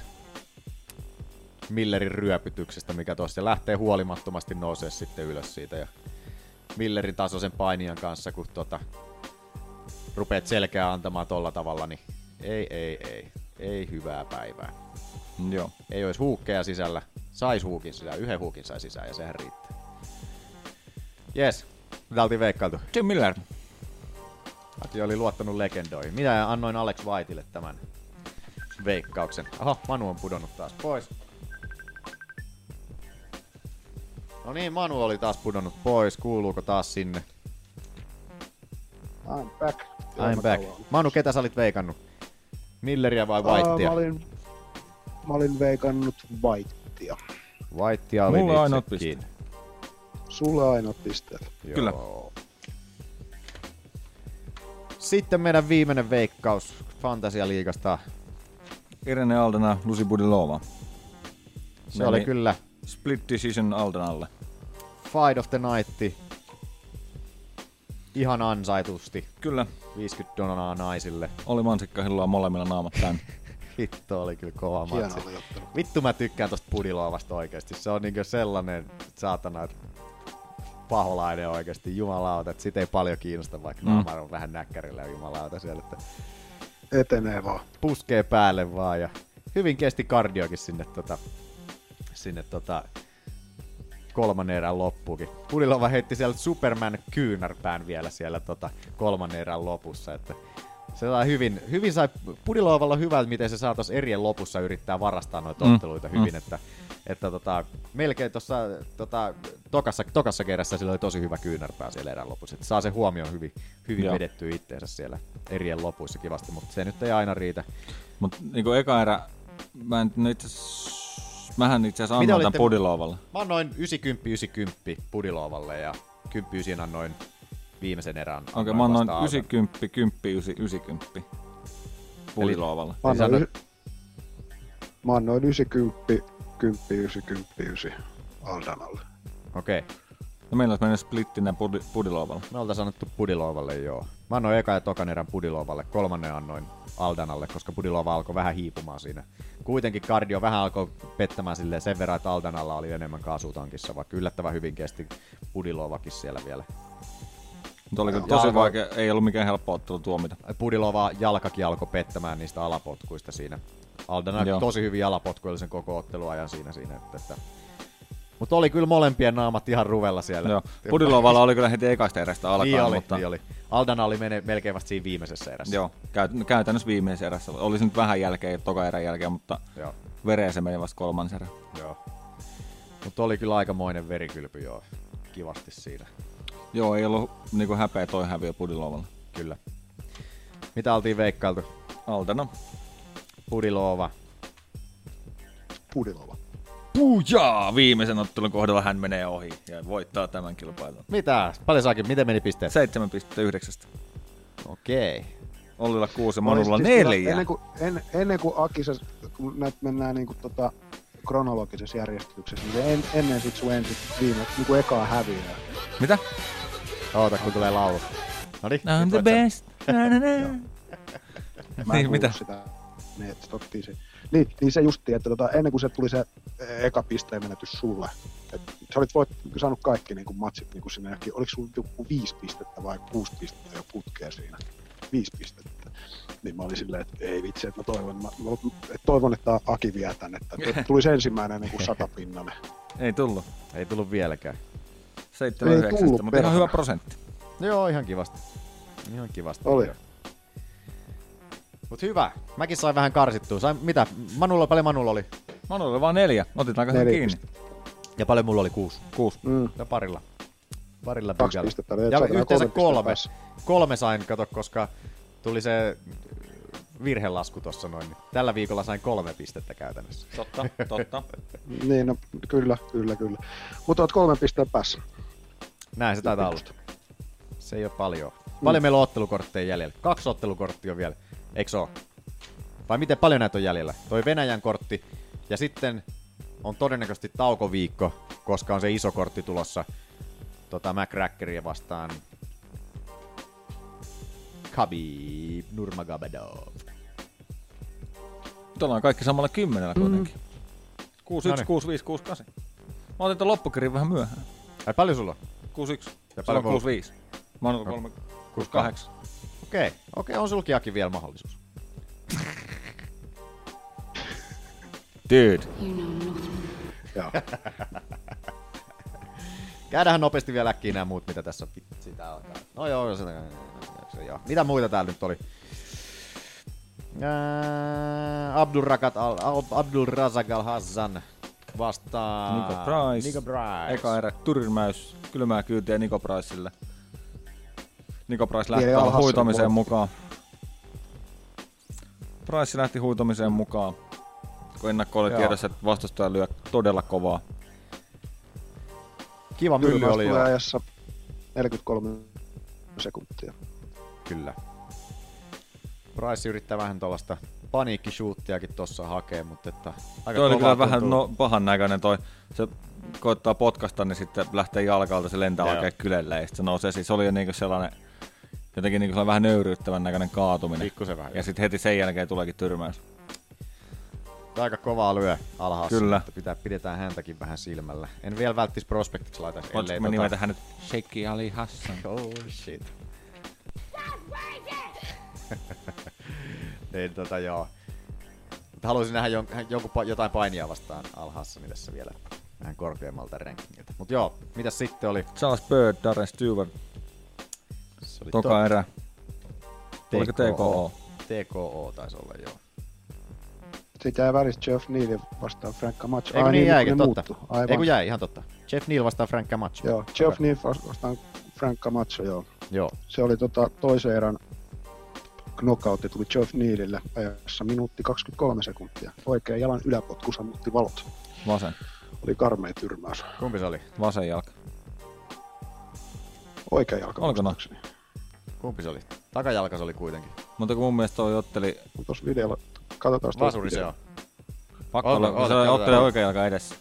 Millerin ryöpytyksestä, mikä tuossa lähtee huolimattomasti nousee sitten ylös siitä. Ja Millerin tasoisen painijan kanssa, kun tuota, rupeat selkeää antamaan tolla tavalla, niin ei, ei, ei. Ei hyvää päivää. mm, Joo. Ei olisi huukkeja sisällä. Sais huukin sisään. Yhden huukin sai sisään ja sehän riittää. Jes. Mitä oltiin veikkailtu? Jim Miller. Aki oli luottanut legendoihin. Minä annoin Alex Whiteille tämän veikkauksen. Aha, Manu on pudonnut taas pois. No niin, Manu oli taas pudonnut pois. Kuuluuko taas sinne? I'm back. I'm back. Manu, ketä sä olit veikannut? Milleriä vai Whitea? Aa, mä, olin, mä olin veikannut Whitea. Whitea oli Mulla ainoat itsekin. Sulle ainoat pisteet. Kyllä. Sitten meidän viimeinen veikkaus Fantasialiigasta. Irene Aldana, Lucy Budilova. Se oli kyllä. Split Decision Aldanalle. Fight of the Night. Ihan ansaitusti. Kyllä. 50 donaa naisille. Oli mansikkahilloa molemmilla naamat tän. Hitto oli kyllä kova Hieno matsi. Vittu mä tykkään tosta Pudilovasta oikeesti. Se on niinkö sellainen saatana että paholainen oikeesti. Jumalauta, että sit ei paljon kiinnosta, vaikka Mm. mm. naamari on vähän näkkärillä ja jumalauta siellä. Että Etenee vaan. puskee päälle vaan ja hyvin kesti kardiokin sinne, tota, sinne tota, kolmannen erän loppuukin. Pudilova heitti siellä Superman kyynärpään vielä siellä tota, kolmannen erän lopussa, että se sai hyvin, hyvin sai Pudilovalla hyvältä, miten se saa tuossa erien lopussa yrittää varastaa noita Mm, otteluita mm. hyvin, että, että tota, melkein tuossa tota, tokassa, tokassa kerrassa sillä oli tosi hyvä kyynärpää siellä erän lopussa, että saa se huomioon hyvin, hyvin Joo. vedettyä itteensä siellä erien lopuissa kivasti, mutta se nyt ei aina riitä. Mut niinku eka erä, mä en, no itse asiassa- mähän itse asiassa annan tän Pudilovalle. Mä annoin 90 90 Pudilovalle ja 10 siinä annoin viimeisen erän. Okei, okay, mä annoin vasta 90, 10, 9, 90. Pudilovalle. Mä annoin, y- mä annoin 90, 10, 90, 90 Aldanalle. Okei. No meillä olisi mennyt splittinä pudi, Pudilovalla. Me oltaisiin annettu Pudilovalle, joo. Mä annoin eka ja tokan erän Pudilovalle, kolmannen annoin Aldanalle, koska Pudilova alkoi vähän hiipumaan siinä. Kuitenkin kardio vähän alkoi pettämään silleen sen verran, että Aldanalla oli enemmän kaasutankissa, vaikka yllättävän hyvin kesti Pudilovakin siellä vielä. Mutta oli kyllä Ja tosi alkoi- vaikea, ei ollut mikään helppo ottelu tuomita. Pudilova jalkakin alkoi pettämään niistä alapotkuista siinä. Aldana Joo. Joo. tosi hyvin jalapotkuilla sen koko otteluajan siinä. siinä että, että. Mutta oli kyllä molempien naamat ihan ruvella siellä. Joo. Pudilovalla oli kyllä heti ekasta erästä alkaen, niin oli, mutta- Niin oli. Aldana oli mene, melkein vasta siinä viimeisessä erässä. Joo, käyt, käytännössä viimeisessä erässä. Oli se nyt vähän jälkeen, toka erän jälkeen, mutta Joo. vereen se meni vasta kolmannen erän. Joo. Mutta oli kyllä aikamoinen verikylpy joo. Kivasti siinä. Joo, ei ollut niinku häpeä toi häviö Pudilovalla. Kyllä. Mitä oltiin veikkailtu? Altana. Pudilova. Pudilova. Pujaa! Viimeisen ottelun kohdalla hän menee ohi ja voittaa tämän kilpailun. Mitä? Paljon saakin? Miten meni pisteet? 7,9. Okei. Ollilla 6 ja Mä olin Manulla siis kyllä- 4. Ennen kuin, en, ennen kuin Akisas, kun näitä mennään niin kuin tota kronologisessa järjestyksessä, niin se en, ennen sit sun ensin viime, niin kuin ekaa häviää. Mitä? Oota, kun tulee laulu. Noniin. I'm nyt the voit sä- best. Na, na, na. Mä Niin, en mitä? mitä? sitä netstottiin se. Niin, niin se justiin, että tota, ennen kuin se tuli se eh, eka pisteen menetys sulle, että sä olit voit, saanut kaikki niin kuin matsit niin kuin sinne johonkin, oliko sulla joku viisi pistettä vai kuusi pistettä jo putkea siinä? Viisi pistettä. Niin mä olin silleen, että ei vitsi, että mä toivon, mä, mä, että toivon, että Aki vie tän, että tulisi ensimmäinen niin kuin satapinnanen. Ei tullut. Ei tullut vieläkään. 7 Ei 9, tullut, mutta ihan hyvä perhana. prosentti. No Joo, ihan kivasti. Ihan kivasti. Oli. Mut hyvä. Mäkin sain vähän karsittua. Sain, mitä? Manulla paljon Manulla oli? Manulla oli vaan neljä. Otetaanko hän Neljä kiinni? Ja paljon mulla oli kuusi. Kuusi. Mm. Ja No parilla. Parilla Kaksi pykällä. pistettä, niin et Ja saatana yhteensä kolme pistettä kolme. Kolme sain, kato, koska tuli se virhelasku tuossa noin. niin Tällä viikolla sain kolme pistettä käytännössä. Totta, totta. Niin, no, kyllä, kyllä, kyllä. Mutta oot kolmen pisteen päässä. Näin se taitaa olla. Se ei ole paljon. Paljon meillä on ottelukortteja jäljellä? Kaksi ottelukorttia on vielä, eikö se ole? Vai miten paljon näitä on jäljellä? Toi Venäjän kortti ja sitten on todennäköisesti taukoviikko, koska on se iso kortti tulossa tota McCrackeria vastaan. Khabib Nurmagomedov. Nyt ollaan kaikki samalla kymmenellä kuitenkin. 6, 1, Mm. Noniin. 6, 5, 6, 8. Mä otin ton loppukirin vähän myöhään. Ai paljon sulla on? 6, 1. Ja Ja paljon No, mulla? paljon 6, 5. Mä oon 3, 6, 8. Okei, okay. okei, okay, on sulkiakin vielä mahdollisuus. Dude. Joo. Käydään nopeasti vielä äkkiä nämä muut, mitä tässä on. Vitsi, tää alkaa. No joo, joo, se, se, joo. Mitä muita täällä nyt oli? Ää, Abdulrakat al, al, Abdulrazak al-Hassan vastaan Nico Price. Nico Price. Eka erä tyrmäys, kylmää kyytiä Nico Priceille. Nico Price lähti Eli täällä alhaassa on huitamiseen voitti. mukaan. Price lähti huitamiseen mukaan, kun ennakko oli Joo. tiedossa, että vastustaja lyö todella kovaa. Kiva mylly Tyrmäys oli tulee jo. ajassa 43 sekuntia. Kyllä. Price yrittää vähän tuollaista paniikkishuuttiakin tuossa hakea, mutta että aika toi oli kovaa kyllä vähän tuntuu. no, pahan näköinen toi. Se koittaa potkasta, niin sitten lähtee jalkalta, se lentää Joo. oikein kylelle ja sitten se nousee. Siis se oli jo niinku sellainen jotenkin niinku sellainen vähän nöyryyttävän näköinen kaatuminen. Pikkusen vähän, Ja sitten heti sen jälkeen tuleekin tyrmäys. Tää Aika kovaa lyö alhaassa, Kyllä. Kyllä. mutta pitää, pidetään häntäkin vähän silmällä. En vielä välttis prospektiksi laita, Voitko ellei tota- me nimetä hänet Sheikki Ali Hassan? Oh shit. niin, tota joo. Mut haluaisin nähdä jon, hän- jonkun, pa- jotain painia vastaan alhaassa niin tässä vielä vähän korkeammalta rankingilta. Mut joo, mitä sitten oli? Charles Bird, Darren Stewart. Se oli Toka to- erä. Oliko TKO? TKO taisi olla, joo. Siitä jäi välistä Jeff Nealin vastaan Frank Camacho. Eikö niin kun jäikin, ne totta. muuttui. Aivan. Eikö jäi, ihan totta. Jeff Neal vastaan Frank Camacho. Joo, Jeff Neal vas- vastaan Frank Camacho, joo. Joo. Se oli tota, toisen erän knockoutti tuli Jeff Nealille ajassa minuutti 23 sekuntia. Oikea jalan yläpotku sammutti valot. Vasen. Oli karmea tyrmäys. Kumpi se oli? Vasen jalka. Oikea jalka. Oliko no? Kumpi se oli? Takajalka se oli kuitenkin. Mutta kun mun mielestä toi otteli... Tuossa videolla, katsotaan tuosta Vasuri se on. Pakko On- olla, on kun se, se katsotaan. otteli oikea jalka edessä.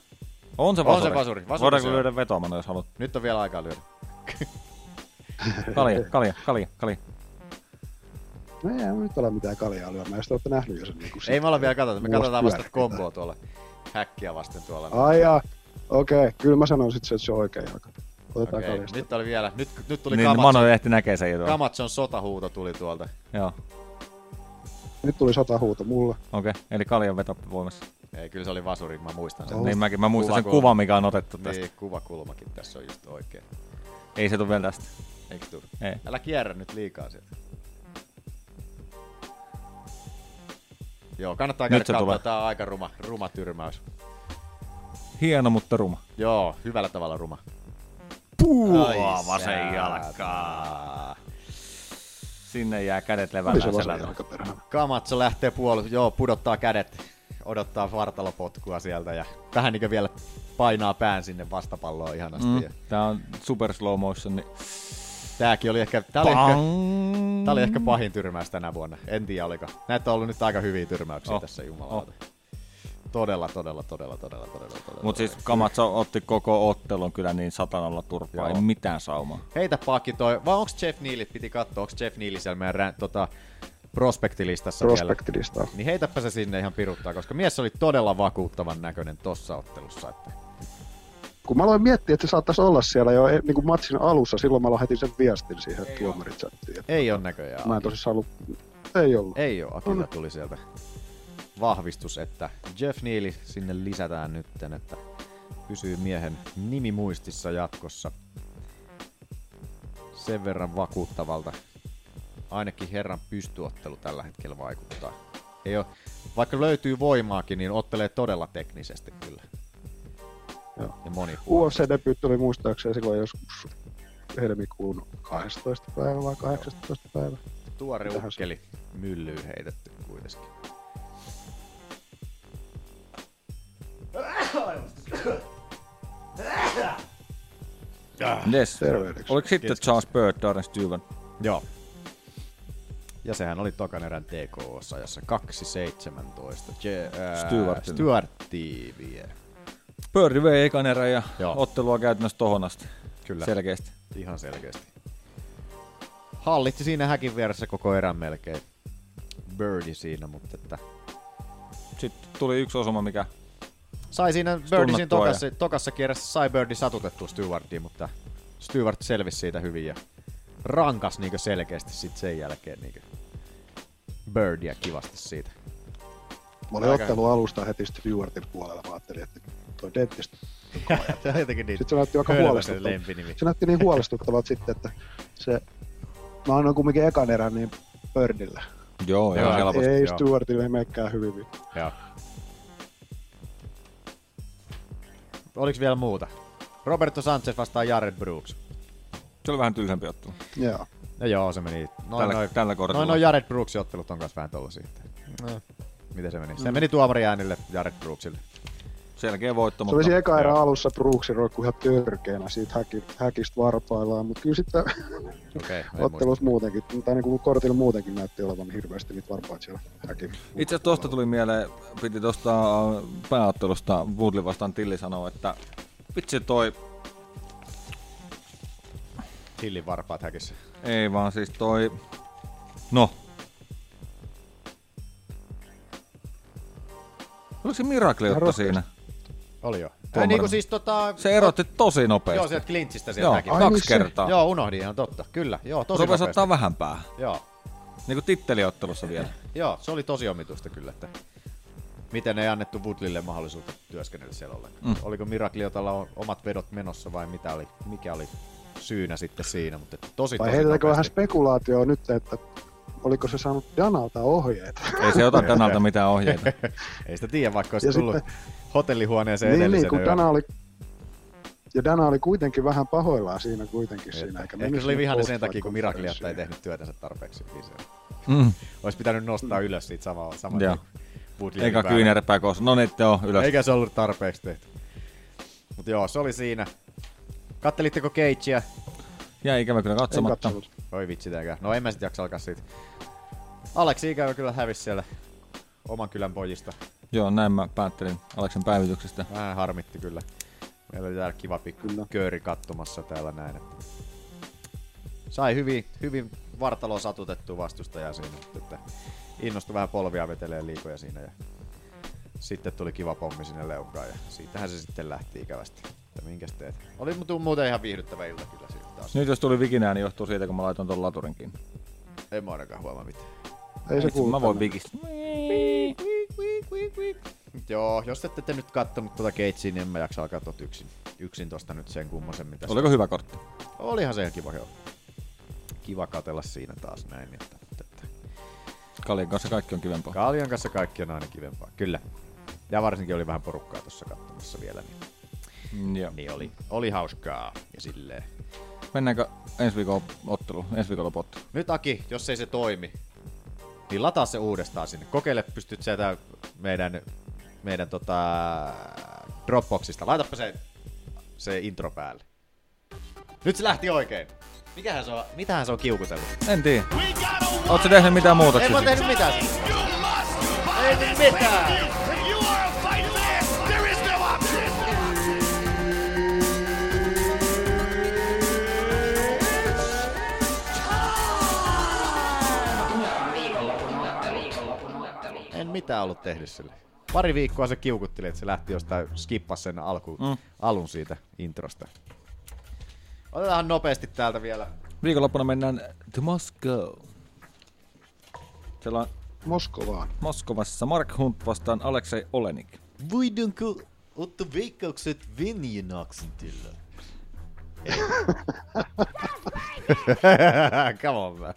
On se On se vasuri. vasuri, vasuri se Voidaanko on. lyödä vetoamana, jos haluat? Nyt on vielä aikaa lyödä. Kalja, kalja, kalja, kalja. No ei me nyt ole mitään kaljaa lyömään, jos te olette nähnyt jo sen. Niin Ei me olla vielä katsottu, me katsotaan vasta pyörähtää. komboa tuolla. Häkkiä vasten tuolla. Ai jaa, okei, okay. kyllä mä sanon sitten, että se on oikea jalka. Otetaan okay. Okei, kaljasta. nyt oli vielä, nyt, nyt tuli Niin, Kamatson, Mano ehti näkee sen jo tuolla. Kamatson sotahuuto tuli tuolta. Joo, Nyt tuli sata huuto mulle. okei. Okay. Eli kaljan veto voimassa. Ei, kyllä se oli vasuri, mä muistan sen. Oh. Niin mäkin, mä muistan sen Kuvakulma. kuvan, mikä on otettu tästä. Niin, kuvakulmakin tässä on just oikein. Ei se tule vielä tästä. Eikö tuu? Ei. Älä kierrä nyt liikaa sieltä. Joo, kannattaa Nyt käydä se katsoa. tulee. Tää on aika ruma, ruma tyrmäys. Hieno, mutta ruma. Joo, hyvällä tavalla ruma. Puua Ai vasen säätä. jalkaa. Sinne jää kädet Oli se leväämään vasen selällä. Kamatso lähtee puolus, joo, pudottaa kädet, odottaa vartalopotkua sieltä ja vähän niin vielä painaa pään sinne vastapalloon ihanasti. Mm. Mm. Tää on super slow motion, niin Tääkin oli ehkä, tää oli ehkä, Bang! tää oli ehkä pahin tyrmäys tänä vuonna, en tiedä oliko. Näitä on ollut nyt aika hyviä tyrmäyksiä oh. Oh, tässä jumalauta. Oh. Todella, todella, todella, todella, todella, todella. Mutta siis Kamatso otti koko ottelun kyllä niin satanalla turpaa, Joo. ei mitään saumaa. Heitä pakki toi, vai onks Jeff Nealit, piti katsoa, onks Jeff Neal siellä meidän rän, tota, prospektilistassa Prospektilista. vielä. Niin heitäpä se sinne ihan piruttaa, koska mies oli todella vakuuttavan näköinen tossa ottelussa. Että Kun mä aloin miettiä, että se saattaisi olla siellä jo niin kuin matsin alussa, silloin mä lähetin sen viestin siihen tuomarichattiin. ei ole näköjään. Mä en tosissaan ollut... Ei ollut. Ei ole, Akilla tuli sieltä vahvistus, että Jeff Neal sinne lisätään nytten, että pysyy miehen nimi muistissa jatkossa. Sen verran vakuuttavalta. Ainakin herran pystyottelu tällä hetkellä vaikuttaa. Ei ole, vaikka löytyy voimaakin, niin ottelee todella teknisesti kyllä. Joo. Ja moni. UFC-debyytti oli muistaakseni silloin joskus helmikuun 12. päivä vai 18. päivä. Tuore ukkeli myllyy heitetty kuitenkin. Yes. Oliko sitten Charles Bird, Darren Stewart? Joo. Ja sehän oli tokan erän TK-osa, jossa 2.17. Je, ää, Stewart. Stewartti vie. Pörri vei ekan erän ja Joo. ottelua käytännössä tohon asti. Kyllä. Selkeästi. Ihan selkeästi. Hallitsi siinä häkin vieressä koko erän melkein. Birdi siinä, mutta että Sitten tuli yksi osuma, mikä sai siinä Stunnattua Birdisin tokassa, tokassa kierrässä sai Birdi satutettua Stewartiin, mutta Stewart selvisi siitä hyvin ja rankas niinkö selkeästi sit sen jälkeen niinkö Birdia kivasti siitä. Mä olin Aika- ottelu alusta heti Stewartin puolella. Mä ajattelin, että toi dentist. Tämä on jotenkin niin Sitten se näytti aika hölmö se huolestuttavalta. lempinimi. Se näytti niin huolestuttavalta sitten, että se... Mä annoin kumminkin ekan erän niin Birdille. Joo, ihan helposti, Ei joo. Stewartille ei menekään hyvin. vittu. Joo. Oliko vielä muuta? Roberto Sanchez vastaan Jared Brooks. Se oli vähän tylsempi ottelu. Joo. No joo, se meni. Noin, Tällä- noin, tällä kortilla. Noin, noin Jared Brooksin ottelut on kanssa vähän tollasia. No. Miten se meni? Se Mm. meni tuomari äänille Jared Brooksille. Selkeä voitto, Se oli siinä eka erä alussa Brooksi roikkuu ihan törkeänä siitä häki, häkistä varpaillaan, mutta kyllä sitten Okei, ottelussa muutenkin, tai niin kuin kortilla muutenkin näytti olevan niin hirveästi niitä varpaita siellä häkin. Itse asiassa tosta tuli mieleen, piti tosta äh, pääottelusta Woodley vastaan Tilli sanoa, että vitsi toi, Hillin varpaat häkissä. ei vaan siis toi, no. Oliko se Miracle Ihan jotta siinä? Oli jo. Ei, Tuomari. niin kuin siis tota... Se erotti tosi nopeasti. Joo, sieltä klintsistä sieltä Joo, näki. kaksi Ai niin se- kertaa. Joo, unohdin ihan totta. Kyllä, joo, tosi Rupes nopeasti. ottaa vähän päähän. Joo. Niin kuin titteliottelussa vielä. Joo, se oli tosi omituista kyllä, että miten ei annettu Woodlille mahdollisuutta työskennellä siellä ollenkaan. Mm. Mm. Oliko Miragliotalla o- omat vedot menossa vai mitä oli, mikä oli syynä sitten siinä, mutta että tosi Vai tosi heitetäänkö vähän nopeasti. spekulaatioa nyt, että oliko se saanut Danalta ohjeet? Ei se ota Danalta mitään ohjeita. ei sitä tiedä, vaikka olisi Ja tullut sitten- hotellihuoneeseen niin, niin, edellisenä kun yönä. Dana oli, ja Dana oli kuitenkin vähän pahoillaan siinä kuitenkin siinä. Ehkä se Eikä mennyt oli sinne vihainen sen postailuun. takia, kun Miragliota ei tehnyt työtänsä tarpeeksi. Niin se Mm. olisi pitänyt nostaa Mm. ylös siitä samaa. samaa Joo. Eikä kyynärpää koossa. No nyt on ylös. Eikä se ollut tarpeeksi tehty. Mutta joo, se oli siinä. Kattelitteko Cagea? Jäi ikävä kyllä katsomatta. Oi vitsi tääkään. No en mä sit jaksa alkaa siitä. Aleksi ikävä kyllä hävisi siellä oman kylän pojista. Joo, näin mä päättelin Aleksen päivityksestä. Vähän harmitti kyllä. Meillä oli täällä kiva pikku kööri katsomassa täällä näin. Että sai hyvin, hyvin vartaloa satutettua vastustajaa siinä. mutta Että innostui vähän polvia vetelee liikoja siinä. Ja sitten tuli kiva pommi sinne leukaan ja siitähän se sitten lähti ikävästi. Että minkäs teet? Oli mu- muuten ihan viihdyttävä ilta kyllä siitä taas. Nyt jos tuli vikinää, niin johtuu siitä, kun mä laitoin ton laturin kiinni. En mä ainakaan huomaa mitään. Ei se Itse kuulu Mä voin vikistä. Joo, jos ette te nyt kattonut tuota Keitsia, niin en mä jaksa alkaa tot yksin. Yksin tosta nyt sen kummosemmin tässä. Oliko hyvä kortti? Olihan se ihan kiva, joo. Kiva katella siinä taas näin. Että, että. Kaljan kanssa kaikki on kivempaa. Kaljan kanssa kaikki on aina kivempaa, kyllä. Ja varsinkin oli vähän porukkaa tuossa katsomassa vielä, niin, joo. niin oli, oli hauskaa ja silleen. Mennäänkö ensi viikon ottelu, ensi viikolla pottu? Nyt Aki, jos ei se toimi, niin lataa se uudestaan sinne. Kokeile, pystyt sieltä meidän, meidän tota, Dropboxista. Laitapa se, se intro päälle. Nyt se lähti oikein. Mikähän se on, mitähän se on kiukutellut? En tiedä. Oot sä siis- tehnyt mitään muuta? En mä tehnyt mitään. Ei nyt mitään. There is no option. En mitään ollut tehnyt sille. Pari viikkoa se kiukutteli, että se lähti jostain skippas sen alku, Mm. mm. alun siitä introsta. Otetaan nopeasti täältä vielä. Viikonloppuna mennään to Moscow. Siellä on Moskovaan. Moskovassa Mark Hunt vastaan Aleksei Olenik. Voidaanko ottaa veikkaukset venien aksentilla? Come on, man.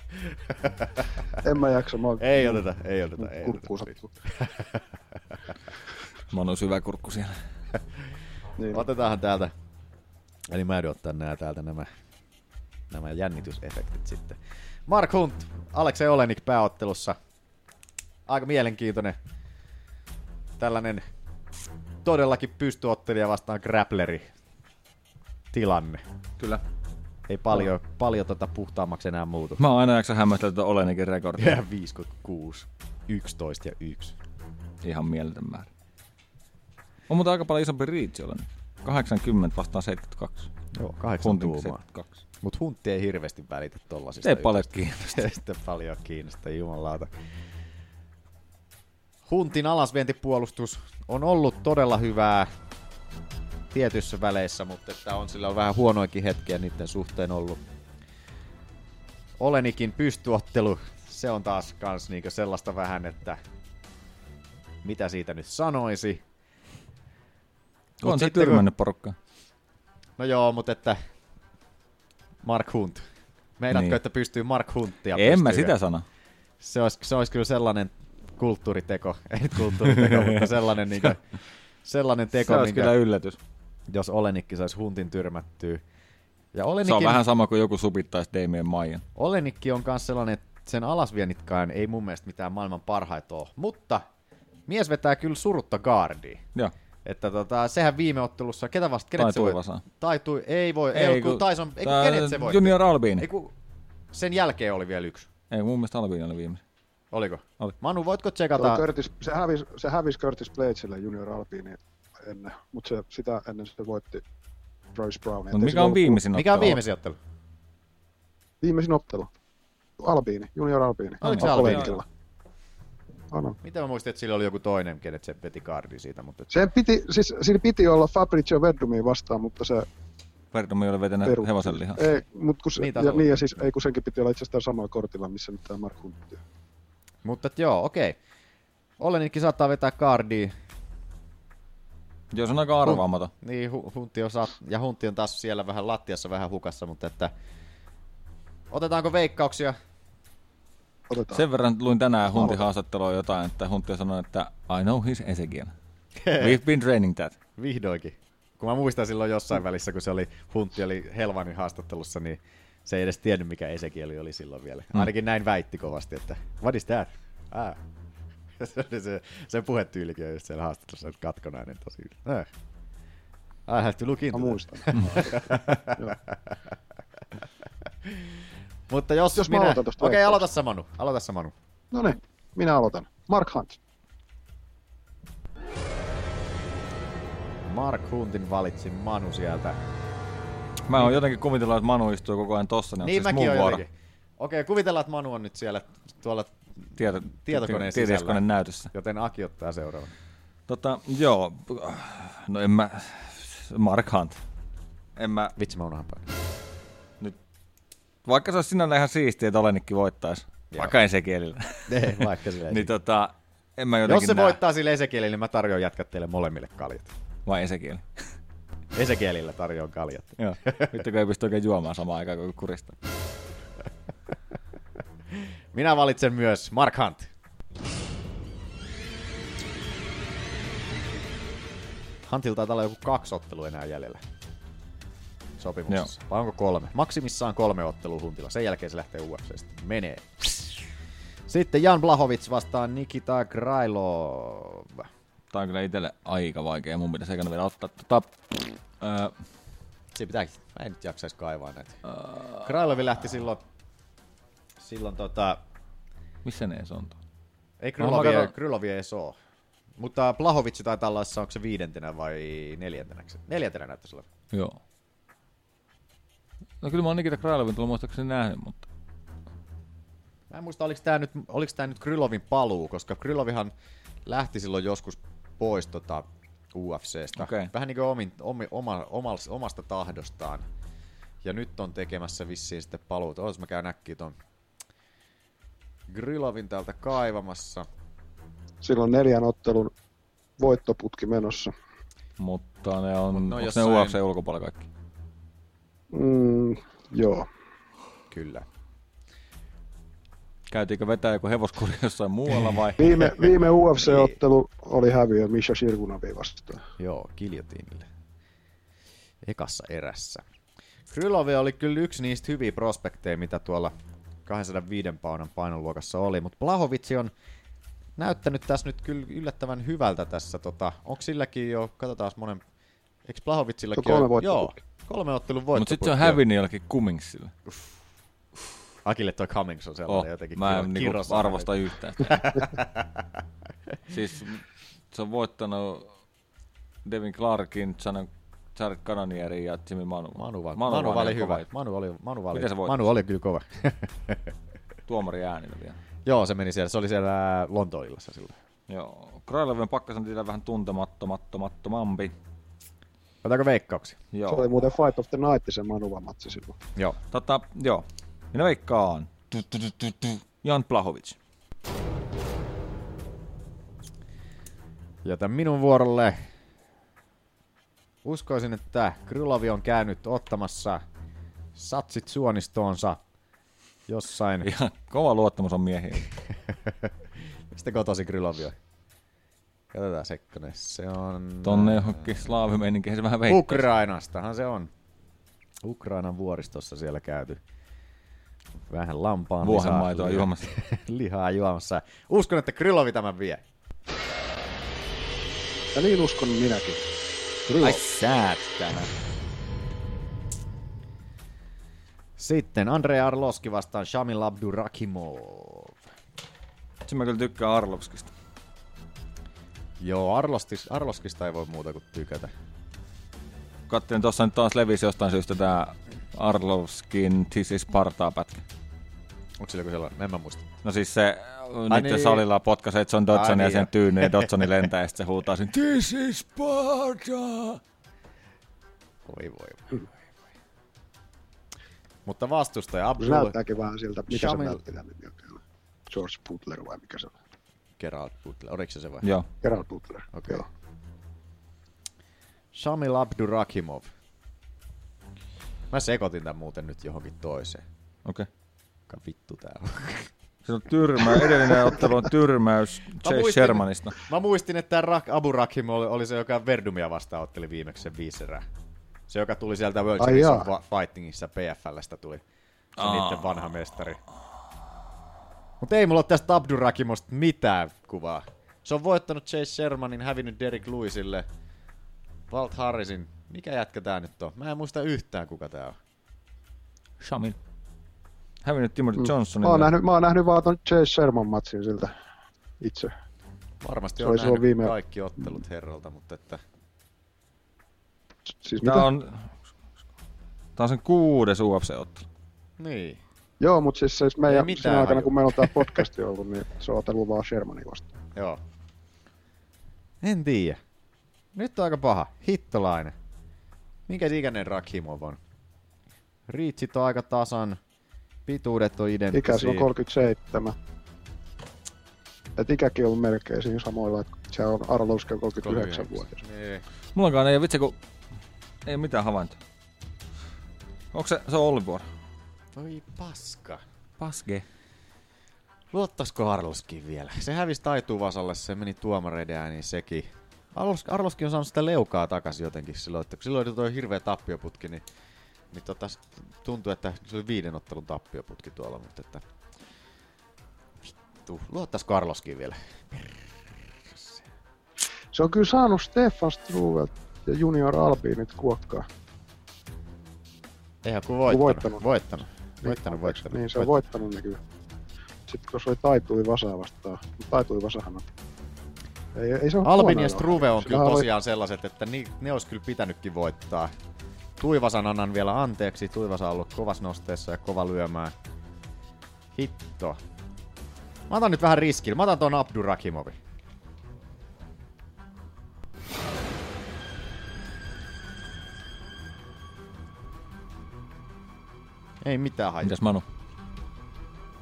En mä jaksa. Mä... Ei oteta, ei oteta, ei Kurkkuun oteta. sattuu. Mä annoin syvä kurkku siellä. Niin. Otetaanhan täältä. Eli mä joudun ottaa nää täältä nämä, nämä jännitysefektit sitten. Mark Hunt, Aleksei Olenik pääottelussa. Aika mielenkiintoinen tällainen todellakin pystyottelija vastaan grappleri tilanne. Kyllä. Ei paljon, paljon tota puhtaammaksi enää muutu. Mä oon aina jaksa hämmästellä tätä Olenikin rekordia. Ja 56, 11 ja 1. Ihan mieletön määrä. On mutta aika paljon isompi riitsi olen. 80 vastaan 72. Joo, 8 tuumaa. Mut huntti ei hirveästi välitä tollasista. Ei paljon kiinnosta. Ei sitä paljon kiinnosta, jumalauta. Huntin alasvientipuolustus on ollut todella hyvää tietyissä väleissä, mutta että on sillä on vähän huonoinkin hetkiä niiden suhteen ollut. Olenikin pystyottelu, se on taas kans niinku sellaista vähän, että mitä siitä nyt sanoisi. On Mut se sitten kun- tyrmännyt porukkaa. No joo, mutta että Mark Hunt. Meinaatko, Niin. niin. että pystyy Mark Hunttia? En mä pystyy? sitä sano. Se olisi, se olisi kyllä sellainen kulttuuriteko, ei nyt kulttuuriteko, mutta sellainen, niin kuin, sellainen teko, Se olisi kyllä yllätys. jos Olenikki saisi Huntin tyrmättyä. Ja Se on Olenikin, vähän sama kuin joku supittaisi Damien Maijan. Olenikki on myös sellainen, että sen alasvienitkaan ei mun mielestä mitään maailman parhaita ole, mutta mies vetää kyllä surutta gaardia. Joo. Että tota, sehän viime ottelussa, ketä vasta, kenet Taitui se voi? vastaan. Taitui, ei voi, ei, ei kun, Tyson, ei kun tää kenet se voi? Junior Albini. Ei kun, sen jälkeen oli vielä yksi. Ei, mun mielestä Albini oli viimeinen. Oliko? Oli. Manu, voitko Tuo tsekata? Curtis, se hävisi, se hävisi Curtis Bladesille Junior Alpini ennen, mutta se, sitä ennen se voitti Royce Brownin. Et ei Mut mikä sillä on ollut- viimeisin No Mikä on viimeisin ottelu? Viimeisin ottelu. Albiini, Junior Albiini. Oliko se Albiini? Albiini? Ano. Miten mä muistin, että sillä oli joku toinen, kenet se veti kardi siitä, mutta... Sen piti, siis, siinä piti olla Fabrizio Verdumia vastaan, mutta se Verdumi oli vetänyt Peru. hevosen lihaa. Ei, mut kun, se- Ah. Niin taisi ja, olla. niin, ja siis, ei kun senkin piti olla itse asiassa täällä samalla kortilla, missä nyt tämä Mark Hunt on. Mutta et joo, okei. Oleninkin saattaa vetää kardia. Jos on aika arvaamaton. Niin, hu- hunti on saat, ja hunti on taas siellä vähän lattiassa vähän hukassa, mutta että... Otetaanko veikkauksia? Otetaan. Sen verran luin tänään Huntin haastattelua jotain, että Huntti on sanonut, että I know his Ezekiel. We've been training that. Vihdoinkin. Kun mä muistan silloin jossain välissä, kun se oli Huntti oli Helvanin haastattelussa, niin se ei edes tiennyt, mikä Esekieli oli silloin vielä. Mm. Mm. Ainakin näin väitti kovasti, että what is that? Ah. se, oli se, se puhetyylikin on just siellä haastattelussa että katkonainen tosi. Eh. I have to look into Mä that. muistan. Joo. Mutta jos, Jos mä minä... aloitan tosta Okei, veikkauksesta. aloita sä Manu. Aloita sä Manu. No niin, minä aloitan. Mark Hunt. Mark Huntin valitsin Manu sieltä. Mä oon jotenkin kuvitellut, että Manu istuu koko ajan tossa, niin, niin on siis mäkin mun on vuoro. jotenkin. Okei, kuvitellaan, että Manu on nyt siellä tuolla Tieto, tietokoneen ti- sisällä. tietokoneen näytössä. Joten Aki ottaa seuraavan. Tota, joo, no en mä, Mark Hunt. En mä, Vitsi, mä unohan päin. nyt, vaikka se olisi sinällä ihan siistiä, että Olenikki voittaisi, Joo. vaikka en se kielillä. Ei, vaikka sillä ei niin tota, en mä jotenkin Jos se näe. voittaa sille Esekielille, niin mä tarjoan jätkät teille molemmille kaljat. Vai Ezekiel. Esekielillä tarjoan kaljat. Joo, vittu kun ei pysty oikein juomaan samaan aikaan kuin kurista. Minä valitsen myös Mark Hunt. Huntilta täällä joku kaksi ottelua enää jäljellä sopimuksessa. Vai onko kolme? Maksimissaan kolme ottelua Huntilla. Sen jälkeen se lähtee UFCstä. Menee. Sitten Jan Blahovic vastaan Nikita Krailov. Tää on kyllä itelle aika vaikea, mun pitäisi eikä vielä ottaa tota... Öö, Se pitääkin. Mä en nyt jaksaisi kaivaa näitä. Krailovi lähti silloin, silloin tota, missä ne ees on? tuo? Ei No, mä Krylovia, katson- Krylovia ei oo. Mutta Plahovic taitaa olla, jossain, onko se viidentenä vai neljäntenä? Neljäntenä näyttäisi olevan. Joo. No kyllä mä oon Nikita Krailovin tullut muistaakseni nähnyt, mutta... Mä en muista, oliko tämä nyt, oliko tää nyt Krylovin paluu, koska Krylovihan lähti silloin joskus pois tota UFCstä. Okei. Vähän niin kuin omin, omi, oma, omals, omasta tahdostaan. Ja nyt on tekemässä vissiin sitten paluuta. Olis mä käyn äkkiä ton Krylovin täältä kaivamassa. Sillä on neljän ottelun voittoputki menossa. Mutta ne on... Mut ne on ne, jossain... ne jossain- UFC ulkopuolella kaikki? Mm, joo. Kyllä. Käytiinkö vetää joku hevoskuri jossain muualla vai? Viime, Niin. viime UFC-ottelu oli häviö Misha Shirkunavi vastaan. Joo, kiljotiinille. Ekassa erässä. Krylove oli kyllä yksi niistä hyviä prospekteja, mitä tuolla 205 paunan painoluokassa oli, mutta Blahovitsi on näyttänyt tässä nyt kyllä yllättävän hyvältä tässä. Tota, onko silläkin jo, katsotaan monen, eikö Blahovitsillakin Se on kolme jo, joo, voittoputki. kolme ottelun voitto. Mutta sitten se on hävinnyt jollakin Cummingsille. Akille toi Cummings on sellainen Oh, jotenkin Mä en kir- niinku kirosana. arvosta yhtään. siis se on voittanut Devin Clarkin, Shannon- Jared Cananierin ja Jimmy Manu. Manu, Manu Vaani oli on hyvä. kova. Manu oli, Manu oli, Miten se voitti? Manu oli kyllä kova. Tuomari äänillä vielä. Joo, se meni siellä. Se oli siellä Lontoonillassa silloin. Joo. Krailovin pakkas on tietää vähän tuntemattomattomattomampi. Otetaanko veikkauksia? Joo. Se oli muuten Fight of the Night se Manuva-matsi silloin. Joo. Tota, joo. Minä veikkaan. Tu, tu, tu, tu, tu. Jan Plahovic. Jätän minun vuorolle. Uskoisin, että Krylovi on käynyt ottamassa satsit suonistoonsa jossain. Ihan kova luottamus on miehiä. Mistä kotosi Krylovi on? Katsotaan Sekkonen. Se on... Tonne johonkin slaavimeininkiin se vähän veikkasi. Ukrainastahan se on. Ukrainan vuoristossa siellä käyty. Vähän lampaan Vuohenmaitoa lihaa- juomassa. lihaa juomassa. Uskon, että Krylovi tämän vie. Ja niin uskon minäkin. Ai säättänä. Sitten Andrei Arlovski vastaan Shamil Abdurakimov. Sitten mä kyllä tykkään Arlovskista. Joo, Arlostis, Arloskista ei voi muuta kuin tykätä. Kattelin tuossa nyt taas levisi jostain syystä tää Arlovskin This is Partaa pätkä. Onko sillä joku sellainen? En mä muista. No siis se Ai Ai niiden niin. niin. salilla potkaisee John Ai niin, Dodson ja joo. sen tyyny ja Dodsoni lentää ja sitten se huutaa sen This is Sparta! Voi voi voi. voi. Mutta vastustaja Se Abdul... näyttääkin vähän siltä, mikä se Shamil- näyttää nimi on kyllä. George Butler vai mikä se on? Gerard Butler, oliko se se vai? Joo. Gerard Butler. Okei. Okay. Shamil Abdurakimov. Mä sekoitin tän muuten nyt johonkin toiseen. Okei. Okay. Mikä vittu tää on? Se on tyrmä, edellinen ottelu on tyrmäys Mä Jay muistin- Shermanista. Mä muistin, että tämä Rak, Abu Rakhim oli, oli, se, joka Verdumia vastaan otteli viimeksi sen viisi erää. Se, joka tuli sieltä World Ai Series jaa. of Fightingissa PFLstä tuli. Se Aa. niiden vanha mestari. Mutta ei mulla ole tästä Abdurakimosta mitään kuvaa. Se on voittanut Chase Shermanin, hävinnyt Derek Lewisille. Walt Harrisin. Mikä jätkä tää nyt on? Mä en muista yhtään kuka tää on. Shamin. Hävinnyt Timothy Johnsonin. Mä oon, nähnyt, mä oon nähnyt vaan ton Chase Sherman matsin siltä itse. Varmasti Se on oli silloin nähnyt viime- kaikki ottelut herralta, mutta että... Siis Tää mitä? on, tää on sen kuudes UFC-ottelu. Niin. Joo, mutta siis, siis Ei meidän mitään sen aikana, haju. kun meillä on tää podcasti ollut, niin se on otellut vaan Shermanin vastaan. Joo. En tiedä. Nyt on aika paha. Hittolainen. Minkä ikäinen Rakimov on? Riitsit on aika tasan. Pituudet on identtisiä. Ikä se on 37. Et ikäkin on melkein siinä samoilla, että se on Arlovski on 39 vuotta. Niin. Mullakaan ei ole vitsi, kun ei ole mitään havaintoa. Onko se, se on Ollivuoro? Toi paska. Paske. Luottaisiko Arloskin vielä? Se hävisi Taituvasalle, se meni tuomareiden ääniin sekin. Arlos, Arloskin on saanut sitä leukaa takaisin jotenkin silloin, että kun silloin oli tuo hirveä tappioputki, niin, niin tota, tuntui, että se oli viiden ottelun tappioputki tuolla, mutta että... Vittu, luottaisiko Arloskin vielä? Se on kyllä saanut Stefan Struvel ja Junior Albinit kuokkaa. Eihän kun voittanut. voittanut. Voittanut, voittanut, voittanut. voittanut. Niin, se on voittanut ne kyllä. Sitten kun se oli Taitui Vasaa vastaan, Taitui Vasahan on. Ei, ei se ole Albin huono ja joo. Struve on kyllä Sillä tosiaan sellaiset, että ni, ne olisi kyllä pitänytkin voittaa. Tuivasan annan vielä anteeksi. Tuivasa on ollut kovas nosteessa ja kova lyömään. Hitto. Mä otan nyt vähän riskillä. Mä otan ton Abdurakimovi. Ei mitään hajua. Mitäs Manu?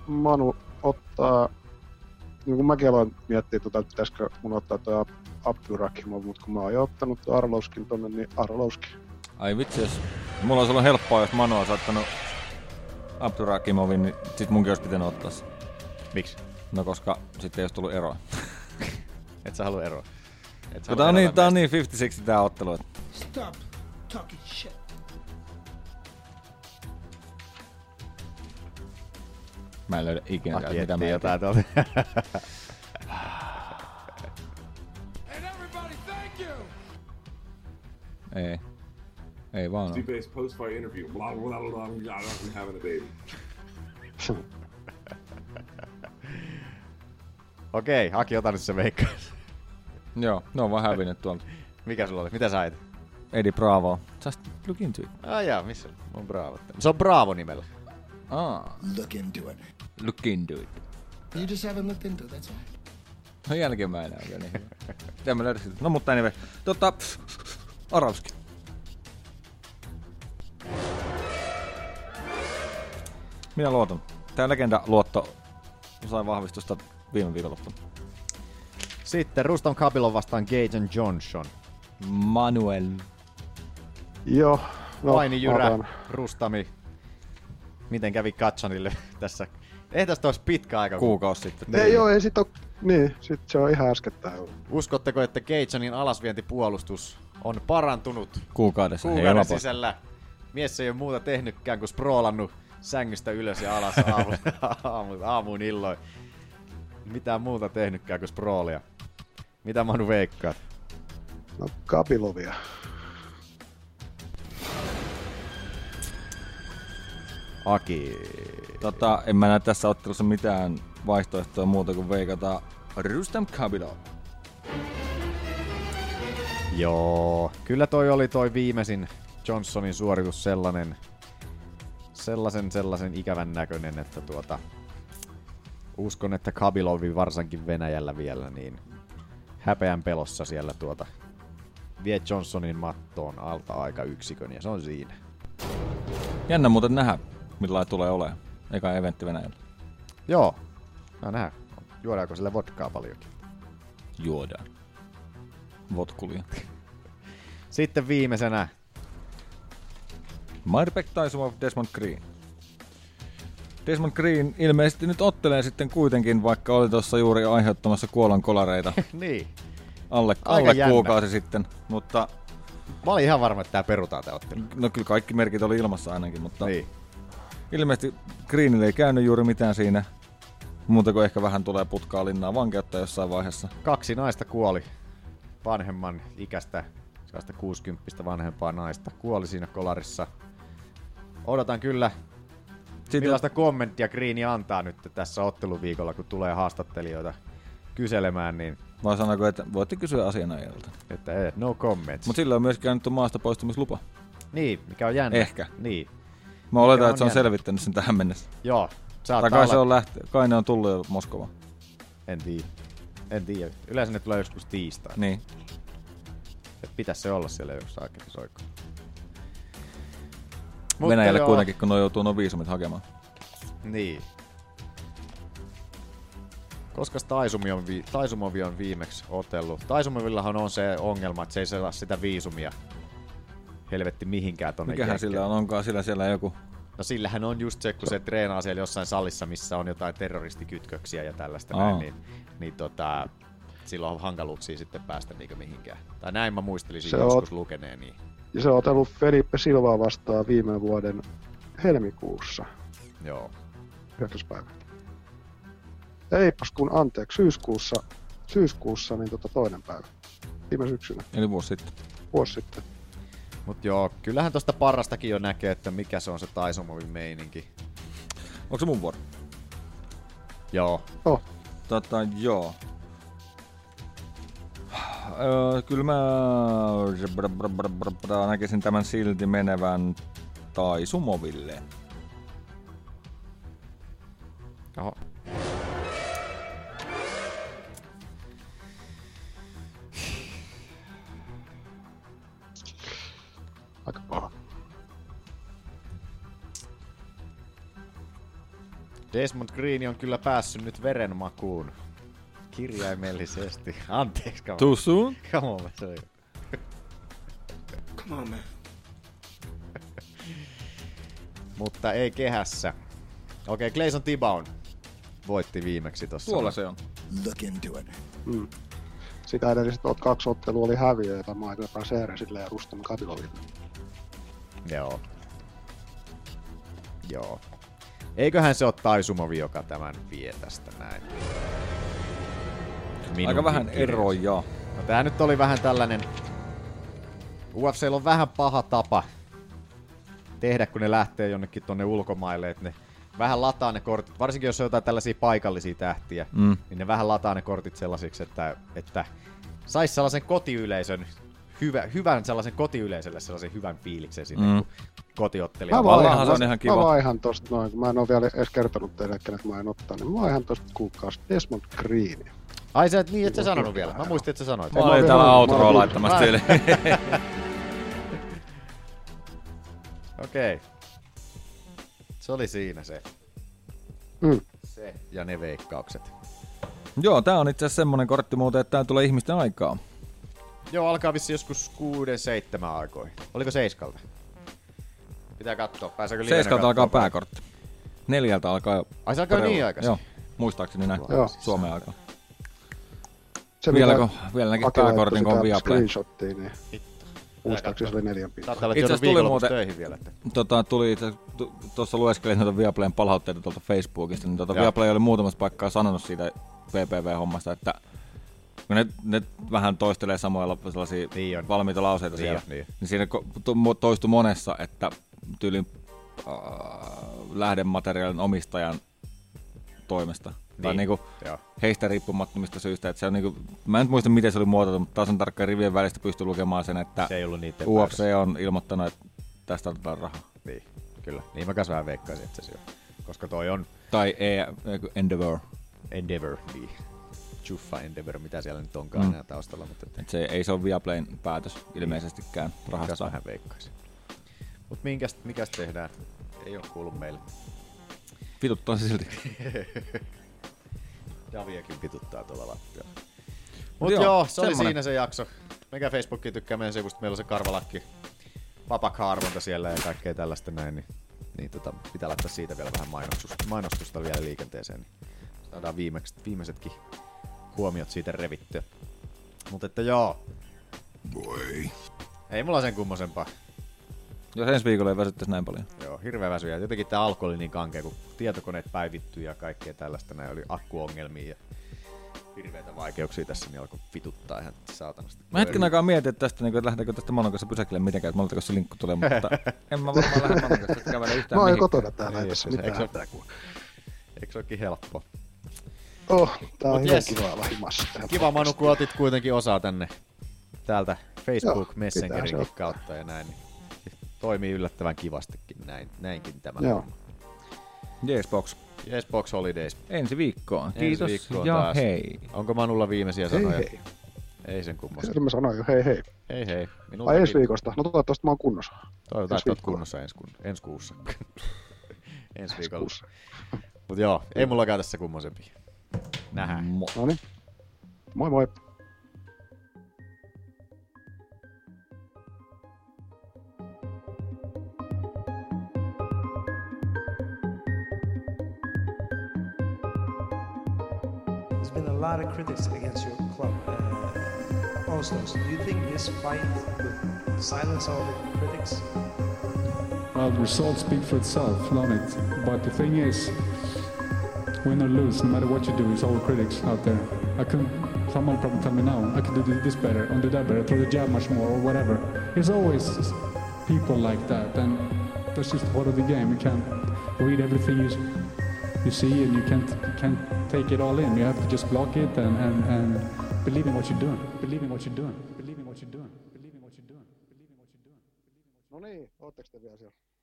Manu ottaa, niin kun mäkin aloin miettiä, tota, että pitäisikö mun ottaa toi Ab- Abdurakimov, mutta kun mä oon jo ottanut toi Arlowskin tonne, niin Arlowski. Ai vitsi, jos... Mulla olisi ollut helppoa, jos Manu olisi ottanut Abdurakimovin, niin sit munkin olisi pitänyt ottaa se. Miksi? No koska sitten ei olisi tullut eroa. Et sä halua eroa. Et sä halua Kun tää on, niin, erota tää on meistä. niin 50-60 tää ottelu. että- Stop talking shit. Mä en löydä ikinä Aki täältä, mitä etsii mä Ah, jotain etin. Ei. Ei vaan oo. Steve post fight interview. Blah, blah, blah, blah, blah, I'm having a baby. Okei, Aki, ota nyt se veikkaus. Joo, ne on vaan hävinnyt tuolta. Mikä sulla oli? Mitä sait? Edi Bravo. Just look into it. Ah jaa, missä? On Bravo. Se on Bravo nimellä. Ah. Look into it. Look into it. You just haven't looked into it, that's all. No jälkimmäinen on jo niin hyvä. En mä löydä sitä. No mutta anyway. Tota, pff, Aravski. Minä luotan. Tää legenda luotto sai vahvistusta viime viikonloppuna. Sitten Rustam Kabilov vastaan Gaten Johnson. Manuel. Joo. no, No, Painijyrä, otan. Rustami. Miten kävi Katsanille tässä? Ei tästä olisi pitkä aika. kun- Kuukausi sitten. Ei joo, ei sit oo... Niin, sit se on ihan äskettäin ollut. Uskotteko, että Gatesonin alasvientipuolustus on parantunut Kuukaudessa. Hei, kuukauden helposti. sisällä? Mies ei ole muuta tehnytkään kuin sproolannut sängystä ylös ja alas aamu, aamu, aamuun illoin. Mitä muuta tehnytkään kuin sproolia? Mitä Manu veikkaat? No, kapilovia. Aki. Tota, en mä näe tässä ottelussa mitään vaihtoehtoa muuta kuin veikata Rustam Kabilov. Joo, kyllä toi oli toi viimeisin Johnsonin suoritus sellainen, sellaisen sellaisen ikävän näköinen, että tuota, uskon, että Kabilovi varsinkin Venäjällä vielä, niin häpeän pelossa siellä tuota vie Johnsonin mattoon alta aika yksikön ja se on siinä. Jännä muuten nähdä, millainen tulee olemaan. Eka eventti Venäjällä. Joo, mä nähdään. Juodaanko sille vodkaa paljonkin? Juodaan. Votkulia. Sitten viimeisenä Marbek Taisumov, Desmond Green. Desmond Green ilmeisesti nyt ottelee sitten kuitenkin, vaikka oli tuossa juuri aiheuttamassa kuolonkolareita. Niin. Alle, Aika alle jännä. kuukausi sitten, mutta... Mä olin ihan varma, että tää perutaan tää ottelu. No kyllä kaikki merkit oli ilmassa ainakin, mutta... Niin. Ilmeisesti Greenille ei käynyt juuri mitään siinä. Muuta kuin ehkä vähän tulee putkaa linnaa vankeutta jossain vaiheessa. kaksi naista kuoli vanhemman ikästä, sellaista 60 vanhempaa naista, kuoli siinä kolarissa. Odotan kyllä, Sitten... millaista kommenttia Greeni antaa nyt tässä otteluviikolla, kun tulee haastattelijoita kyselemään, niin Vai sanoiko, että voitte kysyä asianajalta. Että ei, no comments. Mutta sillä on myöskään annettu maasta poistumislupa. niin, mikä on jännä. Ehkä. Niin. Mikä Mä oletan, että se on jännä. selvittänyt sen tähän mennessä. Joo, saattaa Tai kai, se olla. on lähtö, kai ne on tullut jo Moskovaan. En tiedä. En tiedä. Yleensä ne tulee joskus tiistaina. Niin. Et pitäisi se olla siellä jossain aikaisessa oikein. Mutta Venäjälle joo. kuitenkin, kun ne joutuu nuo viisumit hakemaan. Niin. Koska Taisumi on, vi- Taisumovi on viimeksi otellut. Taisumovillahan on se ongelma, että se ei saa sitä viisumia helvetti mihinkään tonne Mikähän Jenkkeihin. sillä on, onkaan sillä siellä joku. No sillähän on just se, kun se treenaa siellä jossain salissa, missä on jotain terroristikytköksiä ja tällaista Aa. näin, niin, niin tota, silloin on hankaluuksia sitten päästä niinkö mihinkään. Tai näin mä muistelisin Se se on- joskus on... lukeneen. Niin. Ja se on otellut Felipe Silvaa vastaan viime vuoden helmikuussa. Joo. Yhdeksäs päivä. Ja eipäs kun anteeksi, syyskuussa, syyskuussa niin tota toinen päivä. Viime syksynä, Eli vuosi sitten. vuosi sitten. Mut joo, kyllähän tosta parrastakin jo näkee, että mikä se on se Taisumovin meininki. Onko se mun vuoro? Joo. Oh. Tota, joo. Öö, kyllä mä bra- bra- bra- bra- bra- näkisin tämän silti menevän Taisumoville. Oho. Aika paha. Desmond Green on kyllä päässyt nyt verenmakuun. Kirjaimellisesti. Anteeksi, come on. Too soon? Come on, se oli- Come on, man. Mutta ei kehässä. Okei, okay, Clayson Tibaun voitti viimeksi tossa. Tuolla se on. Look into it. Mm. Sitä edelliset ot- kaksi ottelua oli häviöitä Michael Braseresille ja Rustam Katiloville. Joo. Joo. Eiköhän se ole Taisumovi, joka tämän vie tästä näin. Aika vähän kirjaus. eroja. No tää nyt oli vähän tällainen... UFCllä on vähän paha tapa tehdä, kun ne lähtee jonnekin tonne ulkomaille, että ne vähän lataa ne kortit, varsinkin jos on jotain tällaisia paikallisia tähtiä, Mm. niin ne vähän lataa ne kortit sellaisiksi, että, että saisi sellaisen kotiyleisön, hyvä, hyvän sellaisen kotiyleisölle sellaisen hyvän fiiliksen sinne, Mm. mm. kun kotiottelija Mä valaa. vaihan, mä, mä vaihan tosta noin, kun mä en oo vielä edes kertonut teille, kenet mä en ottaa, niin mä vaihan tosta kuukausi Desmond Greeni. Ai sä et niin, et sä sanonut vielä. Mä muistin, että sä sanoit. Mä olin täällä outroa laittamassa Mä- tyyliin. Okei. Se oli siinä se. Mm. Se ja ne veikkaukset. Joo, tää on itse asiassa semmonen kortti muuten, että tää tulee ihmisten aikaa. Joo, alkaa vissi joskus kuuden, seitsemän aikoihin. Oliko seiskalta? Pitää katsoa, pääseekö livenä Seiskalta alkaa katsomaan. pääkortti. Neljältä alkaa... Ai, se alkaa todella- niin aikaisin? Joo, muistaakseni näin. Joo. Suomen aikaa. Se, vielä, mitä kun, vielä näkee Aki laittoi pääkortin, kun on sitä Viaplay. Screenshottia, niin muistaakseni se oli neljän pintaan. Itse asiassa tuli muuten, töihin vielä, että- tota, tuli, itse asiassa tu- tuossa lueskelin noita Viaplayn palautteita tuolta Facebookista, niin tuota Joo. Viaplay oli muutamassa paikkaa sanonut siitä PPV-hommasta, että kun ne, ne vähän toistelee samoilla sellaisia niin valmiita lauseita Niin siellä, on, niin. niin siinä ko- tu- mu- toistui monessa, että tyylin äh, lähdemateriaalin omistajan toimesta. Niin. Tai Niin, niinku joo. heistä riippumattomista syistä. Että se on niinku, mä en nyt muista, miten se oli muotoiltu, mutta tasan tarkkaan rivien välistä pystyy lukemaan sen, että Se ei ollut niin niitten UFC on ilmoittanut, että tästä otetaan rahaa. Niin, kyllä. Niin mä kans vähän veikkaisin, että se on. Koska toi on... Tai e- eiku, Endeavor. Endeavor, niin. Juffa Endeavor, mitä siellä nyt onkaan Mm. mm. enää taustalla. Mutta Et se ei se ole Viaplayn päätös ilmeisestikään Mikäs rahasta. vähän veikkaisin. Mut minkäs, mikäs tehdään? Ei oo kuullut meille. Vituttaa se silti. Daviakin pituttaa tuolla lattialla. Mut Joo, joo, joo se oli semmonen. siinä se jakso. Mekä Facebookiin tykkää meidän sivusta, meillä on se karvalakki. Vapakaarvonta siellä ja kaikkea tällaista näin, niin, niin tota, pitää laittaa siitä vielä vähän mainostusta, mainostusta vielä liikenteeseen, niin saadaan viimeksi, viimeisetkin huomiot siitä revittyä. Mutta että joo. Voi. Ei mulla sen kummosempaa. Jos ensi viikolla ei väsyttäisi näin paljon. Joo, hirveä väsyjä. Jotenkin tämä alku oli niin kankea, kun tietokoneet päivittyi ja kaikkea tällaista. Näin oli akkuongelmia ja hirveitä vaikeuksia tässä, niin alkoi vituttaa ihan saatanasti. Mä hetken aikaa mietin että tästä, niinku, että lähdetäänkö tästä Manon kanssa pysäkille mitenkään, että Mononko se linkku tulee, mutta en mä varmaan lähde Manon kanssa että kävele yhtään Mä oon jo mihinkään. kotona täällä, ei tässä mitään Eikö se- hätää, kun- Eikö se olekin helppoa? Oh, tää on Mut ihan jes. kiva olla himassa. täällä. Kiva Manu, kun otit kuitenkin osaa tänne täältä Joo, Facebook pitää se Messengerinkin ottaa. kautta ja näin. niin Toimii yllättävän kivastikin näin, näinkin tämä. Joo. homma. Yesbox. Yesbox Holidays. Ensi viikkoon. Ensi Kiitos viikkoon ja taas. hei. Onko Manulla viimeisiä Hei, sanoja? hei. Ei sen kummosta. Kyllä mä sanoin jo, hei hei. Hei hei. Ai ensi viikosta. No toivottavasti mä oon kunnossa. Toivotaan, Ensi että oot viikolla. kunnossa ensi, kun, ensi kuussa. ensi viikolla. Mut joo, ei mullakaan tässä kummosempi. Nähdään. No niin. Moi moi. There's been a lot of critics against your club. Uh, also, so do you think this fight would silence all the critics? Well, the results speak for itself, don't it? But the thing is, win or lose, no matter what you do, it's all critics out there. I could, someone probably tell me now, I could do this better, or do that better, throw the jab much more, or whatever. There's always people like that, and that's just part of the game. You can't read everything you, you see, and you can't, you can't take it all in. You have to just block it and, and, and believe in what you're doing. Believe in what you're doing. Believe in what you're doing. Believe in what you're doing. No niin, ootteko te vielä siellä?